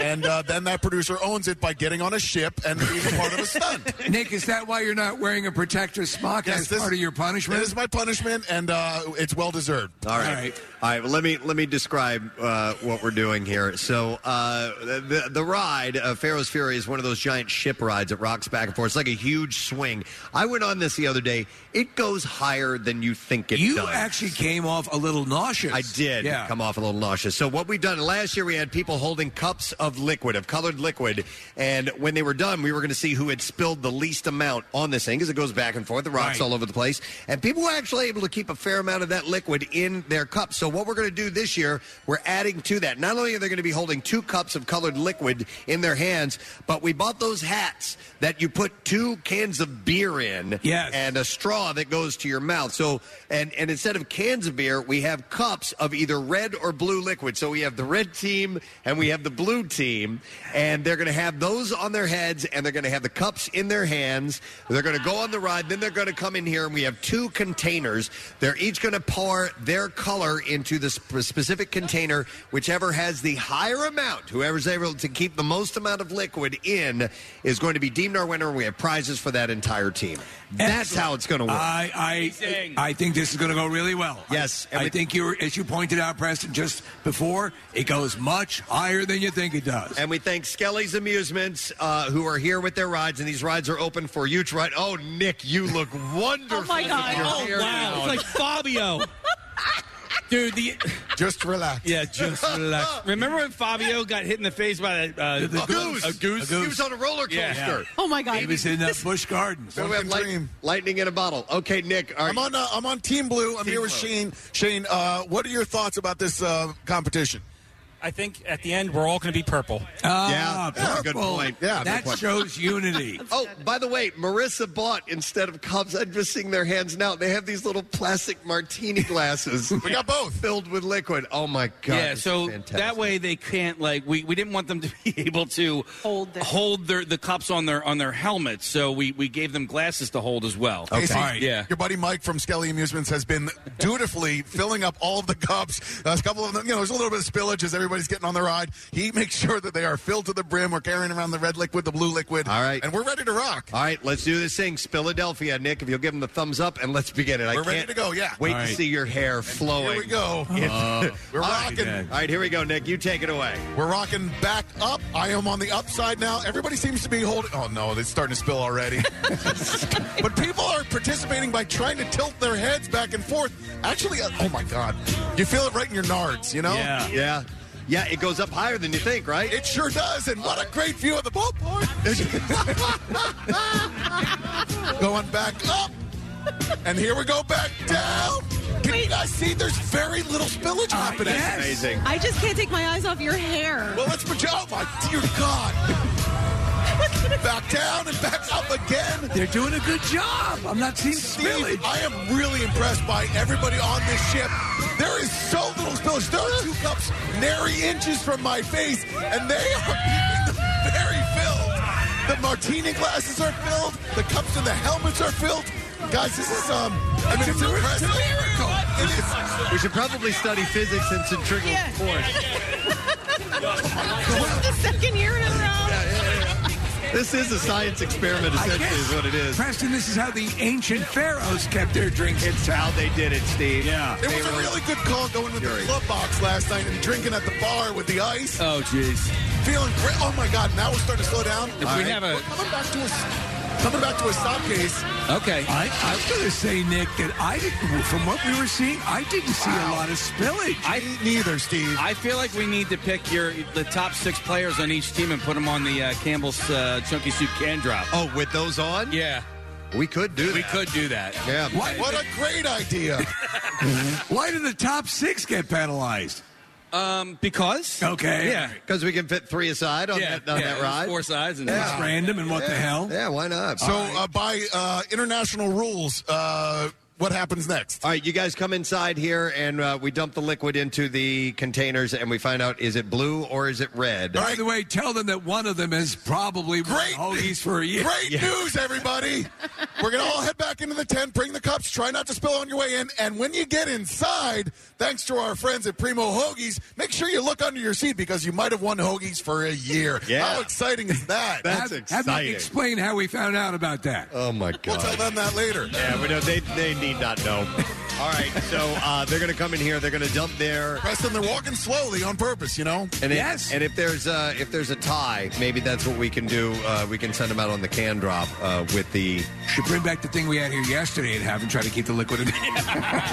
and uh, then that producer owns it by getting on a ship and being a part of a stunt.
Nick, is that why you're not wearing a protective smock as part of your punishment?
This is my punishment, and uh, it's well deserved.
All right. All right. well, let me let me describe uh, what we're doing here. So uh, the the ride, uh, Pharaoh's Fury, is one of those giant ship rides that rocks back and forth. It's like a huge swing. I went on this the other day. It goes higher than you think it
You
does.
actually came off a little nauseous.
I did
Yeah.
come off a little nauseous. So what we've done last year, we had people holding cups of liquid, of colored liquid, and when they were done, we were going to see who had spilled the least amount on this thing because it goes back and forth, the rocks
Right.
all over the place, and people were actually able to keep a fair amount of that liquid in their cup. So what we're going to do this year, we're adding to that. Not only are they going to be holding two cups of colored liquid in their hands, but we bought those hats that you put two cans of beer in,
Yes.
and a straw that goes to your mouth. So, and and instead of cans of beer, we have cups of either red or blue liquid. So we have the red team and we have the blue team, and they're going to have those on their heads, and they're going to have the cups in their hands. They're going to go on the ride, then they're going to come in here, and we have two containers. They're each going to pour their color into the sp- specific container, whichever has the higher amount. Whoever's able to keep the most amount of liquid in is going to be deemed our winner, and we have prizes for that entire team. That's how it's going to work.
I, I, I think this is going to go really well. Yes, I, think you, were- as you pointed out, Preston, just before, it goes much higher than you think it does.
and we thank Skelly's Amusements, uh, who are here with their rides, and these rides are open for you to ride. Oh, Nick, you look wonderful.
Oh, my God.
with
Oh,
your hair
wow.
down.
It's like
Fabio. Dude, the
just relax.
Yeah, just relax. Remember when Fabio got hit in the face by that uh,
The goose.
A goose.
He was on a roller coaster.
Oh my God!
Bush Gardens.
Then we have light- lightning in a bottle. Okay, Nick. all right.
I'm on. Uh, I'm on Team Blue. I'm here with Shane. Shane, uh, what are your thoughts about this uh, competition?
I think at the end we're all going to be purple.
yeah, that's a good point. Yeah, good point.
unity.
oh, by the way, Marissa bought instead of cups. I'm just seeing their hands now. They have these little plastic martini glasses. we got both filled with liquid. Oh my god!
yeah,
this is
so
fantastic.
that way they can't like we, we didn't want them to be able to hold hold their the cups on their on their helmets, so we, we gave them glasses to hold as well.
Casey,
yeah.
Your buddy Mike from Skelly Amusements has been dutifully filling up all of the cups. Uh, a couple of them, you know, there's a little bit of spillage as everybody's getting on the ride. He makes sure that they are filled to the brim. We're carrying around the red liquid, the blue liquid. All right. And we're ready to rock.
All right, let's do this thing. Philadelphia, Nick, if you'll give them the thumbs up and let's begin it. I
We're ready
can't
to go, yeah.
Wait
All
to
right.
see your hair flowing.
Here we go.
Oh. It's-
We're
All right.
rocking.
All right, here we go, Nick. You take it away.
We're rocking back up. I am on the upside now. Everybody seems to be holding. Oh no, it's starting to spill already. but people are participating by trying to tilt their heads back and forth. Actually, uh, oh my god, you feel it right in your nards. You know?
Yeah. Yeah. Yeah, it goes up higher than you think, right?
It sure does. And what a great view of the ballpark. Going back up, and here we go back down. Can you guys see? There's very little spillage happening.
Amazing.
I just can't take my eyes off your hair.
Well, let's put Oh my dear God! back down and back up again.
They're doing a good job. I'm not seeing spillage.
I am really impressed by everybody on this ship. There is so little spillage. There are two cups, nary inches from my face, and they are keeping them very filled. The martini glasses are filled. The cups and the helmets are filled. Guys, this is um. I mean, it's impressive.
We should probably study physics and centrifugal force.
this
is the second year in a row.
This is a science experiment,
I
essentially,
guess.
is what it is.
Preston, this is how the ancient pharaohs kept their drinks. It's how they did it, Steve. Yeah.
It was a really good call going with the club box last night and drinking at the bar with the ice.
Oh, jeez.
Feeling great. Oh, my God. Now we're starting to slow down.
If we have a-
We're coming back to a, s- coming back to a stop case.
Okay.
I, I'm going to say, Nick, that I didn't, from what we were seeing, I didn't see a lot of spillage.
I
neither, Steve.
I feel like we need to pick your the top six players on each team and put them on the uh, Campbell's uh, Chunky Soup can drop.
Oh, with those on?
Yeah.
We could do that.
We could do that.
Yeah.
What- what a
great idea.
Why did the top six get penalized?
Um, because?
Okay.
Yeah. Because we can fit three aside on
Yeah,
that on
yeah,
that
there's
ride.
four sides and- It's random and what the
Yeah.
hell?
Yeah, why not?
So, uh, by uh, international rules, uh, what happens next?
All right, you guys come inside here, and uh, we dump the liquid into the containers, and we find out is it blue or is it red?
By the way, tell them that one of them is probably
Great.
hoagies for a year.
Great news, everybody. We're going to all head back into the tent, bring the cups, try not to spill on your way in. And when you get inside, thanks to our friends at Primo Hoagies, make sure you look under your seat because you might have won Hoagies for a year.
Yeah.
How exciting is that?
That's Have- have me exciting.
explain how we found out about that.
Oh my god!
We'll tell them that later.
Yeah, we know they they need not know. All right, so uh, they're going to come in here. They're going to dump their.
Preston, they're walking slowly on purpose, you know.
And if, And if there's uh, if there's a tie, maybe that's what we can do. Uh, we can send them out on the can drop uh, with the.
Should bring back the thing we had here yesterday and have them try to keep the liquid in.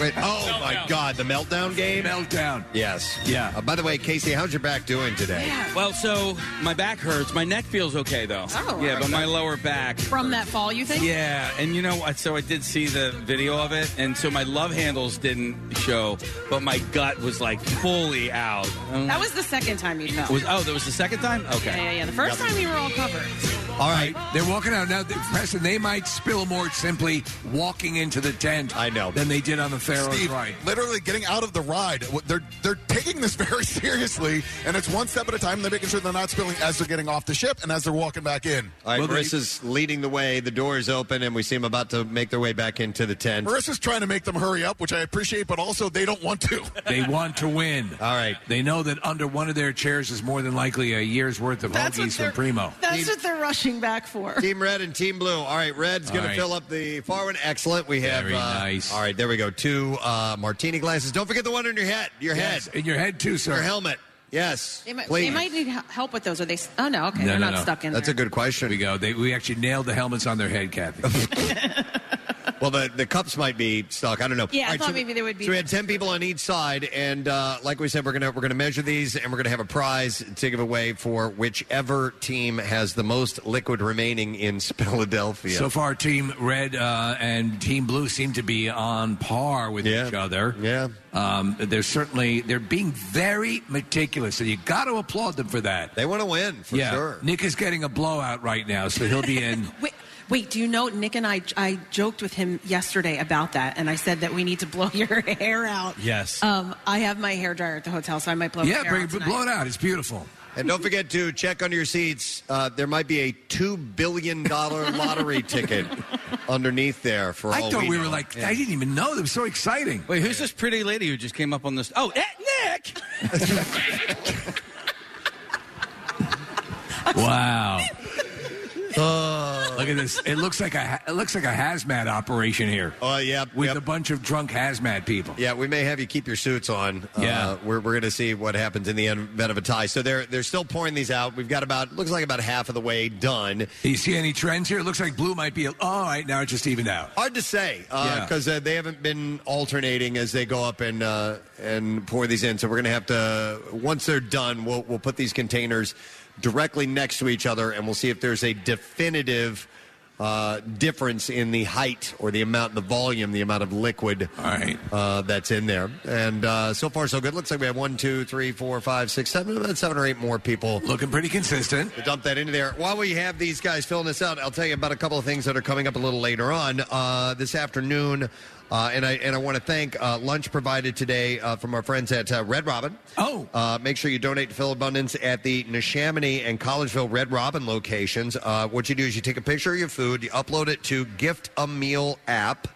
Wait, oh my God! The meltdown game.
Meltdown.
Yes. Yeah. Uh, by the way, Casey, how's your back doing today?
Well, so my back hurts. My neck feels okay though.
Oh.
yeah, but my lower back.
From that fall, you think?
Yeah, and you know what? So I did see the video of it, and so my love handles didn't show, but my gut was like fully out.
That was the second time you fell.
Was- oh, that was the second time. Okay.
Oh, Yeah, yeah, yeah. The first time you were all covered.
All right.
They're walking out now. They- Preston, they might spill more simply walking into the tent. I know. Than they did on the Pharaoh's
Steve,
ride.
literally getting out of the ride. What- They're they're taking this very seriously, and it's one step at a time. They're making sure they're not spilling as they're getting off the ship and as they're walking back in.
All right, Marissa's leading the way. The door is open, and we see them about to make their way back into the tent.
Marissa's trying to make them hurry up, which I appreciate, but also they don't want to.
They want to win. All
right.
They know that under one of their chairs is more than likely a year's worth of
That's what
hoagies from
they're-
Primo.
That's what they're rushing back for.
Team Red and Team Blue. All right, Red's
All
going
right.
to fill up the far one. Excellent. We have
Very
uh,
nice.
All right, there we go. Two uh, martini glasses. Don't forget the one in your head. Your
Yes,
head.
in your head, too, sir.
Your helmet. Yes.
They might,
Please.
they might need he- help with those. Are they? s- Oh no, okay, they're not stuck in there.
a good question.
we go. They, we actually nailed the helmets on their head, Kathy.
Well, the, the cups might be stuck. I don't know.
Yeah, I
All right,
thought
so-
maybe they would be-
So we had ten people on each side, and uh, like we said, we're gonna we're gonna measure these, and we're gonna have a prize to give away for whichever team has the most liquid remaining in Philadelphia.
So far, Team Red uh, and Team Blue seem to be on par with each other.
Yeah,
um, they're certainly they're being very meticulous, and you got to applaud them for that.
They want to win for
yeah.
sure.
Nick is getting a blowout right now, so he'll be in.
Wait, wait, do you know Nick and I? I joked with him yesterday about that, and I said that we need to blow your hair out.
Yes.
Um, I have my hair dryer at the hotel, so I might blow. my
yeah,
hair
bring,
out tonight.
blow it out. It's beautiful.
And don't forget to check under your seats. Uh, there might be a two billion dollar lottery ticket underneath there. For
I
all
thought we,
know.
were like,
Yeah.
I didn't even know. That was so exciting.
Wait, who's this pretty lady who just came up on this? Oh, eh, Nick.
Wow. Look at this! It looks like a ha- it looks like a hazmat operation here.
Oh yeah,
with a bunch of drunk hazmat people.
Yeah, we may have you keep your suits on.
Yeah.
uh, we're, we're going to see what happens in the event of a tie. So they're they're still pouring these out. We've got about looks like about half of the way done.
You see any trends here? It looks like blue might be. a- All right, now it's just evened out.
Hard to say
Yeah.
because uh, they haven't been alternating as they go up and uh, and pour these in. So we're going to have to once they're done, we'll we'll put these containers directly next to each other, and we'll see if there's a definitive. Uh, difference in the height or the amount, the volume, the amount of liquid uh, that's in there, and uh, so far so good. Looks like we have one, two, three, four, five, six, seven, about seven or eight more people
Looking pretty consistent.
to dump that into there. While we have these guys filling this out, I'll tell you about a couple of things that are coming up a little later on. Uh, this afternoon, Uh, and I and I want to thank uh, lunch provided today uh, from our friends at uh, Red Robin. Oh, uh, make sure you donate to Phil Abundance at the Neshaminy and Collegeville Red Robin locations. Uh, what you do is you take a picture of your food, you upload it to Gift a Meal app,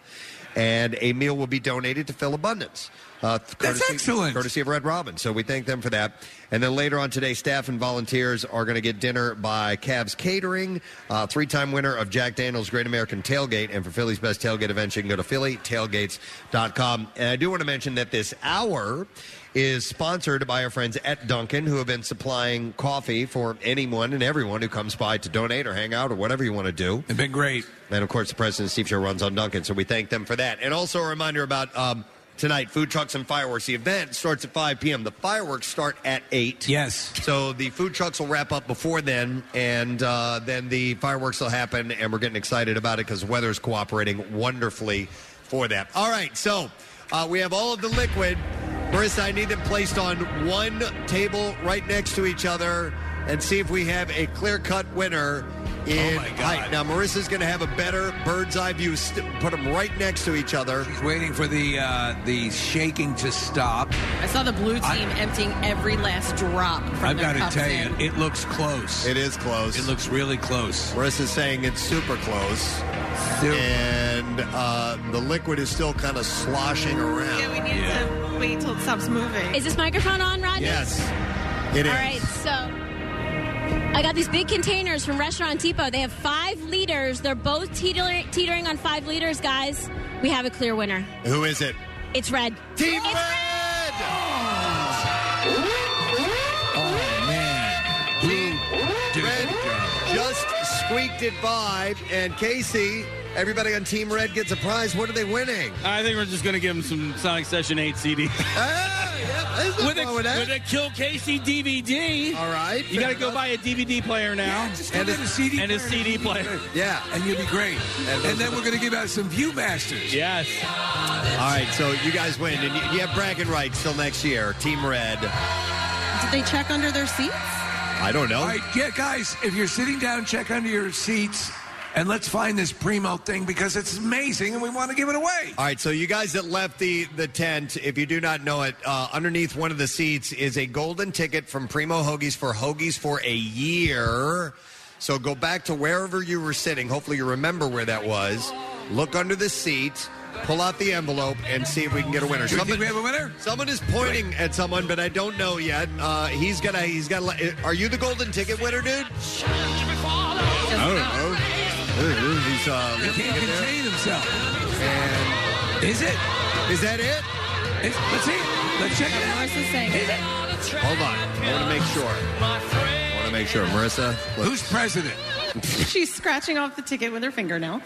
and a meal will be donated to Phil Abundance. Uh, That's excellent. Courtesy of Red Robin. So we thank them for that. And then later on today, staff and volunteers are going to get dinner by Cavs Catering, uh, three time winner of Jack Daniels Great American Tailgate. And for Philly's best tailgate event, you can go to PhillyTailgates.com. And I do want to mention that this hour is sponsored by our friends at Duncan, who have been supplying coffee for anyone and everyone who comes by to donate or hang out or whatever you want to do. They've been great. And of course, the President Steve Show runs on Duncan, so we thank them for that. And also a reminder about um, tonight food trucks and fireworks. The event starts at 5 p.m., the fireworks start at 8. Yes. So the food trucks will wrap up before then, and uh, then the fireworks will happen, and we're getting excited about it because the weather's cooperating wonderfully for that. All right, so uh, we have all of the liquid. Marissa, I need them placed on one table right next to each other and see if we have a clear cut winner
Oh
in height. Now, Marissa's going to have a better bird's eye view. St- put them right next to each other.
She's waiting for the uh, the shaking to stop.
I saw the blue team emptying every last drop from
I've
their
got to
cups
tell
in.
you, it looks close.
It is close.
It looks really close.
Marissa's saying it's super close. And uh, the liquid is still kind of sloshing around.
We need to wait till it stops moving.
Is this microphone on, Rodney?
Yes, it is.
All right, so I got these big containers from Restaurant Depot. They have five liters. They're both teeter- teetering on five liters, guys. We have a clear winner.
Who is it?
It's red.
Team red!
Oh,
Red just squeaked it by, and Casey, everybody on Team Red gets a prize. What are they winning?
I think we're just going to give him some Sonic Session 8 CD.
Ah,
with, a, with a Kill Casey DVD.
All right.
You got to go buy a DVD player now.
and a CD
and a CD player.
Yeah.
And you'll be great. And, then we're going to give out some Viewmasters.
Yes.
All right, so you guys win, and you, you have bragging rights till next year. Team Red.
Did they check under their seats?
I don't know.
All right, yeah, guys, if you're sitting down, check under your seats and let's find this Primo thing because it's amazing and we want to give it away.
All right, so you guys that left the, the tent, if you do not know it, uh, underneath one of the seats is a golden ticket from Primo Hoagies for Hoagies for a year. So go back to wherever you were sitting. Hopefully, you remember where that was. Look under the seat, pull out the envelope, and see if we can get a winner.
Do you think we have a winner?
Someone is pointing at someone, but I don't know yet. Uh, he's gonna. He's gonna. let- Are you the golden ticket winner, dude? I don't know. He's, uh,
He can't contain himself. And is it?
Is that it?
It's, let's see. Let's check it out. Is it?
Hold on. I want to make sure. I want to make sure, Marissa. Who's
president?
She's scratching off the ticket with her fingernail.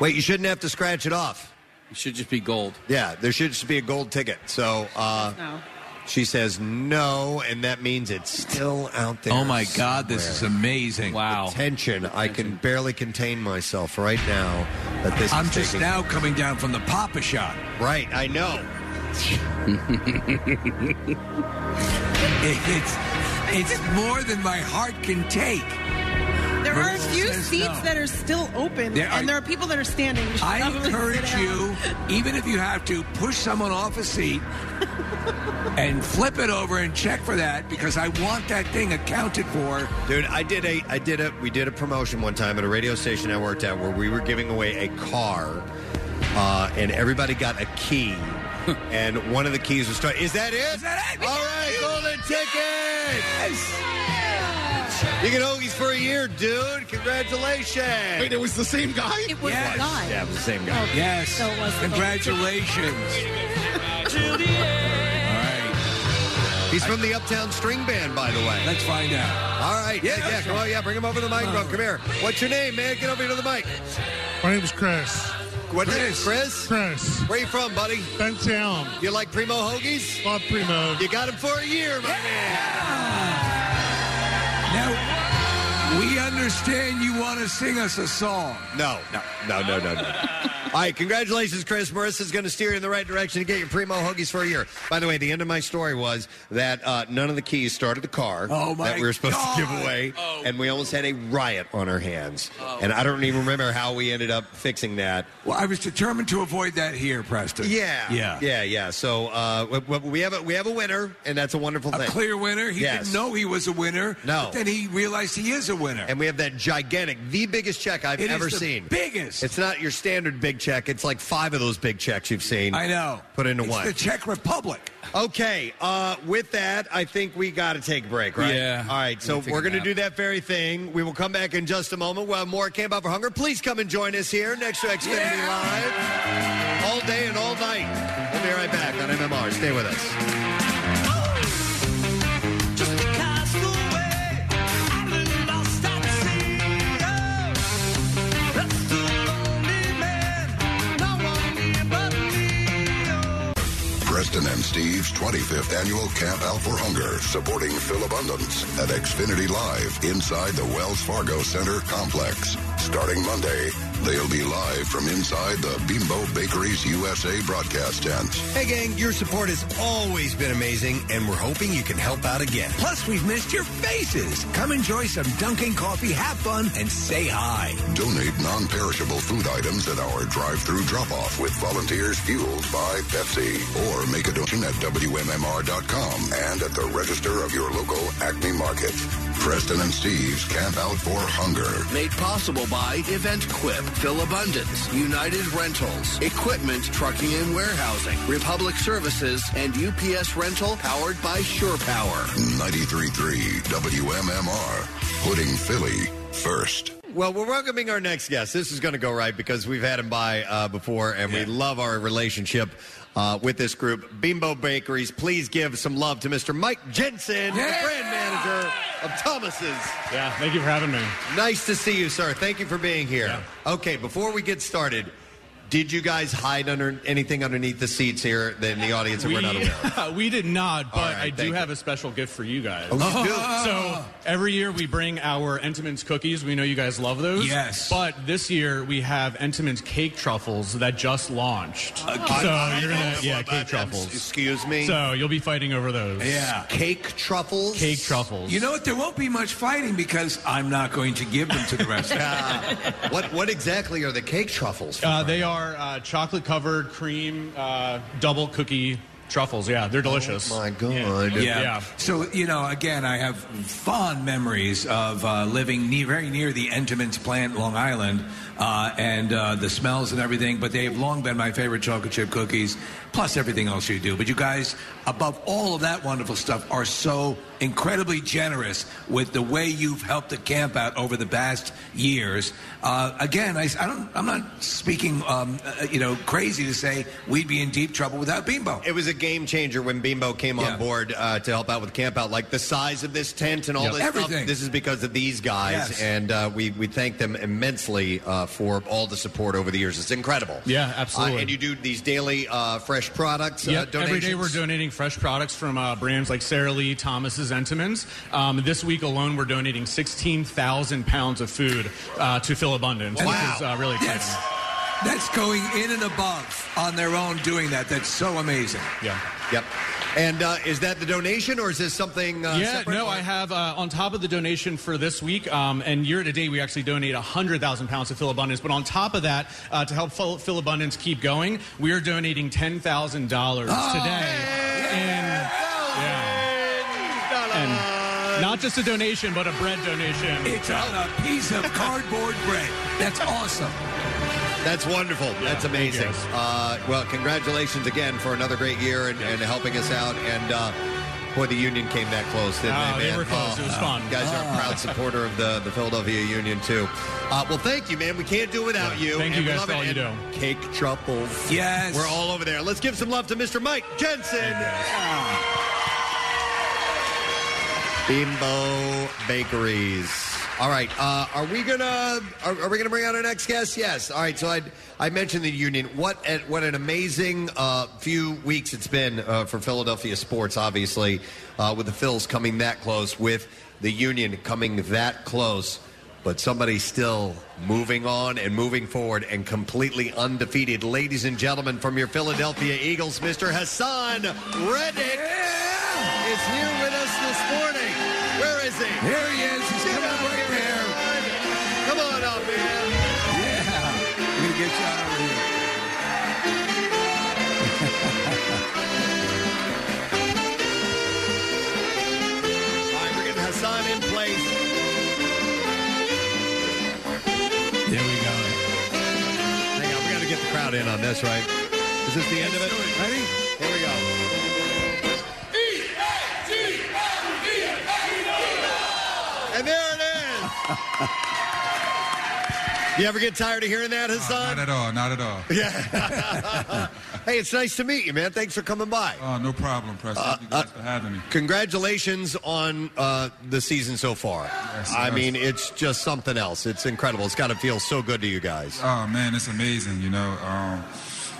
Wait, you shouldn't have to scratch it off. It should just be gold. Yeah, there should just be a gold ticket. So uh,
No.
she says no, and that means it's still out there.
Oh, my God, this is amazing.
Wow. Tension. I can barely contain myself right now that this
I'm
is
just
taking-
now coming down from the Papa shot.
Right, I know.
It's it's more than my heart can take.
There are a
Marissa
few
says
seats
no.
that are still open,
There are-
and there are people that are standing. You should
I
probably
encourage
sit down.
you, even if you have to, push someone off a seat and flip it over and check for that because I want that thing accounted for.
Dude, I did a I did a we did a promotion one time at a radio station I worked at where we were giving away a car uh, and everybody got a key. and one of the keys was is that it? Is that it? All right, golden ticket.
Uh,
You can hoagies for a year, dude. Congratulations.
Wait, it was the same guy?
It was the guy.
Yeah, it was the same guy.
Okay.
Yes.
So it was the-
Congratulations. All right.
He's from the Uptown String Band, by the way.
Let's find out.
All right. Yeah, yeah. Come on, yeah. Bring him over to the
Oh.
microphone. Come here. What's your name, man? Get over here to the mic.
My name's Chris.
What's your name? Chris?
Chris.
Where you from, buddy?
Bentown.
You like Primo Hoagies?
Love Primo.
You got him for a year, my
Now, we understand you want to sing us a song.
No. No, no, no, no. All right, congratulations, Chris. Marissa's going to steer you in the right direction to get your Primo Hoagies for a year. By the way, the end of my story was that uh, none of the keys started the car
Oh, my
that we were supposed to give
God. Oh.
away, and we almost had a riot on our hands. And I don't even remember how we ended up fixing that.
Well, I was determined to avoid that here, Preston.
Yeah,
Yeah.
yeah, yeah. So uh, w- w- we have a we have a winner, and that's a wonderful
A
thing.
clear winner. He
Yes.
didn't know he was a winner.
No.
But then he realized he is a winner.
And we have that gigantic, the biggest check I've
It is
ever
the
seen.
biggest.
It's not your standard big check. It's like five of those big checks you've seen.
I know.
Put into
It's
one.
the Czech Republic.
Okay. Uh, with that, I think we got to take a break, right?
Yeah.
All right. So
We'll take
we're
a
going to
nap.
do that very thing. We will come back in just a moment. We'll have more at Camp Out for Hunger. Please come and join us here next to Xfinity Live all day and all night. We'll be right back on MMR. Stay with us.
Just a castaway, island lost at sea. Oh, that's the lonely man, no one near but me.
Preston and Steve's 25th annual Camp Out for Hunger, supporting Phil Abundance at Xfinity Live inside the Wells Fargo Center complex. Starting Monday, they'll be live from inside the Bimbo Bakeries USA broadcast tent.
Hey, gang, your support has always been amazing, and we're hoping you can help out again.
Plus, we've missed your faces. Come enjoy some Dunkin' coffee, have fun, and say hi.
Donate non-perishable food items at our drive-through drop-off with volunteers fueled by Pepsi. Or make a donation at WMMR.com and at the register of your local Acme Market. Preston and Steve's Camp Out for Hunger.
Made possible by EventQuip, Phil Abundance, United Rentals, Equipment Trucking and Warehousing, Republic Services, and UPS Rental powered by Sure Power.
93.3 WMMR. Putting Philly first.
Well, we're welcoming our next guest. This is going to go right because we've had him by uh, before, and we love our relationship uh, with this group, Bimbo Bakeries. Please give some love to Mr. Mike Jensen, the brand manager of Thomas's.
Yeah, thank you for having me.
Nice to see you, sir. Thank you for being here. Okay, before we get started, did you guys hide under anything underneath the seats here that in the audience that we're not aware?
we did not, but I do
thank
have a special gift for you guys.
Oh, you do?
So every year we bring our Entenmann's cookies. We know you guys love those.
Yes.
But this year we have Entenmann's cake truffles that just launched.
Uh,
so you're gonna yeah cake truffles.
Excuse me.
So you'll be fighting over those.
Yeah.
Cake truffles?
Cake truffles.
You know what? There won't be much fighting because I'm not going to give them to the rest of
them. what, what exactly are the cake truffles?
Uh, they are uh, chocolate covered cream uh, double cookie truffles. Yeah, they're delicious.
Oh my god!
Yeah.
Yeah.
yeah.
So you know, again, I have fond memories of uh, living near, very near the Entenmann's plant, Long Island, uh, and uh, the smells and everything. But they have long been my favorite chocolate chip cookies, plus everything else you do. But you guys, above all of that wonderful stuff, are so incredibly generous with the way you've helped the camp out over the past years. Uh, again, I, I don't, I'm not speaking, um, uh, you know, crazy to say we'd be in deep trouble without Bimbo.
It was a game changer when Bimbo came
Yeah.
on board uh, to help out with camp out. Like the size of this tent and all
Yep.
this
Everything.
stuff. This is because of these guys,
Yes.
and uh, we we thank them immensely uh, for all the support over the years. It's incredible.
Yeah,
Uh,
absolutely.
and you do these daily uh, fresh products.
Yep.
Uh,
Every day we're
donations.
donating fresh products from uh, brands like Sara Lee, Thomas's, Entenmann's. Um, this week alone, we're donating 16,000 pounds of food uh, to Phil Abundance,
Wow.
which is uh, really exciting.
That's, that's going in and above on their own doing that. That's so amazing.
Yeah.
Yep. And uh, is that the donation, or is this something? Uh,
yeah,
separate?
no, I have uh, on top of the donation for this week um, and year to date, we actually donate 100,000 pounds to Phil Abundance. But on top of that, uh, to help Phil, Phil Abundance keep going, we are donating $10,000
Oh,
today. And, and not just a donation, but a bread donation.
It's on a piece of cardboard bread. That's awesome.
That's wonderful. That's amazing. Uh, well, congratulations again for another great year and, and helping us out. And uh, boy, the union came that close, didn't
Ah, they
they, man? Oh, uh,
were close. It was fun. Ah.
You guys are a proud supporter of the, the Philadelphia Union, too. Uh, well, thank you, man. We can't do it without you.
Thank
and
you
we
guys
love
for
it.
all you do.
And Cake truffles.
Yes.
We're all over there. Let's give some love to Mr. Mike Jensen. Bimbo Bakeries. All right, uh, are we gonna are, are we gonna bring out our next guest? Yes. All right. So I I mentioned the union. What a, what an amazing uh, few weeks it's been uh, for Philadelphia sports. Obviously, uh, with the Phils coming that close, with the union coming that close. but somebody's still moving on and moving forward and completely undefeated. Ladies and gentlemen, from your Philadelphia Eagles, Mr. Hassan Reddick is here with us this morning. Where is he?
Here he is. He's coming up right there.
Come on up, man.
Yeah.
I'm going to get you out over here.
All right, we're getting Hassan in place.
There we go.
Hang on, we got to get the crowd in on this, right? Is this the end of it? Ready? Here we go. And there it is. you ever get tired of hearing that, Hassan?
Oh, Not at all. Not at all.
Yeah. hey, it's nice to meet you, man. Thanks for coming by.
Oh,
Uh,
no problem, Preston. Thank you guys for having me.
Congratulations on uh, the season so far. I
yes.
mean, it's just something else. It's incredible. It's got to feel so good to you guys.
Oh man, it's amazing. You know, um,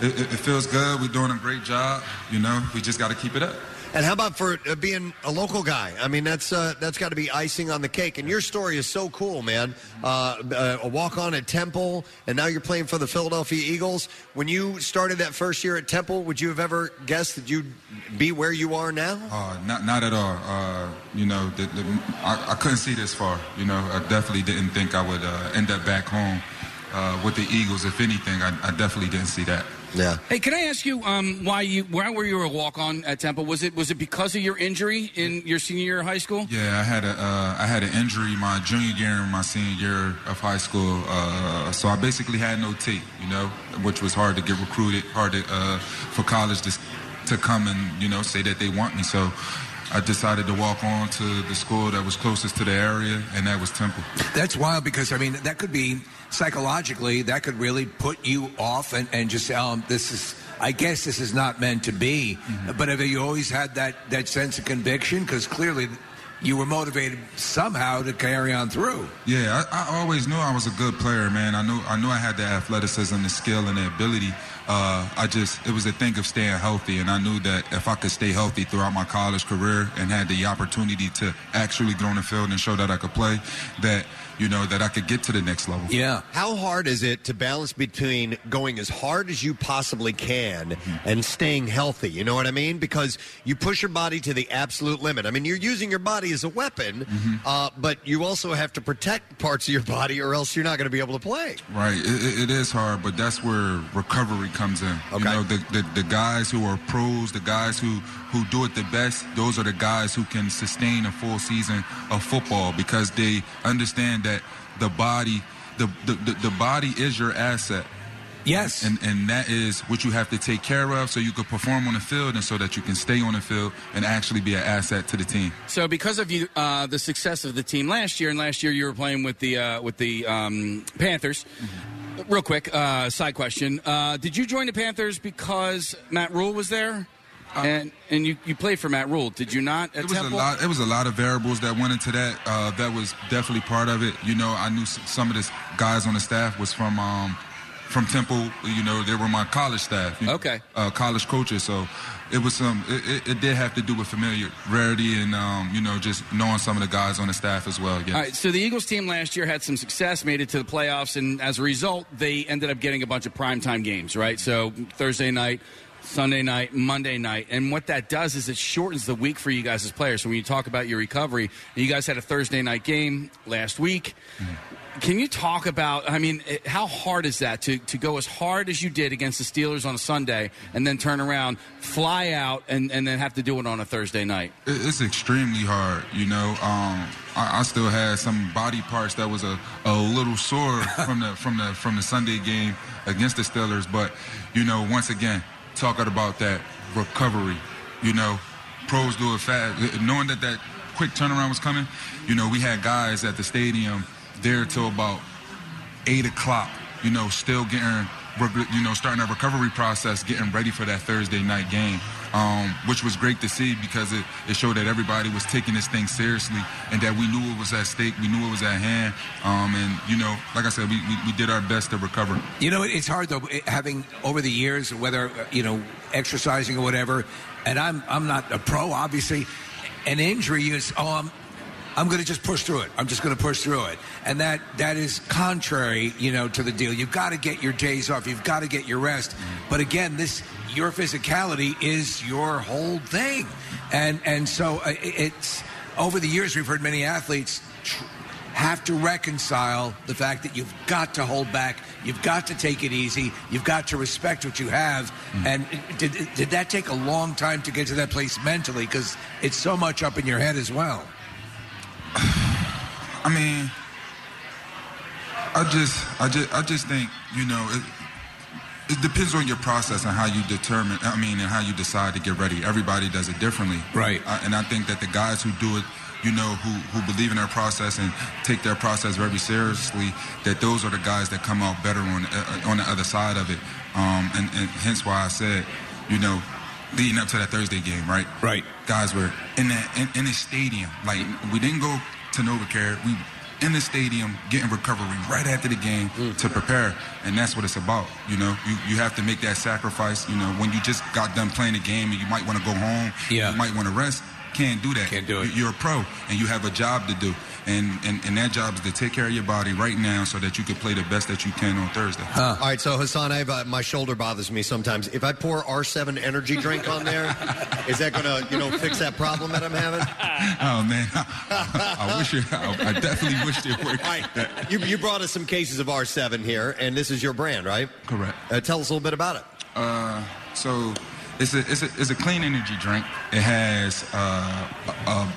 it, it, it feels good. We're doing a great job. You know, we just got to keep it up.
And how about for uh, being a local guy? I mean, that's uh, that's got to be icing on the cake. And your story is so cool, man. Uh, uh, a walk on at Temple, and now you're playing for the Philadelphia Eagles. When you started that first year at Temple, would you have ever guessed that you'd be where you are now?
Uh, not not at all. Uh, you know, the, the, I, I couldn't see this far. You know, I definitely didn't think I would uh, end up back home uh, with the Eagles. If anything, I, I definitely didn't see that.
Yeah.
Hey, can I ask you um, why you why were you a walk on at Temple? Was it was it because of your injury in your senior year of high school?
Yeah, I had a uh, I had an injury my junior year and my senior year of high school, uh, so I basically had no tape, you know, which was hard to get recruited, hard to, uh, for college to to come and you know say that they want me. So I decided to walk on to the school that was closest to the area, and that was Temple.
That's wild because I mean that could be psychologically that could really put you off and, and just say, oh, this is I guess this is not meant to be.
Mm-hmm.
But have you always had that that sense of conviction? Because clearly you were motivated somehow to carry on through.
Yeah, I, I always knew I was a good player, man. I knew I knew I had the athleticism, the skill, and the ability. Uh, I just it was a thing of staying healthy, and I knew that if I could stay healthy throughout my college career and had the opportunity to actually go on the field and show that I could play, that you know that I could get to the next level.
Yeah. How hard is it to balance between going as hard as you possibly can and staying healthy? You know what I mean? Because you push your body to the absolute limit. I mean, you're using your body as a weapon,
Mm-hmm.
uh, but you also have to protect parts of your body or else you're not going to be able to play.
Right. It- It, it is hard, but that's where recovery comes in. You know, the, the, the guys who are pros, the guys who, who do it the best, those are the guys who can sustain a full season of football because they understand that the body, the, the, the, the body is your asset.
Yes.
And, and that is what you have to take care of so you can perform on the field and so that you can stay on the field and actually be an asset to the team.
So because of you, uh, the success of the team last year, and last year you were playing with the uh, with the um, Panthers.
Mm-hmm.
Real quick uh, side question: uh, Did you join the Panthers because Matt Rule was there, and and you, you played for Matt Rule? Did you not? At
Um, it was
Temple?
a lot. It was a lot of variables that went into that. Uh, that was definitely part of it. You know, I knew s- some of the s- guys on the staff was from um, from Temple. You know, they were my college staff. okay. Uh, college coaches. So it was some. It, it, it did have to do with familiarity and um, you know just knowing some of the guys on the staff as well. Yeah.
All right, so the Eagles team last year had some success, made it to the playoffs, and as a result, they ended up getting a bunch of primetime games, right? So Thursday night, Sunday night, Monday night. And what that does is it shortens the week for you guys as players. So when you talk about your recovery, you guys had a Thursday night game last week. Can you talk about, I mean, eh, how hard is that to, to go as hard as you did against the Steelers on a Sunday and then turn around, fly out, and, and then have to do it on a Thursday night?
It- It's extremely hard, you know. Um, I, I still had some body parts that was a, a little sore from the from the from the Sunday game against the Steelers, but you know, once again, talking about that recovery, you know, pros do it fast. Knowing that that quick turnaround was coming, you know, we had guys at the stadium there till about eight o'clock. You know, still getting, reg- you know, starting a recovery process, getting ready for that Thursday night game, um, which was great to see because it, it showed that everybody was taking this thing seriously and that we knew it was at stake, we knew it was at hand, um, and you know, like I said, we, we, we did our best to recover.
You know, it- it's hard though. it- Having over the years, whether uh, you know exercising or whatever, and I'm I'm not a pro, obviously. An injury is oh, I'm I'm going to just push through it. I'm just going to push through it. And that that is contrary, you know, to the deal. You've got to get your days off. You've got to get your rest. But again, this your physicality is your whole thing. And and so uh, it- it's over the years we've heard many athletes tr- have to reconcile the fact that you've got to hold back, you've got to take it easy, you've got to respect what you have.
Mm.
And did, did that take a long time to get to that place mentally? Because it's so much up in your head as well.
I mean, I just, I just, I just think you know, it, it depends on your process and how you determine. I mean, and how you decide to get ready. Everybody does it differently, right? and I think that the guys who do it, you know, who who believe in their process and take their process very seriously, that those are the guys that come out better on uh, on the other side of it. Um, and, and hence why I said, you know, leading up to that Thursday game, right? Right. Guys were in that in, in the stadium. Like we didn't go to Novacare. We in the stadium getting recovery right after the game to prepare, and that's what it's about. You know, you, you have to make that sacrifice. You know, when you just got done playing the game and you might want to go home,
Yeah.
you might want to rest. Can't do that. Can't do it. You're a pro, and you have a job to do, and, and and that job is to take care of your body right now so that you can play the best that you can on Thursday.
All right, so Hassan, I have, uh, my shoulder bothers me sometimes. If I pour R7 energy drink on there, is that going to, you know, fix that problem that I'm having?
Oh man, I wish it. I, I definitely wish it worked.
You, you brought us some cases of R7 here, and this is your brand, right?
Correct.
Uh, tell us a little bit about it.
Uh, so it's a, it's a it's a clean energy drink. It has uh, uh,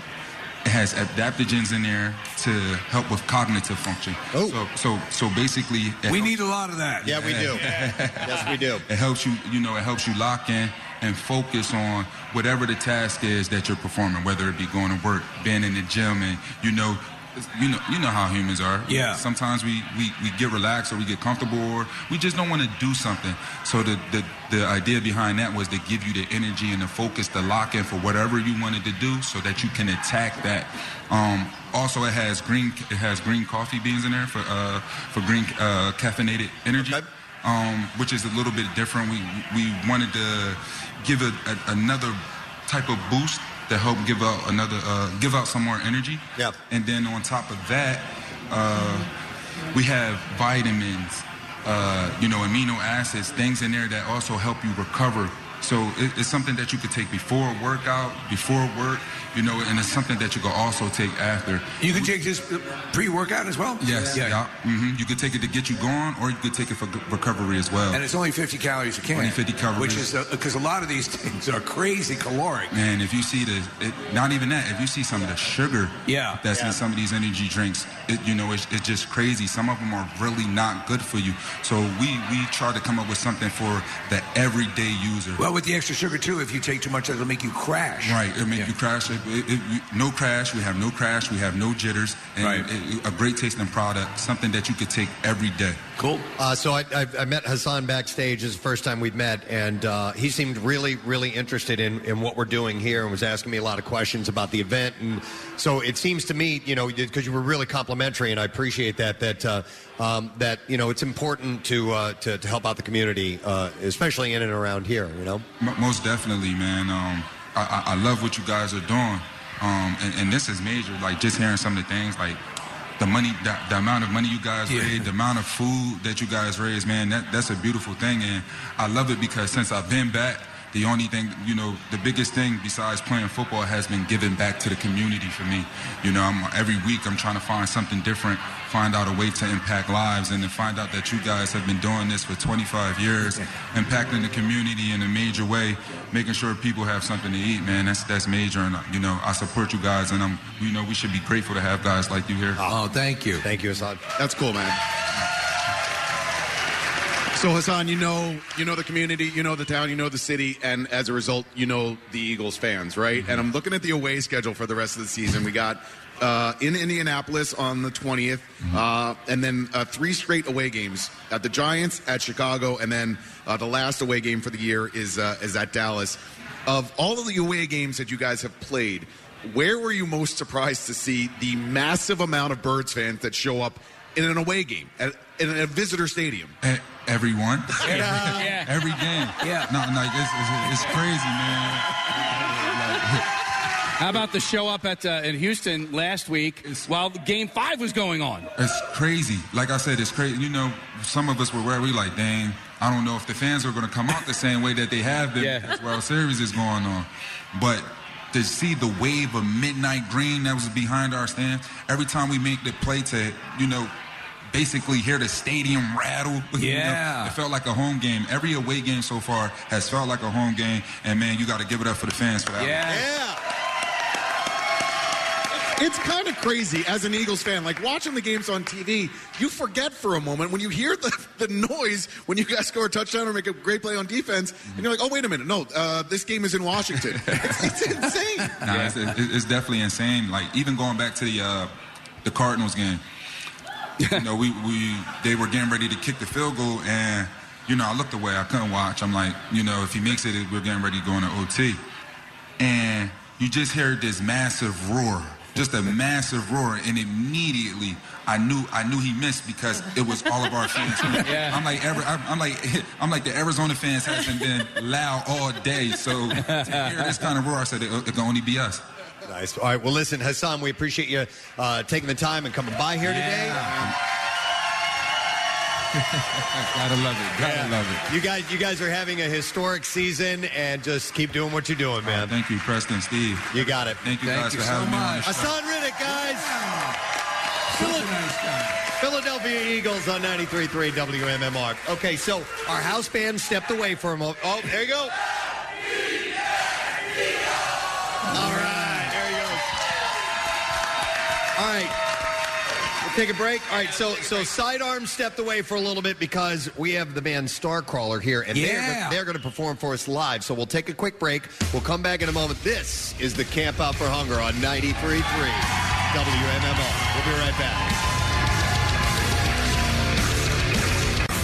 it has adaptogens in there to help with cognitive function. Oh. So so, so basically, it
We
helps-
need a lot of that.
yes, we do.
It helps you, you know, it helps you lock in and focus on whatever the task is that you're performing, whether it be going to work, being in the gym, and you know. You know, you know how humans are.
Yeah.
Sometimes we, we, we get relaxed or we get comfortable or we just don't want to do something. So the, the the idea behind that was to give you the energy and the focus, the lock in for whatever you wanted to do, so that you can attack that. Um, also, it has green it has green coffee beans in there for uh, for green uh, caffeinated energy um, which is a little bit different. We we wanted to give it a, another type of boost to help give out another uh, give out some more energy. Yep. And then on top of that, uh, we have vitamins, uh, you know, amino acids, things in there that also help you recover. So it, it's something that you could take before a workout, before work, you know, and it's something that you could also take after.
You can take this pre-workout as well.
Yes. Yeah. hmm You could take it to get you going, or you could take it for g- recovery as well.
And it's only 50 calories a can.
Only 50 calories.
Which is because a, lot of these things are crazy caloric.
Man, if you see the, it, not even that, if you see some of the sugar
Yeah.
that's
Yeah.
in some of these energy drinks, it, you know, it's, it's just crazy. Some of them are really not good for you. So we, we try to come up with something for the everyday user.
Well, with the extra sugar too, if you take too much, that'll make you crash.
Right, it'll make you crash. It, it, it- you- no crash, we have no crash, we have no jitters, and it- a great tasting product, something that you could take every day.
Cool.
Uh, so I, I, I met Hassan backstage. It's the first time we've met, and uh, he seemed really, really interested in, in what we're doing here, and was asking me a lot of questions about the event. And so it seems to me, you know, because you were really complimentary, and I appreciate that. That uh, um, that you know, it's important to uh, to, to help out the community, uh, especially in and around here. You know.
M- most definitely, man. Um, I, I, I love what you guys are doing, um, and, and this is major. Like just hearing some of the things, like the money, the, the amount of money you guys
Yeah.
raise, the amount of food that you guys raise, man. That that's a beautiful thing, and I love it because since I've been back. The only thing, you know, the biggest thing besides playing football has been giving back to the community for me. You know, I'm, every week I'm trying to find something different, find out a way to impact lives, and to find out that you guys have been doing this for 25 years, impacting the community in a major way, making sure people have something to eat, man. That's that's major, and you know, I support you guys, and I'm, you know, we should be grateful to have guys like you here.
Oh, thank you,
thank you, Hassan.
That's cool, man.
So Hassan, you know, you know the community, you know the town, you know the city, and as a result, you know the Eagles fans, right? And I'm looking at the away schedule for the rest of the season. We got uh, in Indianapolis on the 20th, uh, and then uh, three straight away games at the Giants, at Chicago, and then uh, the last away game for the year is uh, is at Dallas. Of all of the away games that you guys have played, where were you most surprised to see the massive amount of Birds fans that show up in an away game at, in a visitor stadium?
E- Everyone,
Yeah.
every game, yeah. No, like it's, it's, it's crazy, man. Like,
How about the show up at uh, in Houston last week while Game Five was going on?
It's crazy. Like I said, it's crazy. You know, some of us were where we like, dang, I don't know if the fans are going to come out the same way that they have been
Yeah.
as World Series is going on. But to see the wave of midnight green that was behind our stand, every time we make the play to, you know, basically hear the stadium rattle. you know,
Yeah.
it felt like a home game. Every away game so far has felt like a home game. And man, you got to give it up for the fans for that.
It's kind of crazy as an Eagles fan. Like watching the games on TV, you forget for a moment when you hear the, the noise when you guys score a touchdown or make a great play on defense, and you're like, oh, wait a minute. No, uh, this game is in Washington. it's, it's insane.
Nah, it's, it- it's definitely insane. Like even going back to the uh, the Cardinals game, you know, we, we they were getting ready to kick the field goal, and you know, I looked away. I couldn't watch. I'm like, you know, if he makes it, we're getting ready to go into OT, and you just heard this massive roar, just a massive roar, and immediately I knew I knew he missed because it was all of our fans.
Yeah.
I'm like, Ari- I'm I'm like, I'm like the Arizona fans hasn't been loud all day, so to hear this kind of roar, I said it, it can only be us.
Nice. All right. Well, listen, Hassan, we appreciate you uh, taking the time and coming by here
Gotta love it. Gotta love it.
today. You guys, you guys are having a historic season, and just keep doing what you're doing, man.
Thank you, Preston, Steve.
You got it.
Thank you guys for having me on the show.
Hassan Riddick, guys. Philadelphia Eagles on 93.3 WMMR. Okay, so our house band stepped away for a moment. Oh, there you go. All right, there you go. All right. We'll take a break. All right, so so Sidearm stepped away for a little bit because we have the band Starcrawler here, and
Yeah.
they're, they're going to perform for us live. So we'll take a quick break. We'll come back in a moment. This is the Camp Out for Hunger on 93.3 WMMR. We'll be right back.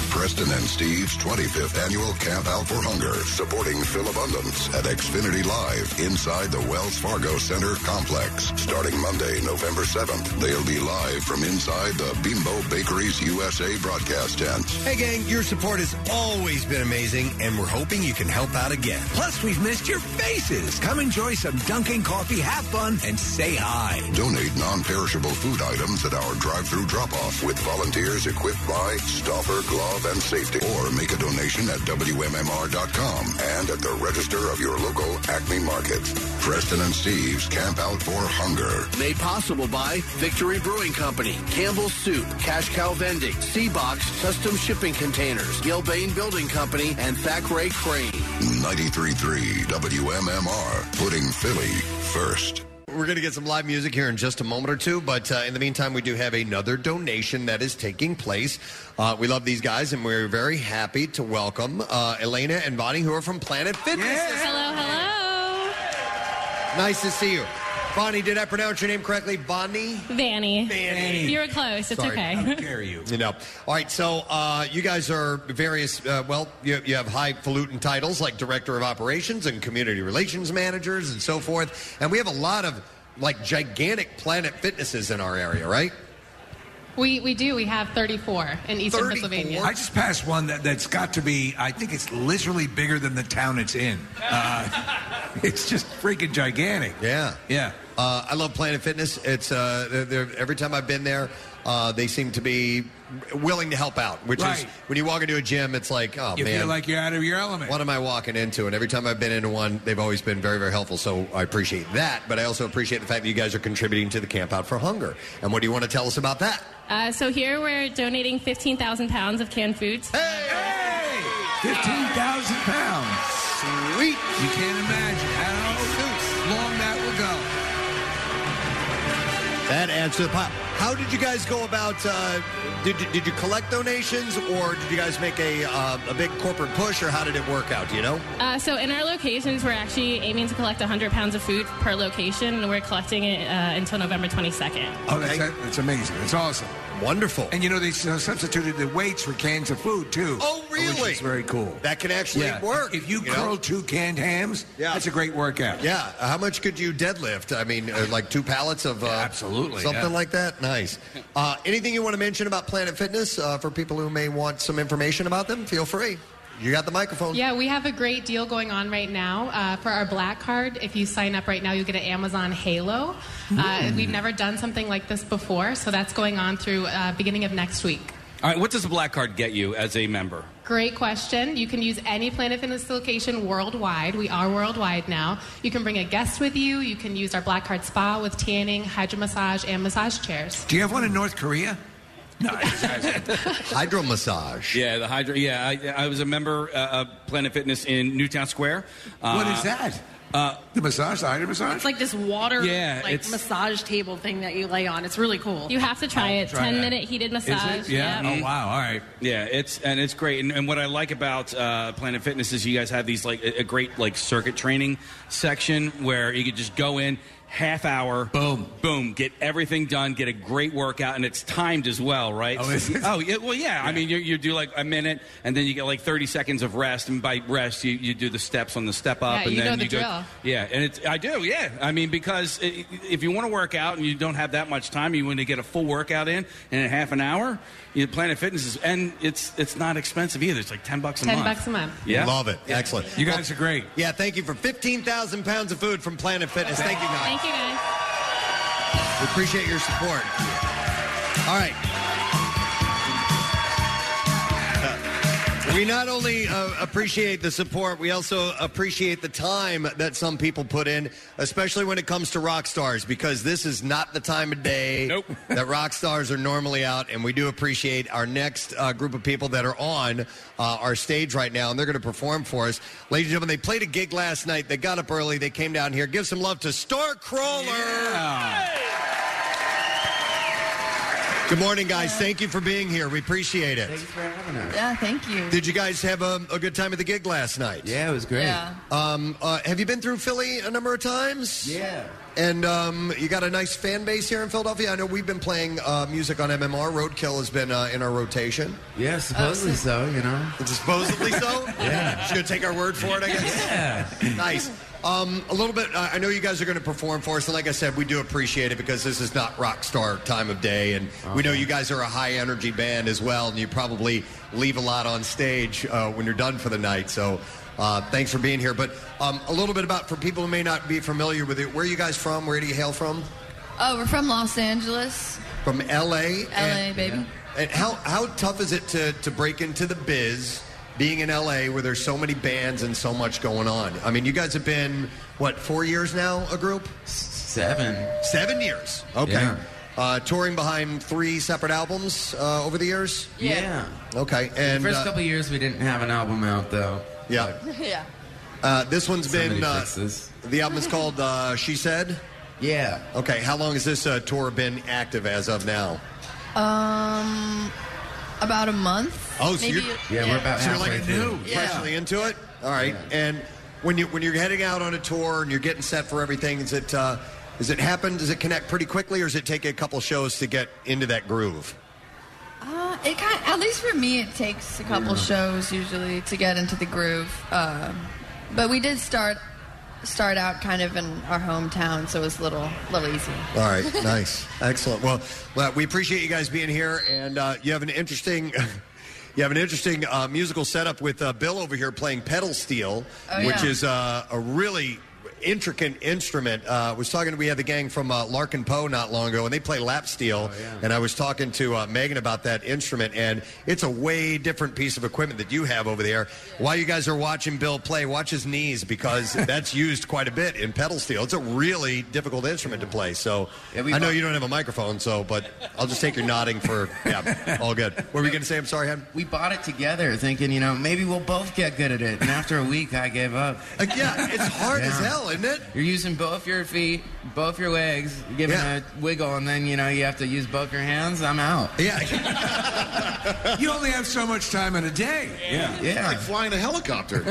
Preston and Steve's 25th annual Camp Out for Hunger, supporting Phil Abundance at Xfinity Live inside the Wells Fargo Center complex. Starting Monday, November 7th, they'll be live from inside the Bimbo Bakeries USA broadcast tent.
Hey, gang, your support has always been amazing, and we're hoping you can help out again.
Plus, we've missed your faces. Come enjoy some Dunkin' coffee, have fun, and say hi.
Donate non-perishable food items at our drive-through drop-off with volunteers equipped by stopper, glove, and safety. Or make a donation at WMMR.com and at the register of your local Acme Market. Preston and Steve's Camp Out for Hunger.
Made possible by Victory Brewing Company, Campbell's Soup, Cash Cow Vending, Seabox Custom Shipping Containers, Gilbane Building Company, and Thackeray Crane.
93.3 WMMR, putting Philly first.
We're going to get some live music here in just a moment or two, but uh, in the meantime, we do have another donation that is taking place. Uh, we love these guys, and we're very happy to welcome uh, Elena and Bonnie, who are from Planet Fitness.
Hello, hello.
Nice to see you. Bonnie, did I pronounce your name correctly? Bonnie?
Vanny.
Vanny.
You were close. It's
Sorry.
okay.
dare you? You know. All right, so uh, you guys are various, uh, well, you, you have highfalutin titles like Director of Operations and Community Relations Managers and so forth. And we have a lot of, like, gigantic Planet Fitnesses in our area, right?
We, we do. We have 34 in eastern
34?
Pennsylvania.
I just passed one that, that's got to be, I think it's literally bigger than the town it's in. Uh, it's just freaking gigantic.
Yeah.
Yeah.
Uh, I love Planet Fitness. It's uh, they're, they're- every time I've been there, uh, they seem to be willing to help out. Which is
Right.
when you walk into a gym, it's like, oh
you
man,
feel like you're out of your element.
what am I walking into? And every time I've been into one, they've always been very, very helpful. So I appreciate that, but I also appreciate the fact that you guys are contributing to the Camp Out for Hunger. And what do you want to tell us about that?
Uh, so here we're donating 15,000 pounds of canned foods.
Fifteen thousand pounds. Sweet. You can't imagine how long that will go.
That adds to the pile. How did you guys go about? Uh, did you, did you collect donations, or did you guys make a uh, a big corporate push, or how did it work out? Do you know?
Uh, so in our locations, we're actually aiming to collect 100 pounds of food per location, and we're collecting it uh, until November 22nd.
Oh, that's, that's amazing. It's awesome.
Wonderful.
And you know they uh, substituted the weights for cans of food too.
Oh,
Which
really?
is very cool.
That can actually
Yeah.
work.
If you,
you know?
curl two canned hams, that's a great workout.
Yeah. How much could you deadlift? I mean, uh, like two pallets of uh,
absolutely,
something
yeah.
like that. Nice. Uh, anything you want to mention about Planet Fitness uh, for people who may want some information about them? Feel free. You got the microphone.
Yeah, we have a great deal going on right now uh, for our black card. If you sign up right now, you'll get an Amazon Halo. Uh,
Ooh.
we've never done something like this before, so that's going on through uh, beginning of next week.
All right, what does the black card get you as a member?
Great question. You can use any Planet Fitness location worldwide. We are worldwide now. You can bring a guest with you. You can use our Black Card Spa with tanning, hydro massage, and massage chairs.
Do you have one in North Korea?
Hydro massage.
Yeah, the hydro. Yeah, I, I was a member uh, of Planet Fitness in Newtown Square.
What is that?
Uh,
the massage, the hydro massage.
It's like this water
Yeah,
like
it's-
massage table thing that you lay on. It's really cool.
You have to try it.
try
10
that.
minute heated massage.
Oh wow. All right. Yeah. It's and it's great. And, and what I like about uh, Planet Fitness is you guys have these like a, a great like circuit training section where you could just go in half hour. Boom. Boom. Get everything done. Get a great workout, and it's timed as well, right?
Oh, is it?
Oh, yeah. Well, yeah. I mean, you, you do like a minute, and then you get like thirty seconds of rest, and by rest you, you do the steps on the step up,
Yeah,
and
you
then
know the
you go.
drill.
Yeah, and it's I do. Yeah, I mean because i if you want to work out and you don't have that much time, you want to get a full workout in in a half an hour. You Planet Fitness is, and it's it's not expensive either. It's like ten bucks a
10
month.
bucks a month.
Yeah,
Love it. Excellent.
You guys are great.
Yeah, thank you for 15,000 pounds of food from Planet Fitness. Thank you, guys.
Thank you guys.
We appreciate your support. All right. We not only uh, appreciate the support, we also appreciate the time that some people put in, especially when it comes to rock stars, because this is not the time of day that rock stars are normally out. And we do appreciate our next uh, group of people that are on uh, our stage right now, and they're going to perform for us. Ladies and gentlemen, they played a gig last night. They got up early. They came down here. Give some love to Star Crawler. Good morning, guys. Thank you for being here. We appreciate it.
Yeah, thank you.
Did you guys have a, a good time at the gig last night? Yeah, it was
great. Yeah.
Um, uh, have you been through Philly a number of times?
Yeah.
And um, you got a nice fan base here in Philadelphia. I know we've been playing uh, music on MMR. Roadkill has been uh, in our rotation.
Yeah, supposedly so, you know.
Supposedly so. yeah. Should take our word for it, I guess. Yeah. nice. Um, a little bit. Uh, I know you guys are going to perform for us, and like I said, we do appreciate it because this is not rock star time of day, and we know you guys are a high energy band as well, and you probably leave a lot on stage uh, when you're done for the night. So, uh, thanks for being here. But um, a little bit about for people who may not be familiar with it, where are you guys from? Where do you hail from?
Oh, we're from Los Angeles.
From L.A.
LA, baby.
And how, how tough is it to, to break into the biz being in LA where there's so many bands and so much going on? I mean, you guys have been, what, four years now, a group?
Seven.
Seven years. Okay.
Yeah.
Uh, touring behind three separate albums uh, over the years?
Yeah.
Okay. And
the first
uh,
couple years, we didn't have an album out, though.
Yeah.
yeah.
Uh, this one's
So
been
many
uh,
fixes.
the album is called uh, She Said.
Yeah.
Okay. How long has this uh, tour been active as of now?
Um, about a month. maybe.
Oh, so you're like new, freshly into it. All right, and when you when you're heading out on a tour and you're getting set for everything, is it uh, is it happen? Does it connect pretty quickly, or does it take a couple shows to get into that groove?
Uh, it kind at least for me, it takes a couple
Yeah.
shows usually to get into the groove. Um, but we did start start out kind of in our hometown, so it was a little little easy.
All right, nice, excellent. Well, well, we appreciate you guys being here, and uh, you have an interesting. You have an interesting uh, musical setup with uh, Bill over here playing pedal steel,
Oh,
which
yeah.
is uh, a really intricate instrument. Uh, I was talking to, we had the gang from uh, Larkin Poe not long ago, and they play lap
Oh,
steel. And I was talking to uh, Megan about that instrument, and it's a way different piece of equipment that you have over there. While you guys are watching Bill play, watch his knees because that's used quite a bit in pedal steel. It's a really difficult instrument to play. So
we
I know
bought-
you don't have a microphone, so but I'll just take your nodding for yeah, all good. What were you going to say? I'm sorry, Hen.
We bought it together, thinking you know maybe we'll both get good at it. And after a week, I gave up.
Uh, yeah, it's hard as hell, isn't it?
You're using both your feet, both your legs, giving a wiggle, and then you know you have to use both your hands. I'm out.
Yeah.
you only have so much time in a day.
Yeah.
Yeah.
Like
flying a helicopter.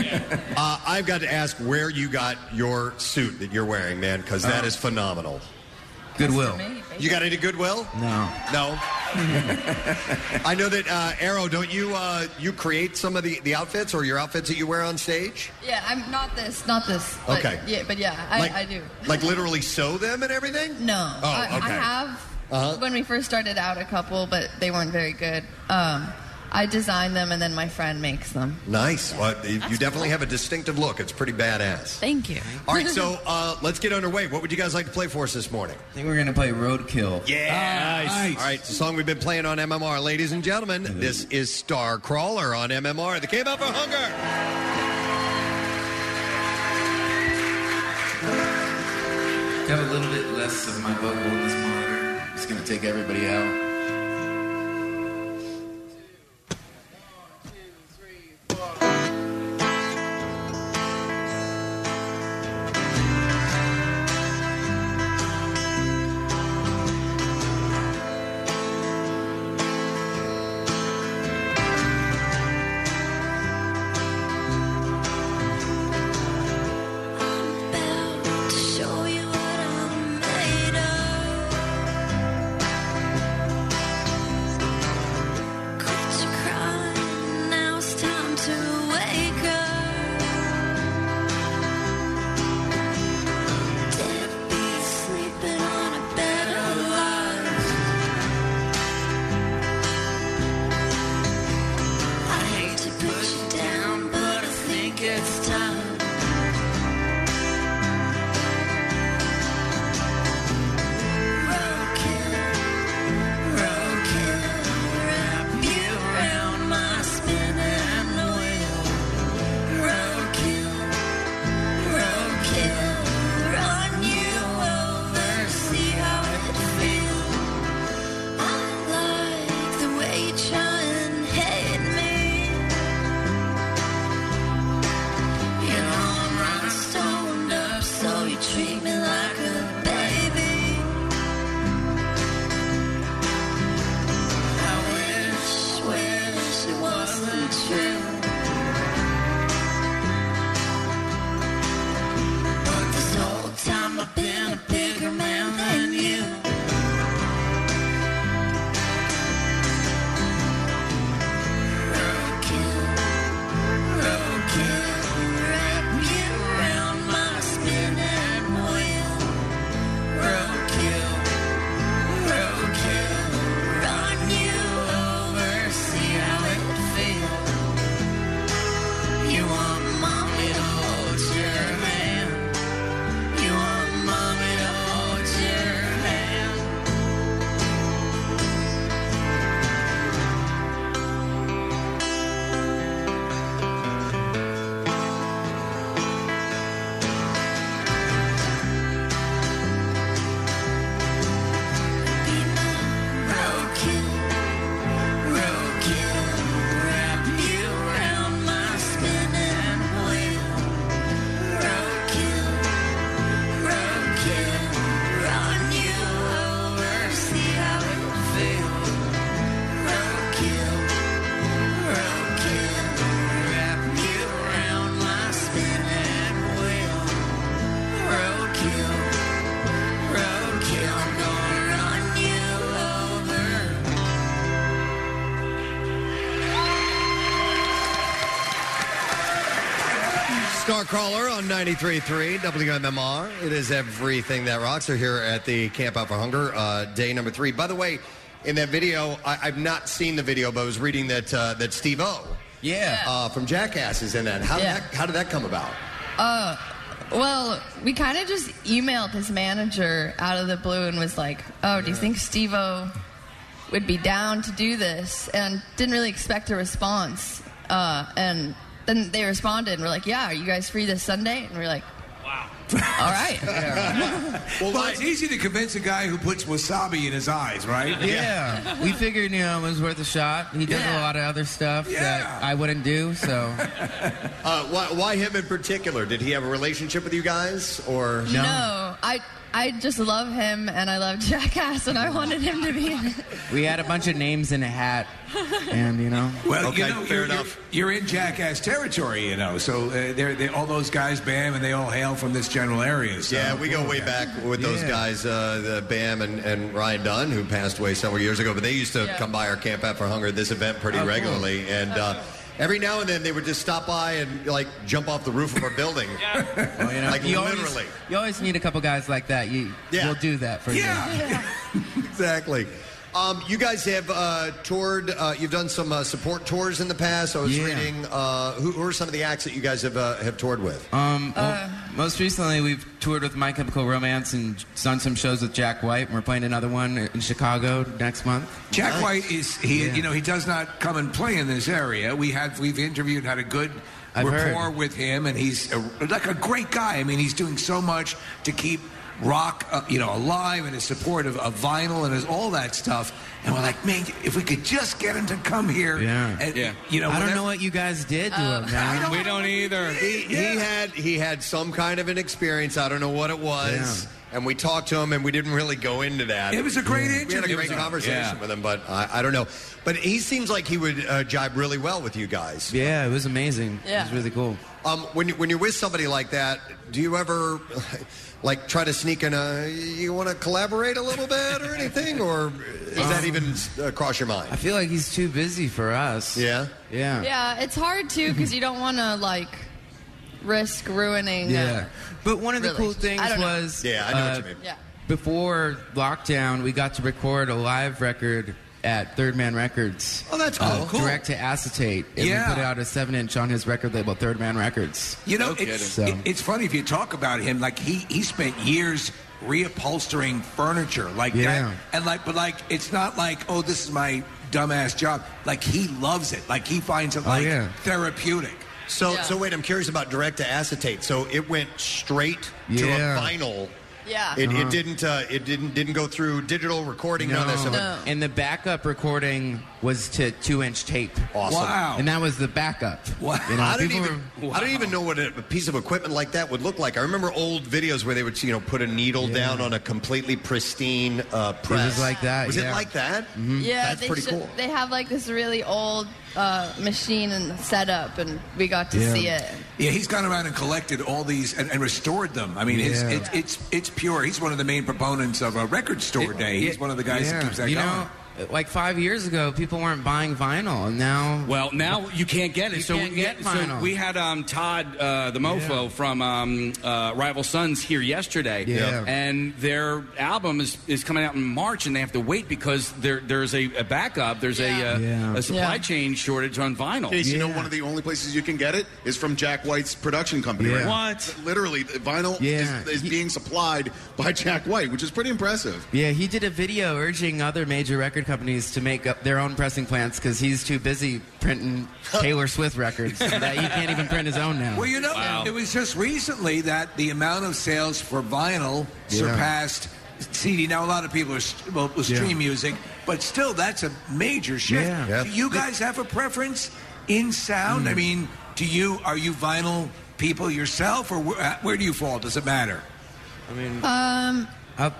uh, I've got to ask where you got your suit that you're wearing, man, because that
Oh.
is phenomenal.
Goodwill.
You got any Goodwill?
No.
No. I know that uh, Arrow. Don't you uh, you create some of the, the outfits or your outfits that you wear on stage?
Yeah, I'm not this, not this. but-
Okay.
Yeah, but yeah, I,
Like-
I do.
Like literally sew them and everything?
No.
Oh,
I, I
okay.
have
Uh-huh.
when we first started out a couple, but they weren't very good. Um, I design them and then my friend makes them.
Nice. Well, you you definitely have a distinctive look. It's pretty badass.
Thank you.
All right, so uh, let's get underway. What would you guys like to play for us this morning?
I think we're going to play Roadkill.
Yeah. All right, it's a song we've been playing on MMR, ladies and gentlemen. This is Star Crawler on MMR, the Came Out for Hunger.
Got a little bit less of my vocal in this monitor. It's going to take everybody out.
To show you what I'm made of. Quit your crying, now it's time to wake up. Deadbeat sleeping on a bed of lies. I hate to put you down, but I think it's time. Treat me like a baby. I wish, wish it wasn't true. But this whole time I've been a bigger man than you. Roadkill, roadkill, wrap me around my spinning wheel. Roadkill, roadkill. Run you over, see how it feels. You want mommy to hold your hand. You want mommy to hold your hand. Roadkill, roadkill, wrap you around my spinning wheel. Roadkill, roadkill, run you over, see how it feels. Roadkill, roadkill, wrap you around my spinning wheel. Roadkill, roadkill, I'm gonna run you over.
Starcrawler on 93.3 WMMR. It is everything that rocks. We're here at the Camp Out for Hunger, uh, day number three. By the way, in that video, I, I've not seen the video, but I was reading that uh, that Steve O, yeah, uh, from Jackass is in that. How
Yeah.
did that, how did that come about?
Uh, well, we kind of just emailed his manager out of the blue and was like, "Oh, do you
Yeah.
think Steve-O would be down to do this?" And didn't really expect a response. Uh, and then they responded and were like, "Yeah, are you guys free this Sunday?" And we are like, "Wow, all right."
well, it's easy to convince a guy who puts wasabi in his eyes, right?
Yeah. we figured, you know, it was worth a shot. He does a lot of other stuff that I wouldn't do, so.
Uh, why, why him in particular? Did he have a relationship with you guys, or
No. I I just love him and I love Jackass and I wanted him to be in it.
We had a bunch of names in a hat, and, you know.
Well, you know, you're, You're, you're in Jackass territory, you know. So uh, they're, they all those guys, bam, and they all hail from this general area. So.
Yeah, we go way back with those
Yeah.
guys, uh, the Bam and, and Ryan Dunn, who passed away several years ago. But they used to
Yeah.
come by our Camp Out for Hunger, this event, pretty
Oh, cool.
regularly. And uh, every now and then they would just stop by and like jump off the roof of our building.
you know,
Like
you
literally.
Always, you always need a couple guys like that. You, We'll do that for you.
exactly. Um, you guys have uh, toured. Uh, you've done some uh, support tours in the past. I was reading. Uh, who, who are some of the acts that you guys have uh, have toured with?
Um, well, most recently, we've toured with My Chemical Romance and done some shows with Jack White, and we're playing another one in Chicago next month.
Jack White is he? You know, he does not come and play in this area. We have we've interviewed, had a good
I've heard.
rapport with him, and he's a, like a great guy. I mean, he's doing so much to keep rock, uh, you know, alive and his support of, of vinyl and his all that stuff. And we're like, man, if we could just get him to come here,
Yeah.
and, you know,
I don't
whatever-
know what you guys did to
Uh,
him, man.
I don't- We don't
either. He, he had he had some kind of an experience. I don't know what it was. And we talked to him, and we didn't really go into that.
It was a great
We had a
interview.
great
Yeah.
conversation with him, but I, I don't know. But he seems like he would uh, jibe really well with you guys.
Yeah, it was amazing.
Yeah.
It was really cool.
Um, when you- when you're with somebody like that, do you ever like try to sneak in a you want to collaborate a little bit or anything, or is that even uh, cross your mind?
Um, I feel like he's too busy for us.
Yeah.
Yeah.
Yeah, it's hard too because you don't want to like risk ruining.
Yeah.
Uh,
But one of the
really.
cool things
I don't know.
was uh,
Yeah.
Before lockdown, we got to record a live record at Third Man Records.
Oh, that's
uh,
cool.
Direct to acetate. And
Yeah.
we put out a 7 inch on his record label, Third Man Records.
You know, it's,
So-
it- it's funny if you talk about him. Like he he spent years reupholstering furniture like
Yeah.
that, and like but like it's not like oh this is my dumbass job. Like he loves it. Like he finds
Oh,
it like
yeah.
therapeutic.
So so wait, I'm curious about direct to acetate. So it went straight to a
Yeah.
vinyl.
Yeah.
It,
Uh-huh.
it didn't uh, it didn't didn't go through digital recording none of that stuff.
And the backup recording was to two inch tape.
Awesome. Wow.
And that was the backup. You know,
I don't
people
even I don't even know what a, a piece of equipment like that would look like. I remember old videos where they would you know put a needle down on a completely pristine uh, press.
like that,
Was it
yeah. Mm-hmm.
like that?
Yeah,
Mm, that's
they
pretty
should-
cool.
They have like this really old uh, machine and setup, and we got to
Yeah.
see it.
Yeah, he's gone around and collected all these and, and restored them. I mean, his,
Yeah.
it's it's it's pure. He's one of the main proponents of a record store day. He's one of the guys
Yeah.
that keeps that
you
going.
Know, like five years ago, people weren't buying vinyl, and now
Well, now you can't get it.
You
so,
can't
yeah,
get
so
vinyl.
we had um, Todd uh, the Mofo from um, uh, Rival Sons here yesterday,
Yeah.
and their album is, is coming out in March, and they have to wait because there there's a, a backup, there's a uh,
Yeah.
a supply
Yeah.
chain shortage on vinyl.
Case, you know, one of the only places you can get it is from Jack White's production company.
Yeah.
Right What? Literally, the vinyl
Yeah.
is, is being supplied by Jack White, which is pretty impressive.
Yeah, he did a video urging other major record companies to make up their own pressing plants because he's too busy printing Taylor Swift records that he can't even print his own now.
Well, you know, it was just recently that the amount of sales for vinyl
Yeah.
surpassed CD. Now, a lot of people are st- well, will stream
Yeah.
music, but still, that's a major shift.
Yeah. Yeah.
Do you guys have a preference in sound? I mean, do you are you vinyl people yourself, or where, uh, where do you fall? Does it matter?
I mean,
Um,
I,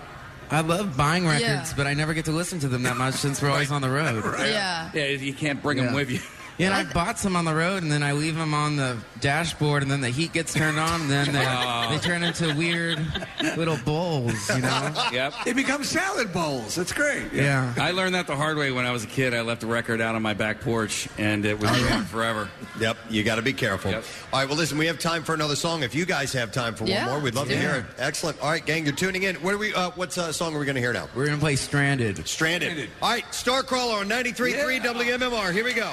I love buying records,
Yeah.
but I never get to listen to them that much since we're always on the road.
Yeah.
yeah, you can't bring them
Yeah.
with you.
Yeah, and I bought some on the road, and then I leave them on the dashboard, and then the heat gets turned on, and then
Oh.
they, they turn into weird little bowls, you know?
Yep.
They become salad bowls. That's great.
Yeah.
I learned that the hard way when I was a kid. I left a record out on my back porch, and it was gone forever.
Yep, you got to be careful. All right, well, listen, we have time for another song. If you guys have time for
Yeah.
one more, we'd love to
Yeah.
hear it. Excellent. All right, gang, you're tuning in. What are we? Uh, what uh, song are we going to hear now?
We're going to play Stranded.
Stranded. All right, Starcrawler on 93.3 WMMR. Here we go.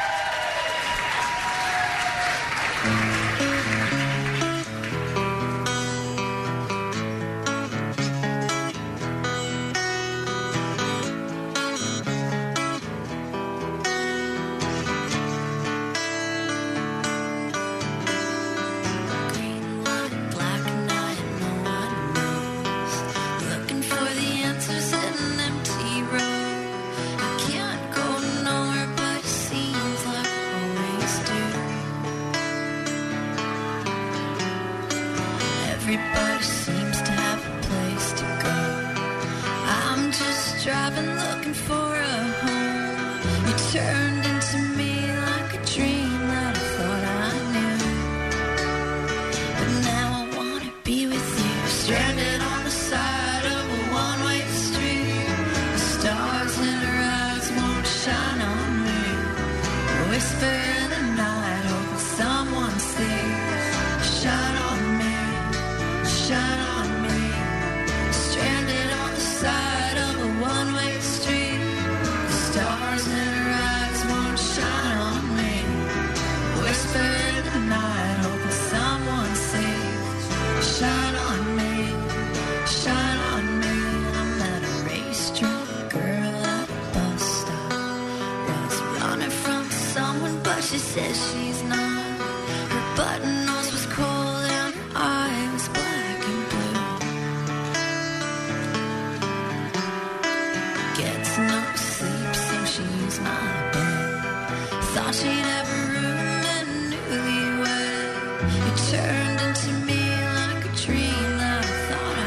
Looking for the answers in an empty road. I can't go nowhere, but it seems like I always do. Everybody seems to have a place to go. I'm just driving, looking for a home. You turned into me like a dream that I thought I knew. But now I wanna be with you. Stranded on the side of a one-way street. The stars in her eyes won't shine on me. A whisper in the night, hoping someone sees. Shine on me, shine on me. Stranded on the side of a one-way street. says she's not. Her button nose was cold and her eye was black and blue. Gets no sleep, seems she's not bed. Thought she'd have a room and knew you were. It turned into me like a dream that I thought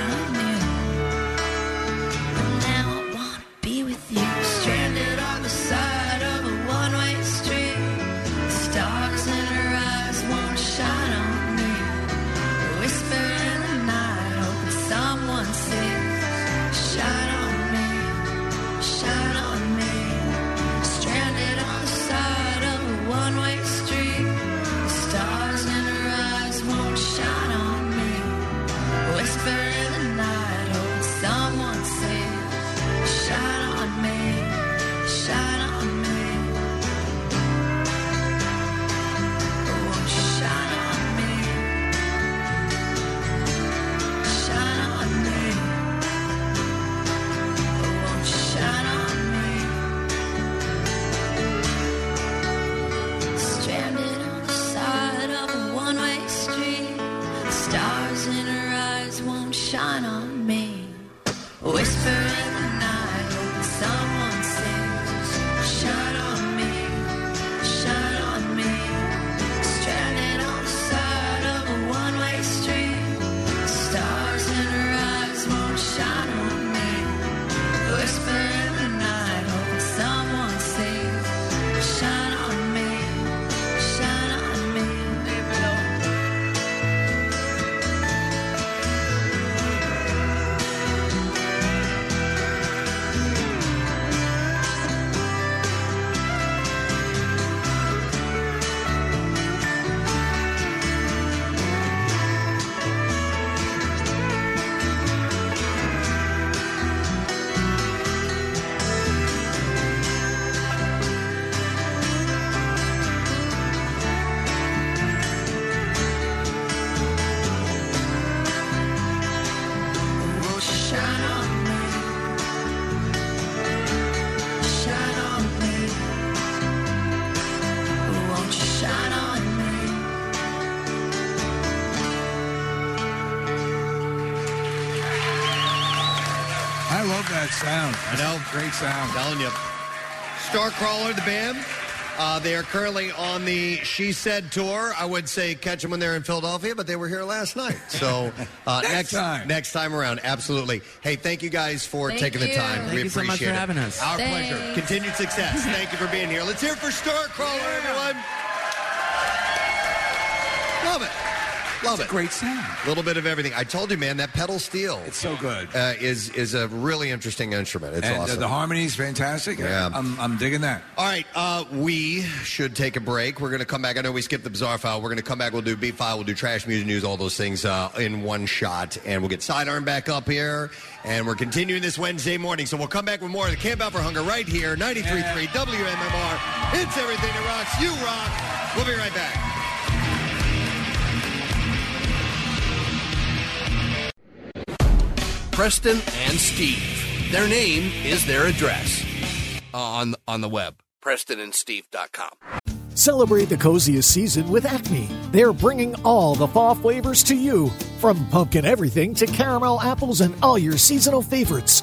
I knew. But now I wanna be with you, stranded on the side of a one-way street. Stars in her eyes won't shine on me. Whisper in the night, hoping someone sees. Shine on me, shine on me. Stranded on the side of a one-way street. Stars in her eyes won't shine on me. Whisper in the night, hoping someone sees. Shine on me, shine on me. Won't you Oh, shine on me? Shine on me. Won't you shine on me? Stranded on the side of a one-way street, stars in her eyes won't shine on me. Whisper in the night, hoping someone sings. Shine on me, shine on me. Stranded on the side of a one-way street, stars in her eyes won't shine on me. Whisper in the night, hoping someone sings. Shine on me, shine on me. Leave it alone. Won't you shine on me? Shine on me. Won't you shine on me?
I love that sound. I know. Great sound.
telling you. Starcrawler, the band. Uh, they are currently on the She Said tour. I would say catch them when they're in Philadelphia, but they were here last night. So uh,
Next time.
next time around, absolutely. Hey, thank you guys for
Thank
taking the
you.
time.
Thank
we
you so
appreciate
much for
it.
having us.
Our
Thanks.
pleasure. Continued success. thank you for being here. Let's hear it for Starcrawler, everyone. Love it. Love it.
great sound.
A little bit of everything. I told you, man, that pedal steel. It's
so good.
Uh, is is a really interesting instrument. It's
and uh,
awesome.
the harmony is fantastic.
Yeah.
I'm, I'm digging that.
All right, uh, we should take a break. We're going to come back. I know we skipped the bizarre file. We're going to come back. We'll do beat file. We'll do trash music news. All those things uh, in one shot, and we'll get sidearm back up here. And we're continuing this Wednesday morning. So we'll come back with more of the Camp Out for Hunger right here, 93.3 WMMR. It's everything that rocks. You rock. We'll be right back.
Preston and Steve. Their name is their address Uh, on on the web. PrestonandSteve.com.
Celebrate the coziest season with Acme. They're bringing all the fall flavors to you, from pumpkin everything to caramel apples and all your seasonal favorites.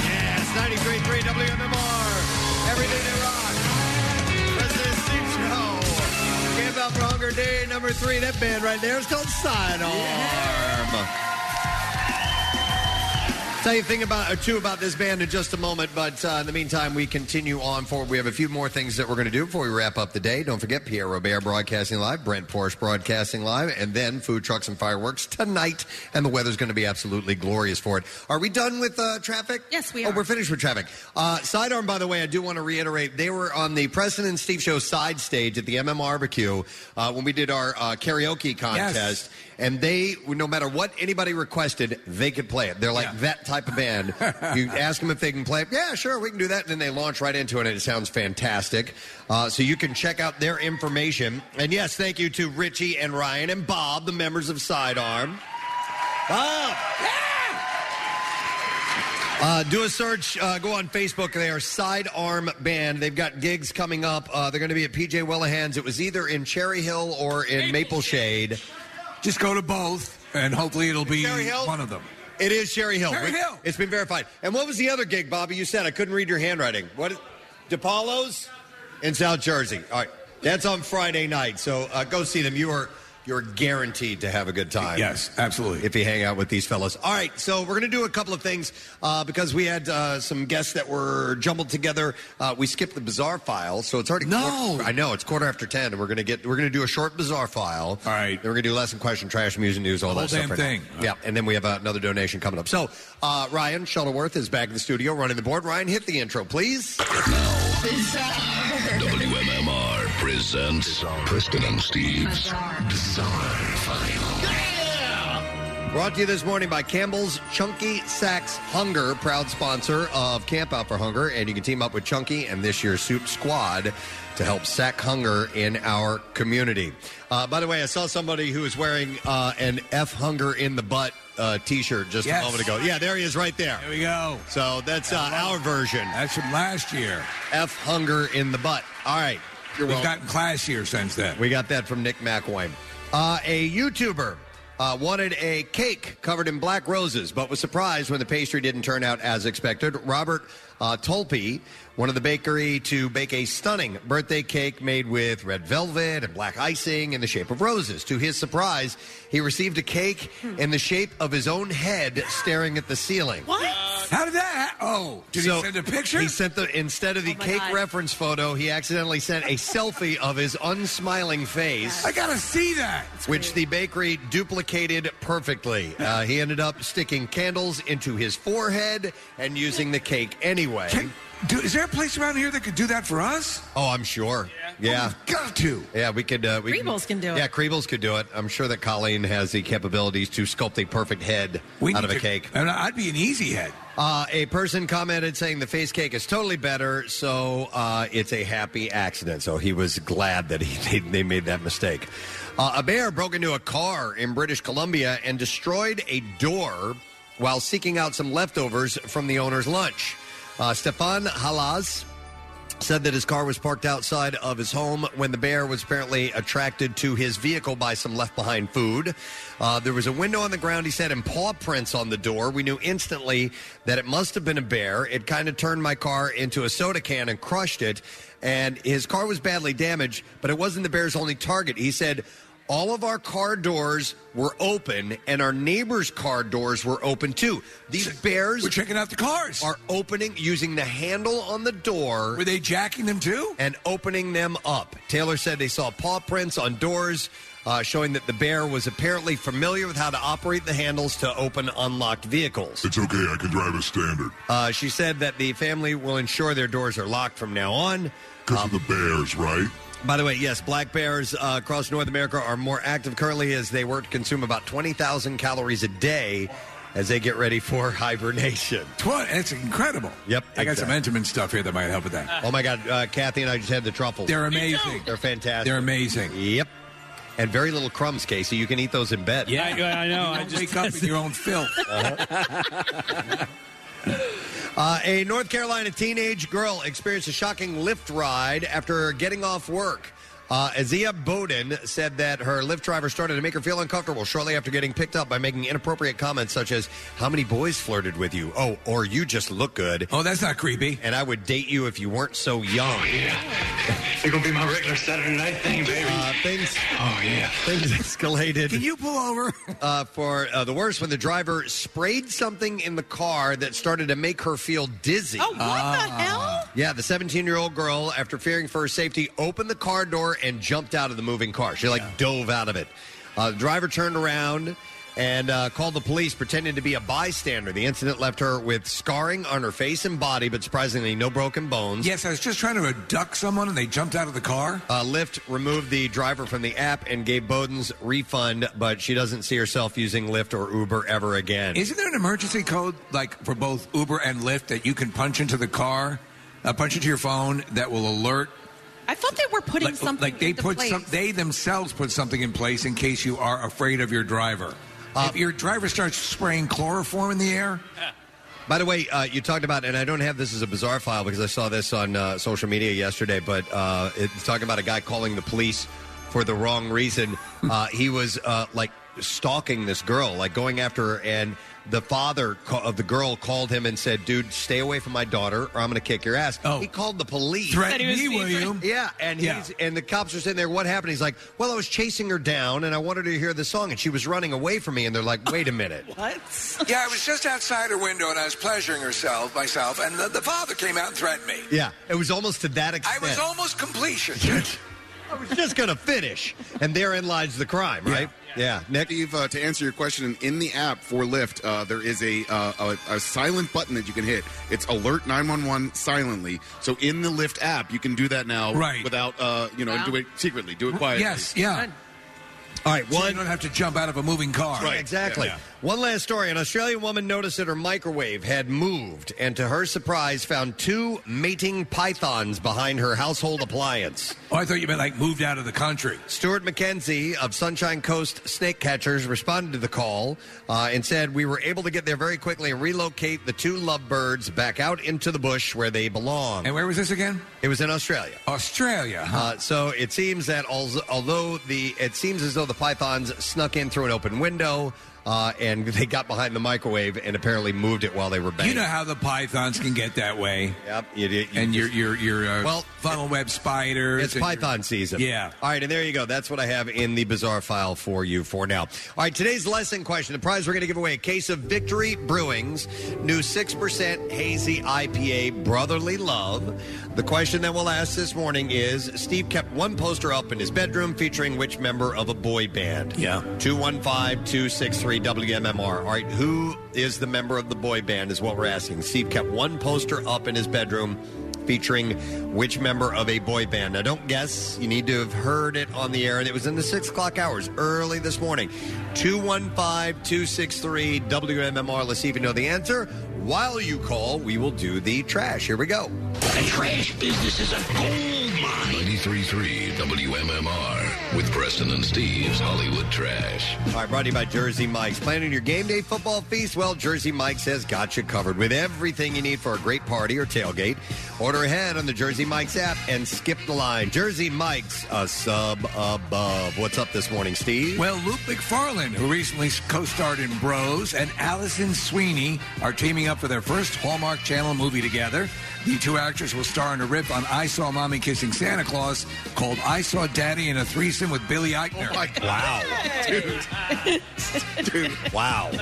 Yes, 93.3 WMMR. Everything that rocks. President Steve Show. Camp Out for Hunger Day number three. That band right there is called Sidearm. Tell you a thing about or two about this band in just a moment, but uh, in the meantime, we continue on forward. We have a few more things that we're going to do before we wrap up the day. Don't forget Pierre Robert broadcasting live, Brent Porsche broadcasting live, and then food trucks and fireworks tonight. And the weather's going to be absolutely glorious for it. Are we done with uh, traffic? Yes, we are. Oh, we're finished with traffic. Uh, sidearm, by the way, I do want to reiterate they were on the Preston and Steve show side stage at the MM Barbecue uh, when we did our uh, karaoke contest, and they, no matter what anybody requested, they could play it. They're like that type of band. you ask them if they can play it. Yeah, sure, we can do that. And then they launch right into it, and it sounds fantastic. Uh, so you can check out their information. And yes, thank you to Richie and Ryan and Bob, the members of Sidearm. Bob. Uh, do a search. Uh, go on Facebook. They are Sidearm Band. They've got gigs coming up. Uh, they're going to be at PJ Wellahan's. It was either in Cherry Hill or in Maple Shade. Just go to both, and hopefully it'll be one of them. It is Cherry Hill.
Cherry
We-
Hill.
It's been verified. And what was the other gig, Bobby? You said I couldn't read your handwriting. What? is- DePaulo's in South Jersey. All right, that's on Friday night. So uh, go see them. You are you're guaranteed to have a good time. Yes, absolutely. If you hang out with these fellas. All right, so we're going to do a couple of things uh, because we had uh, some guests that were jumbled together. Uh, we skipped the bizarre file, so it's already no. I know it's quarter after ten, and we're going to get we're going to do a short bizarre file. All right, then we're going to do lesson question, trash, music, news, all
Whole
that stuff.
damn
right now.
thing.
Yeah, and then we have uh, another donation coming up. So uh, Ryan Shuttleworth is back in the studio running the board. Ryan, hit the intro, please.
WMMR presents Preston and Steve's Bizarre Final.
Brought to you this morning by Campbell's Chunky Sacks Hunger, proud sponsor of Camp Out for Hunger. And you can team up with Chunky and this year's Soup Squad to help sack hunger in our community. Uh, by the way, I saw somebody who was wearing uh, an F Hunger in the Butt uh, t shirt just
Yes.
a moment ago. Yeah, there he is right there. There we go. So that's uh, our version. That's from last year. F Hunger in the Butt. All right.
We've gotten
classier since then. We got that from Nick McWayne. Uh, a YouTuber uh, wanted a cake covered in black roses, but was surprised when the pastry didn't turn out as expected. Robert uh, Tolpe wanted the bakery to bake a stunning birthday cake made with red velvet and black icing in the shape of roses. To his surprise, he received a cake in the shape of his own head staring at the ceiling. What? How did that? Oh,
did he send a picture?
He sent the instead of the
Oh my
cake
God.
reference photo, he accidentally sent a selfie of his unsmiling face.
I gotta see that.
Which the bakery duplicated perfectly. Uh, he ended up sticking candles into his forehead and using the cake anyway.
Do, is there a place around here that could do that for us?
Oh, I'm sure. Yeah,
Oh,
got to. Yeah, we could. Uh, we
Kriebels can do it.
Yeah, Kriebels could do it. I'm sure that Colleen has the capabilities to sculpt a perfect head
We
out
need
of a
to-
cake.
and I'd be an easy head.
Uh, a person commented saying the face cake is totally better, so uh, it's a happy accident. So he was glad that he they, they made that mistake. Uh, a bear broke into a car in British Columbia and destroyed a door while seeking out some leftovers from the owner's lunch. Uh, Stefan Halas said that his car was parked outside of his home when the bear was apparently attracted to his vehicle by some left behind food. Uh, there was a window on the ground, he said, and paw prints on the door. We knew instantly that it must have been a bear. It kind of turned my car into a soda can and crushed it. And his car was badly damaged, but it wasn't the bear's only target. He said, all of our car doors were open, and our neighbors' car doors were open too. These bears were checking out the cars. Are opening using the handle on the door. Were they jacking them too? And opening them up. Taylor said they saw paw prints on doors. Uh, showing that the bear was apparently familiar with how to operate the handles to open unlocked vehicles.
It's okay, I can drive a standard.
Uh, she said that the family will ensure their doors are locked from now on. Um,
Because of the bears, right?
By the way, yes, black bears uh, across North America are more active currently as they work to consume about 20,000 calories a day as they get ready for hibernation.
What? It's incredible.
Yep.
I got some
Entenmann stuff here that might help with that. Oh, my God. Uh, Kathy and I just had the truffles.
They're amazing.
They're fantastic.
They're amazing.
Yep. And very little crumbs, Casey. You can eat those in bed.
Yeah, I- I know. You I don't just- Uh-huh. wake up in your own
filth. Uh-huh. Uh, a North Carolina teenage girl experienced a shocking lift ride after getting off work. Uh, Azia Bowden said that her Lyft driver started to make her feel uncomfortable shortly after getting picked up by making inappropriate comments such as, How many boys flirted with you? Oh, or you just look good. Oh, that's not creepy. And I would date you if you weren't so young.
It's gonna be my regular Saturday night thing, baby.
Uh, things. Oh yeah, things escalated. Can
you pull over?
uh, for uh, the worst, when the driver sprayed something in the car that started to make her feel dizzy.
Oh, what the Ah. hell?
Yeah, the 17-year-old girl, after fearing for her safety, opened the car door and jumped out of the moving car. She like dove out of it. Uh, the driver turned around. And uh, called the police pretending to be a bystander. The incident left her with scarring on her face and body, but surprisingly, no broken bones.
Yes, I was just trying to abduct someone and they jumped out of the car.
Uh, Lyft removed the driver from the app and gave Bowden's refund, but she doesn't see herself using Lyft or Uber ever again.
Isn't there an emergency code like for both Uber and Lyft that you can punch into the car, uh, punch into your phone that will alert?
I thought they were putting
like,
something
like they
into
put
place.
some. They themselves put something in place in case you are afraid of your driver. Uh, if your driver starts spraying chloroform in the air,
By the way, uh, you talked about, and I don't have this as a bizarre file because I saw this on uh, social media yesterday, but uh, it's talking about a guy calling the police for the wrong reason. Uh, he was uh, like stalking this girl, like going after her, and the father ca- of the girl called him and said, "Dude, stay away from my daughter, or I'm going to kick your ass." Oh. He called the police.
Threaten Said he was me, being William. threatened.
Yeah, and
Yeah.
he's and the cops are sitting there. What happened? He's like, "Well, I was chasing her down, and I wanted her to hear the song, and she was running away from me." And they're like, "Wait a minute."
What? yeah, I was just outside her window and I was pleasuring herself myself, and the, the father came out and threatened me.
Yeah, it was almost to that
I
extent.
was almost completion.
I was just going to finish. And therein lies the crime, right? Yeah. Nick?
Steve, uh, to answer your question, in the app for Lyft, uh, there is a, uh, a, a silent button that you can hit. It's alert 911 silently. So in the Lyft app, you can do that now
Right.
without, uh, you know,
Wow.
do it secretly, do it quietly.
Yes, yeah.
All right,
one. So you don't have to jump out of a moving car.
Right, exactly. One last story. An Australian woman noticed that her microwave had moved and, to her surprise, found two mating pythons behind her household appliance.
Oh, I thought you meant like moved out of the country.
Stuart McKenzie of Sunshine Coast Snake Catchers responded to the call uh, and said, We were able to get there very quickly and relocate the two lovebirds back out into the bush where they belong.
And where was this again?
It was in Australia.
Australia.
Uh, so it seems that als- although the it seems as though the pythons snuck in through an open window uh, and they got behind the microwave and apparently moved it while they were banging.
You know how the pythons can get that way.
Yep. You, you,
and your your your uh,
Well,
funnel web spiders.
It's
and your-
Python season.
Yeah.
All right, and there you go. That's what I have in the bizarre file for you for now. All right, today's lesson question. The prize we're going to give away a case of Victory Brewing's new 6% hazy IPA, Brotherly Love. The question that we'll ask this morning is Steve kept one poster up in his bedroom featuring which member of a boy band?
Yeah.
215 263 WMMR. All right, who is the member of the boy band is what we're asking. Steve kept one poster up in his bedroom featuring which member of a boy band. Now, don't guess. You need to have heard it on the air, and it was in the 6 o'clock hours early this morning. 215 263 WMMR. Let's see if you know the answer. While you call, we will do the trash. Here we go.
The trash business is a gold mine. 93.3 WMMR with Preston and Steve's Hollywood Trash.
All right, brought to you by Jersey Mike's. Planning your game day football feast? Well, Jersey Mike's has got you covered with everything you need for a great party or tailgate. Order ahead on the Jersey Mike's app and skip the line. Jersey Mike's, a sub above. What's up this morning, Steve?
Well, Luke McFarlane, who recently co-starred in Bros, and Allison Sweeney are teaming up for their first Hallmark Channel movie together. The two actors will star in a rip on I Saw Mommy Kissing Santa Claus called I Saw Daddy in a Threesome with Billy Eichner.
Oh
my God. Dude.
Dude.
Wow.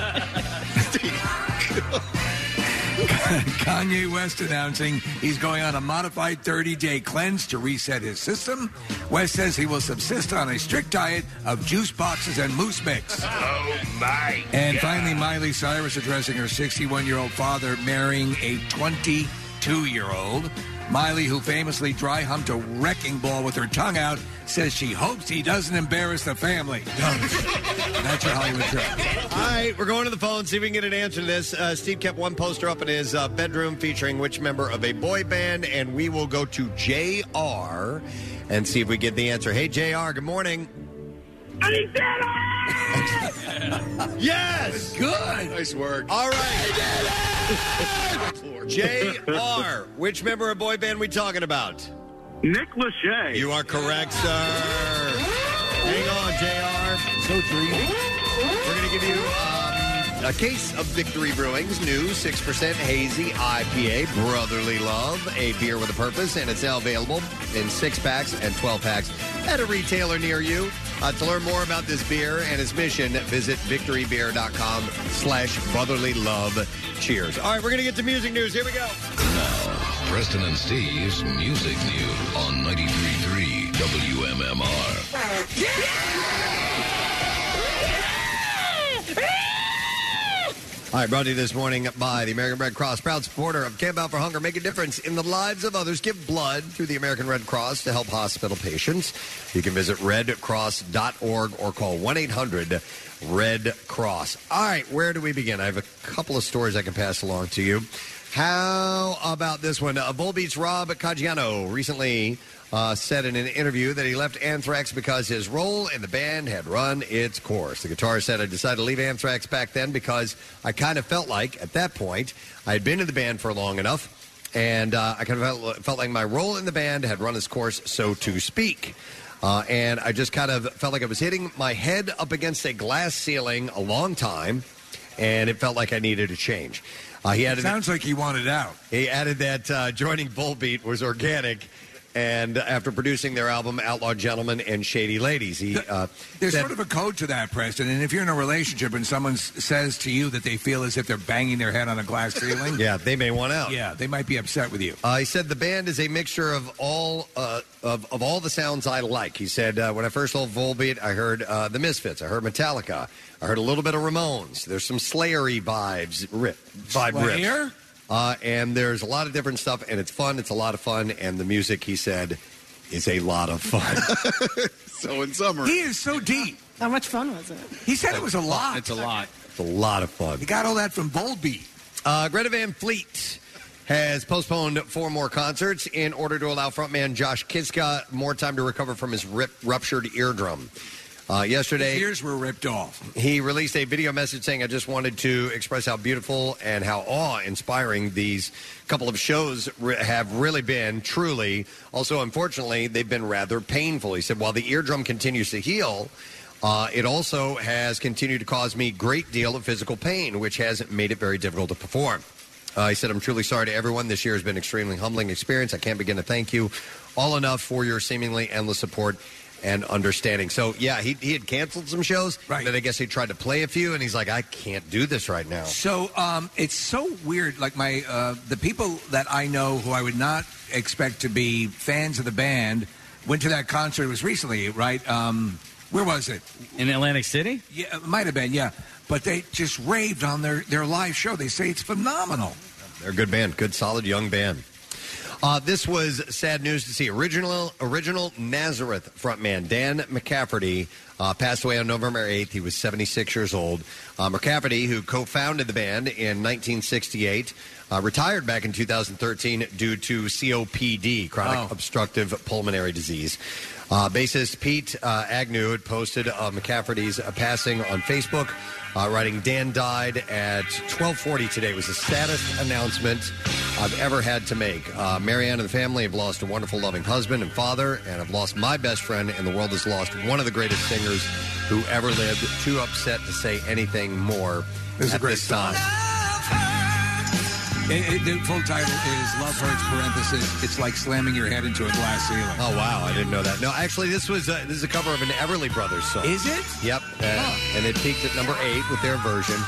Kanye West announcing he's going on a modified 30 day cleanse to reset his system. West says he will subsist on a strict diet of juice boxes and moose mix.
Oh my.
And finally, Miley Cyrus addressing her 61 year old father marrying a 22 year old. Miley, who famously dry humped a wrecking ball with her tongue out, says she hopes he doesn't embarrass the family. That's your Hollywood trip.
All right, we're going to the phone, see if we can get an answer to this. Uh, Steve kept one poster up in his uh, bedroom featuring which member of a boy band, and we will go to JR and see if we get the answer. Hey, JR, good morning. Yes!
Good!
Nice work.
All right. JR, which member of boy band we talking about?
Nick Lachey.
You are correct, sir. Hang on, JR. So true. We're going to give you um, a case of Victory Brewing's new 6% hazy IPA, Brotherly Love, a beer with a purpose, and it's now available in six packs and 12 packs at a retailer near you. Uh, to learn more about this beer and its mission, visit victorybeer.com slash brotherly love. Cheers. All right, we're going to get to music news. Here we go.
Preston and Steve's Music News on 93.3 WMMR.
All right, brought to you this morning by the American Red Cross, proud supporter of Camp Out for Hunger. Make a difference in the lives of others. Give blood through the American Red Cross to help hospital patients. You can visit redcross.org or call 1 800 Red Cross. All right, where do we begin? I have a couple of stories I can pass along to you. How about this one? Uh, Volbeat's Rob Caggiano recently uh, said in an interview that he left Anthrax because his role in the band had run its course. The guitarist said, I decided to leave Anthrax back then because I kind of felt like, at that point, I had been in the band for long enough, and uh, I kind of felt, felt like my role in the band had run its course, so to speak. Uh, and I just kind of felt like I was hitting my head up against a glass ceiling a long time, and it felt like I needed a change. Uh, he added,
Sounds like he wanted out.
He added that uh, joining Volbeat was organic, and after producing their album Outlaw Gentlemen and Shady Ladies, he uh,
There's
said-
sort of a code to that, Preston. And if you're in a relationship and someone s- says to you that they feel as if they're banging their head on a glass ceiling,
yeah, they may want out.
Yeah, they might be upset with you.
Uh, he said the band is a mixture of all uh, of, of all the sounds I like. He said uh, when I first heard Volbeat, I heard uh, the Misfits, I heard Metallica, I heard a little bit of Ramones. There's some Slayery vibes, rip, vibe
Slayer?
riffs. Uh, and there's a lot of different stuff, and it's fun. It's a lot of fun, and the music, he said, is a lot of fun.
so in summer,
He is so deep.
How much fun was it?
He said it was a lot.
It's a lot. It's a lot of fun.
He got all that from Volbeat.
Uh, Greta Van Fleet has postponed four more concerts in order to allow frontman Josh Kiska more time to recover from his rip- ruptured eardrum. Uh, yesterday,
His ears were ripped off.
he released a video message saying, I just wanted to express how beautiful and how awe inspiring these couple of shows re- have really been, truly. Also, unfortunately, they've been rather painful. He said, While the eardrum continues to heal, uh, it also has continued to cause me great deal of physical pain, which has made it very difficult to perform. Uh, he said, I'm truly sorry to everyone. This year has been an extremely humbling experience. I can't begin to thank you all enough for your seemingly endless support and understanding. So, yeah, he, he had canceled some shows. Right. Then I guess he tried to play a few, and he's like, I can't do this right now.
So um, it's so weird. Like my uh, the people that I know who I would not expect to be fans of the band went to that concert. It was recently, right? Um, where was it?
In Atlantic City?
Yeah, it might have been. Yeah, but they just raved on their their live show. They say it's phenomenal.
They're a good band, good, solid young band. Uh, this was sad news to see. Original original Nazareth frontman Dan McCafferty uh, passed away on November 8th. He was 76 years old. Uh, McCafferty, who co founded the band in 1968, uh, retired back in 2013 due to COPD, chronic obstructive pulmonary disease. Uh, bassist Pete uh, Agnew had posted uh, McCafferty's uh, passing on Facebook, uh, writing, "Dan died at 12:40 today. It was the saddest announcement I've ever had to make. Uh, Marianne and the family have lost a wonderful, loving husband and father, and I've lost my best friend, and the world has lost one of the greatest singers who ever lived. Too upset to say anything more at this time."
It- it- the full title is "Love Hurts." Parenthesis. It's like slamming your head into a glass ceiling.
Oh wow, I didn't know that. No, actually, this was uh, this is a cover of an Everly Brothers song.
Is it?
Yep. uh, And it peaked at number eight with their version.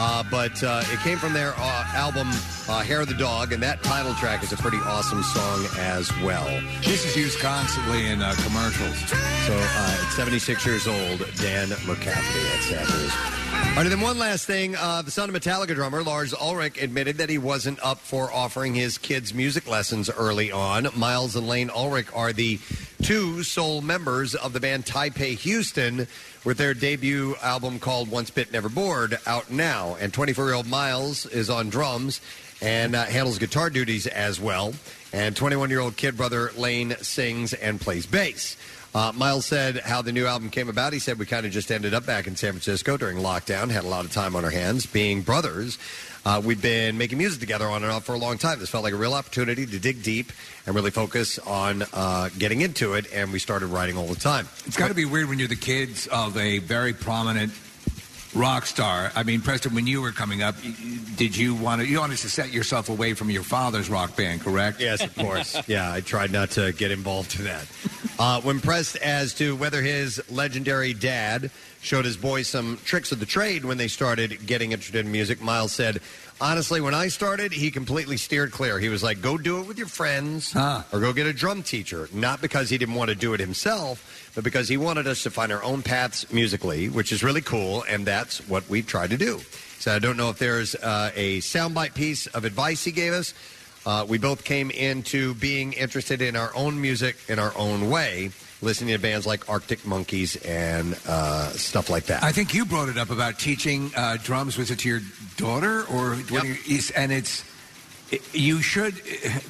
Uh, but uh, it came from their uh, album uh, "Hair of the Dog," and that title track is a pretty awesome song as well.
This is used constantly in uh, commercials.
So, uh, at 76 years old, Dan McCafferty. That's sad news. All right, and then one last thing. Uh, the son of Metallica drummer Lars Ulrich admitted that he wasn't up for offering his kids music lessons early on. Miles and Lane Ulrich are the two sole members of the band Taipei Houston with their debut album called Once Bit Never Bored out now. And 24 year old Miles is on drums and uh, handles guitar duties as well. And 21 year old kid brother Lane sings and plays bass. Uh, Miles said how the new album came about. He said, We kind of just ended up back in San Francisco during lockdown, had a lot of time on our hands, being brothers. Uh, we've been making music together on and off for a long time. This felt like a real opportunity to dig deep and really focus on uh, getting into it, and we started writing all the time.
It's got to be weird when you're the kids of a very prominent rock star. I mean, Preston, when you were coming up, y- y- did you want to? You wanted to set yourself away from your father's rock band, correct?
Yes, of course. yeah, I tried not to get involved in that. Uh, when pressed as to whether his legendary dad showed his boys some tricks of the trade when they started getting interested in music, Miles said, Honestly, when I started, he completely steered clear. He was like, Go do it with your friends or go get a drum teacher. Not because he didn't want to do it himself, but because he wanted us to find our own paths musically, which is really cool, and that's what we tried to do. So I don't know if there's uh, a soundbite piece of advice he gave us. Uh, we both came into being interested in our own music in our own way, listening to bands like Arctic Monkeys and uh, stuff like that.
I think you brought it up about teaching uh, drums. Was it to your daughter or when you- is- and it's it- you should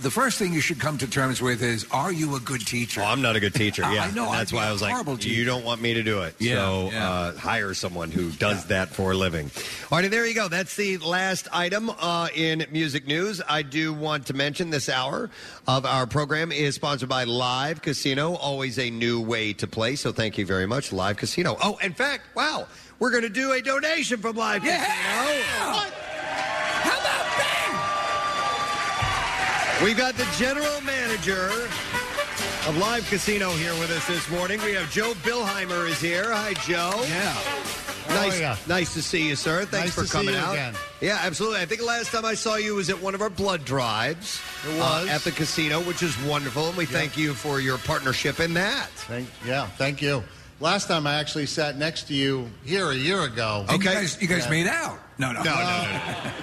the first thing you should come to terms with is are you a good teacher?
I'm not a good teacher.
I-
Yeah,
I know,
And that's
I'd be
why
a
I was
horrible
like,
teacher.
you don't want me to do it.
Yeah,
so
yeah.
Uh, hire someone who does that for a living. All righty, there you go. That's the last item uh, in music news. I do want to mention this hour of our program is sponsored by Live Casino. Always a new way to play. So thank you very much, Live Casino. Oh, in fact, wow, we're going to do a donation from Live Casino. We've got the general manager of Live Casino here with us this morning. We have Joe Bilheimer is here. Hi, Joe. Yeah. Nice,
ya?
nice to see you, sir. Thanks
Oh, Nice
for
to see
coming
you
out.
again.
Yeah, absolutely. I think the last time I saw you was at one of our blood drives.
It
uh,
was.
at the casino, which is wonderful, and we thank you for your partnership in that.
Thank, yeah, thank you. Last time I actually sat next to you here a year ago.
And you guys, you guys
Yeah.
made out. No, no,
No,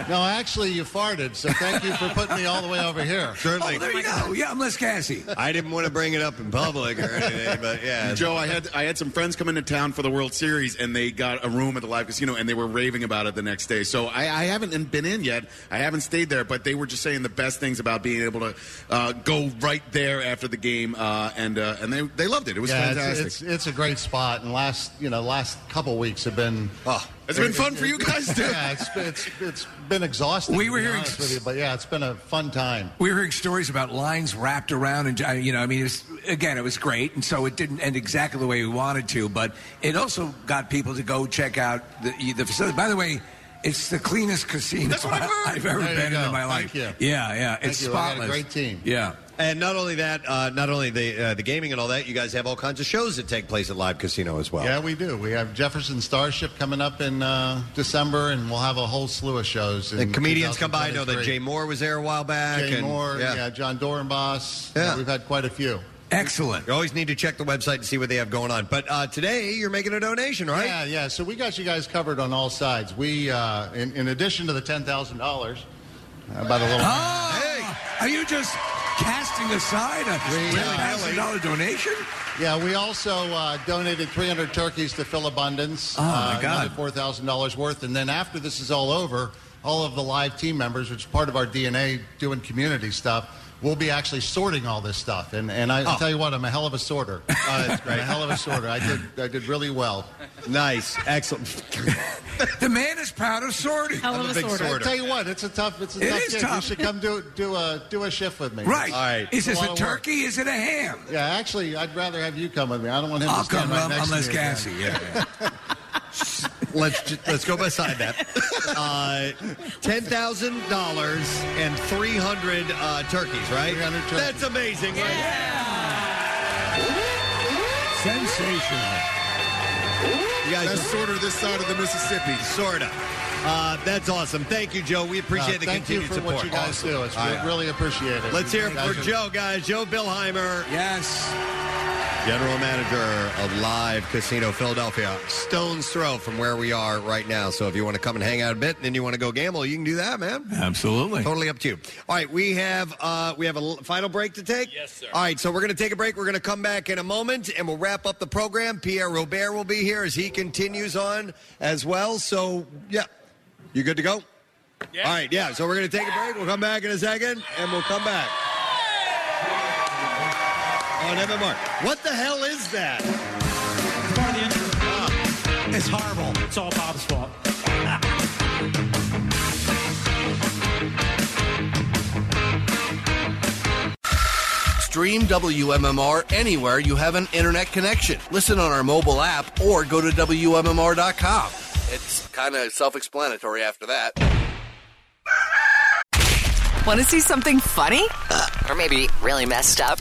No, actually, you farted, so thank you for putting me all the way over here.
Certainly.
there
Oh, you go. Yeah, I'm less gassy.
I didn't want to bring it up in public or anything, but yeah.
Joe, I had I had some friends come into town for the World Series, and they got a room at the live casino, and they were raving about it the next day. So I, I haven't been in yet. I haven't stayed there, but they were just saying the best things about being able to uh, go right there after the game, uh, and uh, and they they loved it. It was
yeah, it's-
fantastic.
It's, it's, a great spot, and last you know last couple weeks have been. Oh,
it's been fun for you guys, too.
Yeah, it's, it's it's been exhausting.
We
to
were
be
hearing-
honest with you, but yeah, it's been a fun time.
We were hearing stories about lines wrapped around, and uh, you know, I mean, it's, again, it was great, and so it didn't end exactly the way we wanted to, but it also got people to go check out the, the facility. By the way, it's the cleanest casino I've ever
There you
been in
go.
my life.
Thank
you.
Yeah, yeah,
Thank
it's
you. I got a
spotless.
great team.
Yeah.
And not only that, uh, not only the uh, the gaming and all that, you guys have all kinds of shows that take place at Live Casino as well.
Yeah, we do. We have Jefferson Starship coming up in uh, December, and we'll have a whole slew of shows. in
And comedians come by. I know that
2023.
Jay Moore was there a while back.
Jay
and,
Moore, yeah. John Dorenbos. Yeah. we've had quite a few.
Excellent.
You always need to check the website and see what they have going on. But uh, today, you're making a donation, right?
Yeah, yeah. So we got you guys covered on all sides. We, uh, in, in addition to the ten thousand dollars, about a little.
Ah! Are you just casting aside a $10,000 donation?
uh, Yeah, we also uh, donated 300 turkeys to Philabundance.
Oh, my
uh,
God.
Another $4,000 worth. And then after this is all over, all of the live team members, which is part of our DNA doing community stuff, we'll be actually sorting all this stuff. And, and I,
Oh.
I tell you what, I'm a hell of a sorter. Uh, I'm a hell of a sorter. I did, I did really well.
Nice. Excellent.
The man is proud of sorting.
I'm a big sorter. I tell you what, it's a tough, it's a
It
tough
is
gig. You
tough.
should come do, do, a, do a shift with me.
Right.
All right.
Is this a turkey? Is it a ham?
Yeah, actually, I'd rather have you come with me. I don't want him
I'll
to stand
come.
right
I'm-
next
I'm
to
less
me again.
gassy, yeah.
let's ju- let's go beside that. Uh, Ten thousand dollars and three hundred uh, turkeys, right? That's amazing.
Sensational.
You guys
Best sorter this side of the Mississippi.
Sorta. Uh, that's awesome. Thank you, Joe. We appreciate
Uh,
the
thank you
continued
for
support.
what you guys do. It's
All right.
really appreciated.
Let's hear it for
Guys are-
Joe, guys. Joe Bilheimer.
Yes.
General Manager of Live Casino Philadelphia. Stone's throw from where we are right now. So if you want to come and hang out a bit and then you want to go gamble, you can do that, man.
Absolutely.
Totally up to you. All right, we have uh, we have a l- final break to take. Yes, sir. All right, so we're going to take a break. We're going to come back in a moment, and we'll wrap up the program. Pierre Robert will be here as he continues on as well. So yeah, you good to go? Yeah. All right, yeah. So we're going to take a break. We'll come back in a second, and we'll come back on MMR. What the hell is that? uh,
It's horrible. It's all Bob's fault.
Stream WMMR anywhere you have an internet connection. Listen on our mobile app or go to WMMR.com. It's kind of self explanatory after that.
Want to see something funny? Uh, or maybe really messed up?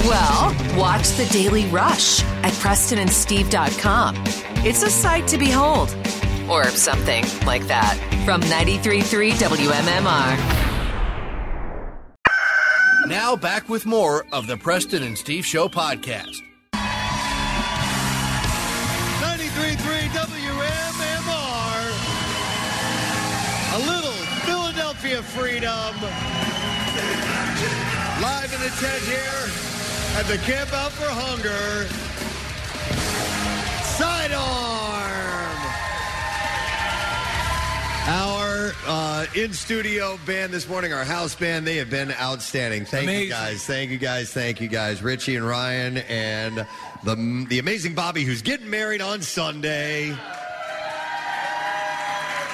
Well, watch The Daily Rush at PrestonandSteve.com. It's a sight to behold, or something like that, from 93.3 WMMR.
Now back with more of the Preston and Steve Show podcast.
93.3 WMMR. A little Philadelphia freedom. Live in the tent here at the Camp Out for Hunger. Sidearm.
Our uh, in studio band this morning, our house band, they have been outstanding. Thank you guys, thank you guys, thank you guys, Richie and Ryan, and the the amazing Bobby, who's getting married on Sunday.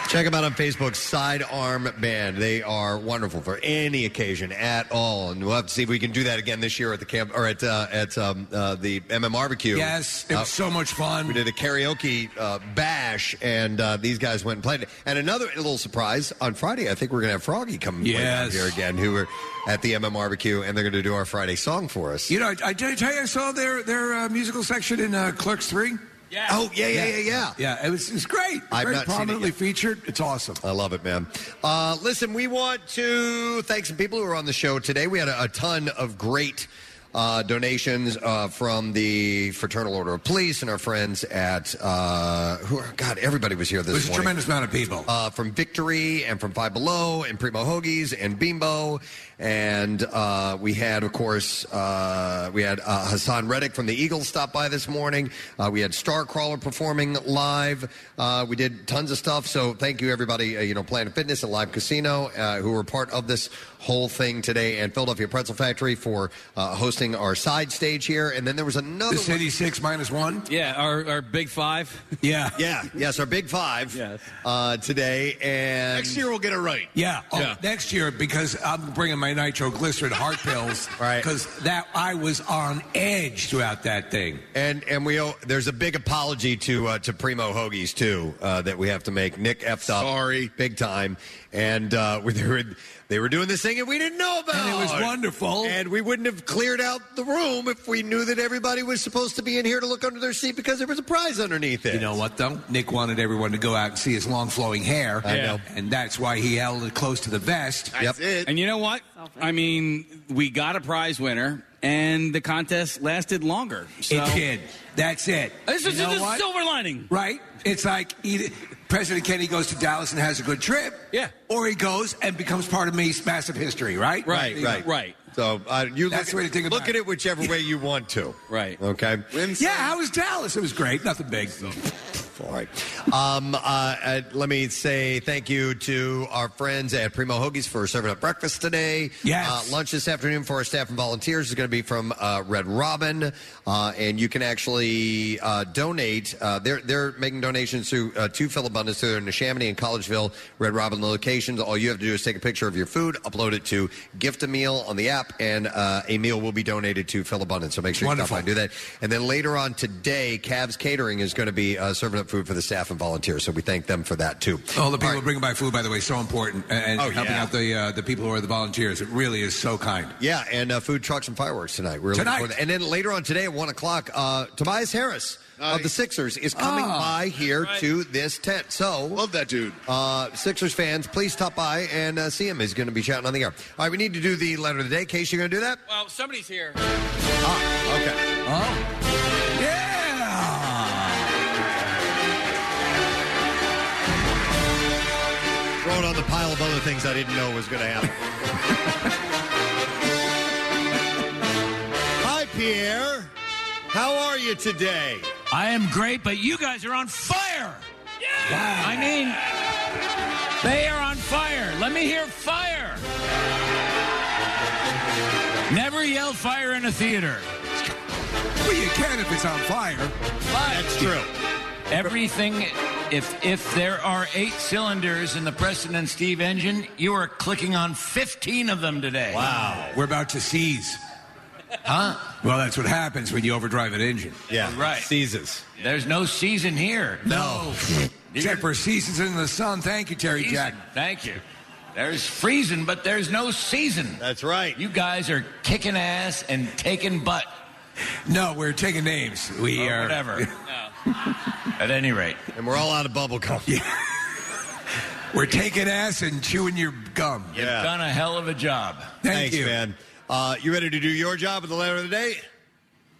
Check them out on Facebook, Sidearm Band. They are wonderful for any occasion at all, and we'll have to see if we can do that again this year at the camp or at uh, at um, uh, the MM Barbecue.
Yes, it was
Uh,
so much fun.
We did a karaoke uh, bash, and uh, these guys went and played it. And another little surprise on Friday. I think we're going to have Froggy come and play down
Yes.
here again, who were at the MM Barbecue, and they're going to do our Friday song for us.
You know, I, I, did I tell you I saw their their uh, musical section in uh, Clerks Three. Yeah.
Oh yeah yeah yeah yeah.
Yeah, it was it was great.
I've
Very
not seen it
prominently
yet.
featured. It's awesome.
I love it, man. Uh, listen, we want to thank some people who are on the show today. We had a, a ton of great uh, donations uh, from the Fraternal Order of Police and our friends at uh, who are God. Everybody was here this
It was a
morning.
tremendous amount of people.
Uh, from Victory and from Five Below and Primo Hoagies and Bimbo. And uh, we had, of course, uh, we had uh, Hassan Reddick from the Eagles stop by this morning. Uh, we had Starcrawler performing live. Uh, we did tons of stuff. So thank you, everybody, uh, you know, Planet Fitness and Live Casino, uh, who were part of this whole thing today, and Philadelphia Pretzel Factory for uh, hosting our side stage here. And then there was another.
This 86 minus one?
Yeah, our, our big five.
Yeah.
Yeah. Yes, our big five yes. uh, today. And
Next
year we'll get it right.
Yeah, oh, next year because I'm bringing my nitroglycerin heart pills. right, because that I was on edge throughout that thing.
And and we owe, there's a big apology to uh, to Primo Hoagies too uh, that we have to make. Nick effed up, sorry, big time. And uh, we, they were they were doing this thing and we didn't know about.
And it was wonderful.
And we wouldn't have cleared out the room if we knew that everybody was supposed to be in here to look under their seat because there was a prize underneath it.
You know what though? Nick wanted everyone to go out and see his long flowing hair.
I know.
and that's why he held it close to the vest.
And you know what? I mean, we got a prize winner, and the contest lasted longer. So.
It did. That's it.
This is
You know
this is
what?
silver lining.
Right? It's like either President Kennedy goes to Dallas and has a good trip. Yeah. Or he goes and becomes part of Mace massive history, right?
Right,
You know?
right, So uh, you look
That's
at,
the way to think about
look at it whichever way you want to.
Right.
Okay.
Yeah, how was Dallas? It was great. Nothing big.
All right. Um, uh, uh, let me say thank you to our friends at Primo Hoagies for serving up breakfast today.
Yes.
Uh, lunch this afternoon for our staff and volunteers is going to be from uh, Red Robin, uh, and you can actually uh, donate. Uh, they're they're making donations to uh, to Philabundance through their Chamonix and Collegeville Red Robin locations. All you have to do is take a picture of your food, upload it to Gift a Meal on the app, and uh, a meal will be donated to Philabundance. So make sure
Wonderful.
you stop by and do that. And then later on today, Cavs Catering is going to be uh, serving up food for the staff and volunteers. So we thank them for that too.
All the people bringing by food, by the way, so important, and and
Oh,
helping
yeah.
out the uh, the people who are the volunteers. It really is so kind.
Yeah, and uh, food trucks and fireworks tonight. We're looking
Tonight.
forward to- And then later on today at 1 o'clock, uh, Tobias Harris of the Sixers is coming
Ah,
by here
that's right.
to this tent. So Love that dude. Uh, Sixers fans, please stop by and uh, see him. He's going to be shouting on the air. All right, we need to do the letter of the day. Case, you're going to do that?
Well, somebody's here.
Ah,
Okay.
Oh.
Throw it on the pile of other things I didn't know was going to happen. Hi, Pierre. How are you today?
I am great, but you guys are on fire. I mean, they are on fire. Let me hear fire. Never yell fire in a theater.
Well, you can if it's on fire.
That's
true.
Everything, if if there are eight cylinders in the Preston and Steve engine, you are clicking on 15 of them today.
Wow. We're about to seize. Huh? Well, that's what happens when you overdrive an engine.
Yeah.
Right.
Seizes.
There's no season here.
No. Jepper seasons in the sun. Thank you, Terry Jack.
Thank you. There's freezing, but there's no season. That's right. You guys are kicking ass and taking butt.
No, we're taking names. We
Or
are
whatever. At any rate,
and we're all out of bubble gum. Yeah.
We're taking ass and chewing your gum.
You've done
a hell of a job.
Thank
Thanks,
you.
man. Uh, you ready to do your job at the letter of the day?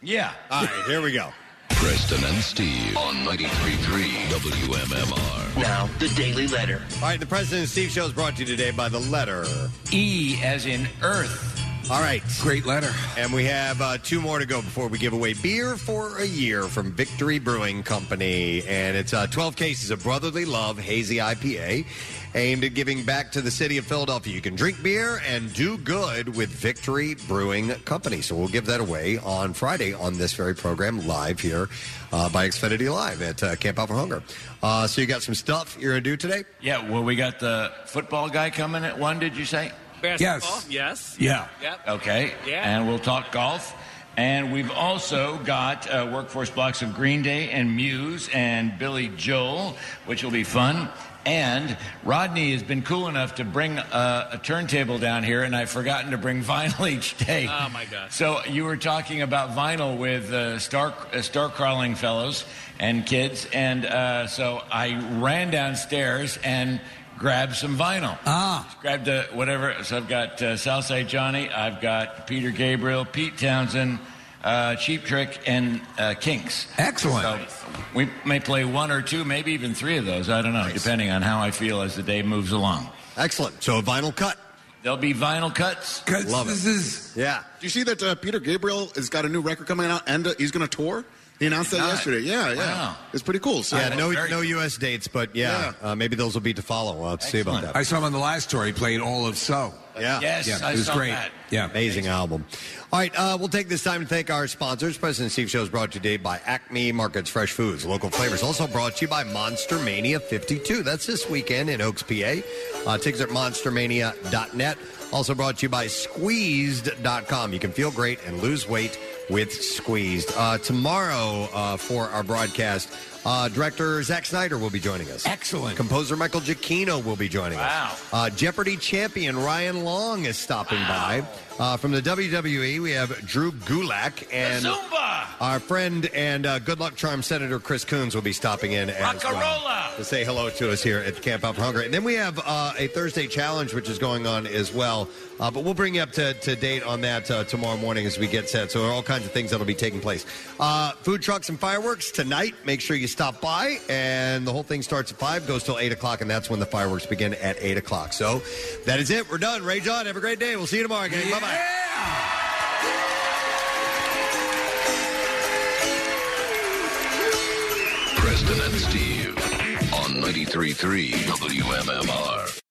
Yeah.
All right, here we go.
Preston and Steve on 93.3 WMMR.
Now, the Daily Letter.
All right, the President and Steve Show is brought to you today by the letter
E as in Earth.
All right.
Great letter.
And we have uh, two more to go before we give away beer for a year from Victory Brewing Company. And it's uh, 12 cases of Brotherly Love Hazy IPA aimed at giving back to the city of Philadelphia. You can drink beer and do good with Victory Brewing Company. So we'll give that away on Friday on this very program live here uh, by Xfinity Live at uh, Camp Out for Hunger. Uh, so you got some stuff you're going to do today?
Yeah, well, we got the football guy coming at one, did you say?
Basketball,
Yes.
Yeah.
Yep. Okay.
Yeah.
And we'll talk golf. And we've also got uh, workforce blocks of Green Day and Muse and Billy Joel, which will be fun. And Rodney has been cool enough to bring uh, a turntable down here, and I've forgotten to bring vinyl each day.
Oh, my gosh.
So you were talking about vinyl with uh, star uh, star crawling fellows and kids, and uh, so I ran downstairs and grabbed some vinyl. Ah, grabbed uh, whatever. So I've got uh, Southside Johnny, I've got Peter Gabriel, Pete Townsend, uh, Cheap Trick, and uh, Kinks.
Excellent.
So we may play one or two, maybe even three of those. I don't know, depending on how I feel as the day moves along.
Excellent. So a vinyl cut.
There'll be vinyl cuts.
Love
it.
yeah.
Do you see that uh, Peter Gabriel has got a new record coming out and uh, he's going to tour? He announced that
Nice.
yesterday. Yeah, yeah.
Wow.
It's pretty cool. So
yeah, no, no U.S. dates, but yeah, Uh, maybe those will be to follow. We'll have to see about that.
I saw him on the last tour. He played all of So.
Yeah.
yeah, it was great.
Yeah. Amazing album. All right. Uh, we'll take this time to thank our sponsors. President Steve Show is brought to you today by Acme Markets Fresh Foods, local flavors. Also brought to you by Monster Mania 52. That's this weekend in Oaks, PA. Uh, tickets at monstermania.net. Also brought to you by squeezed.com. You can feel great and lose weight with Squeezed. Uh, tomorrow uh, for our broadcast, uh, director Zack Snyder will be joining us. Excellent. Composer Michael Giacchino will be joining us. Wow. Uh, Jeopardy champion Ryan Long is stopping by. Uh, from the WWE, we have Drew Gulak and
Zumba.
our friend and uh, good luck charm Senator Chris Coons will be stopping in as well
Rock'n'rolla.
to say hello to us here at Camp Up Hunger. And then we have uh, a Thursday challenge which is going on as well. Uh, but we'll bring you up to, to date on that uh, tomorrow morning as we get set. So there are all kinds of things that'll be taking place. Uh, food trucks and fireworks tonight. Make sure you stop by. And the whole thing starts at 5, goes till 8 o'clock. And that's when the fireworks begin at 8 o'clock. So that is it. We're done. Ray John, have a great day. We'll see you tomorrow, gang. Bye bye.
Preston and Steve on 93.3 WMMR.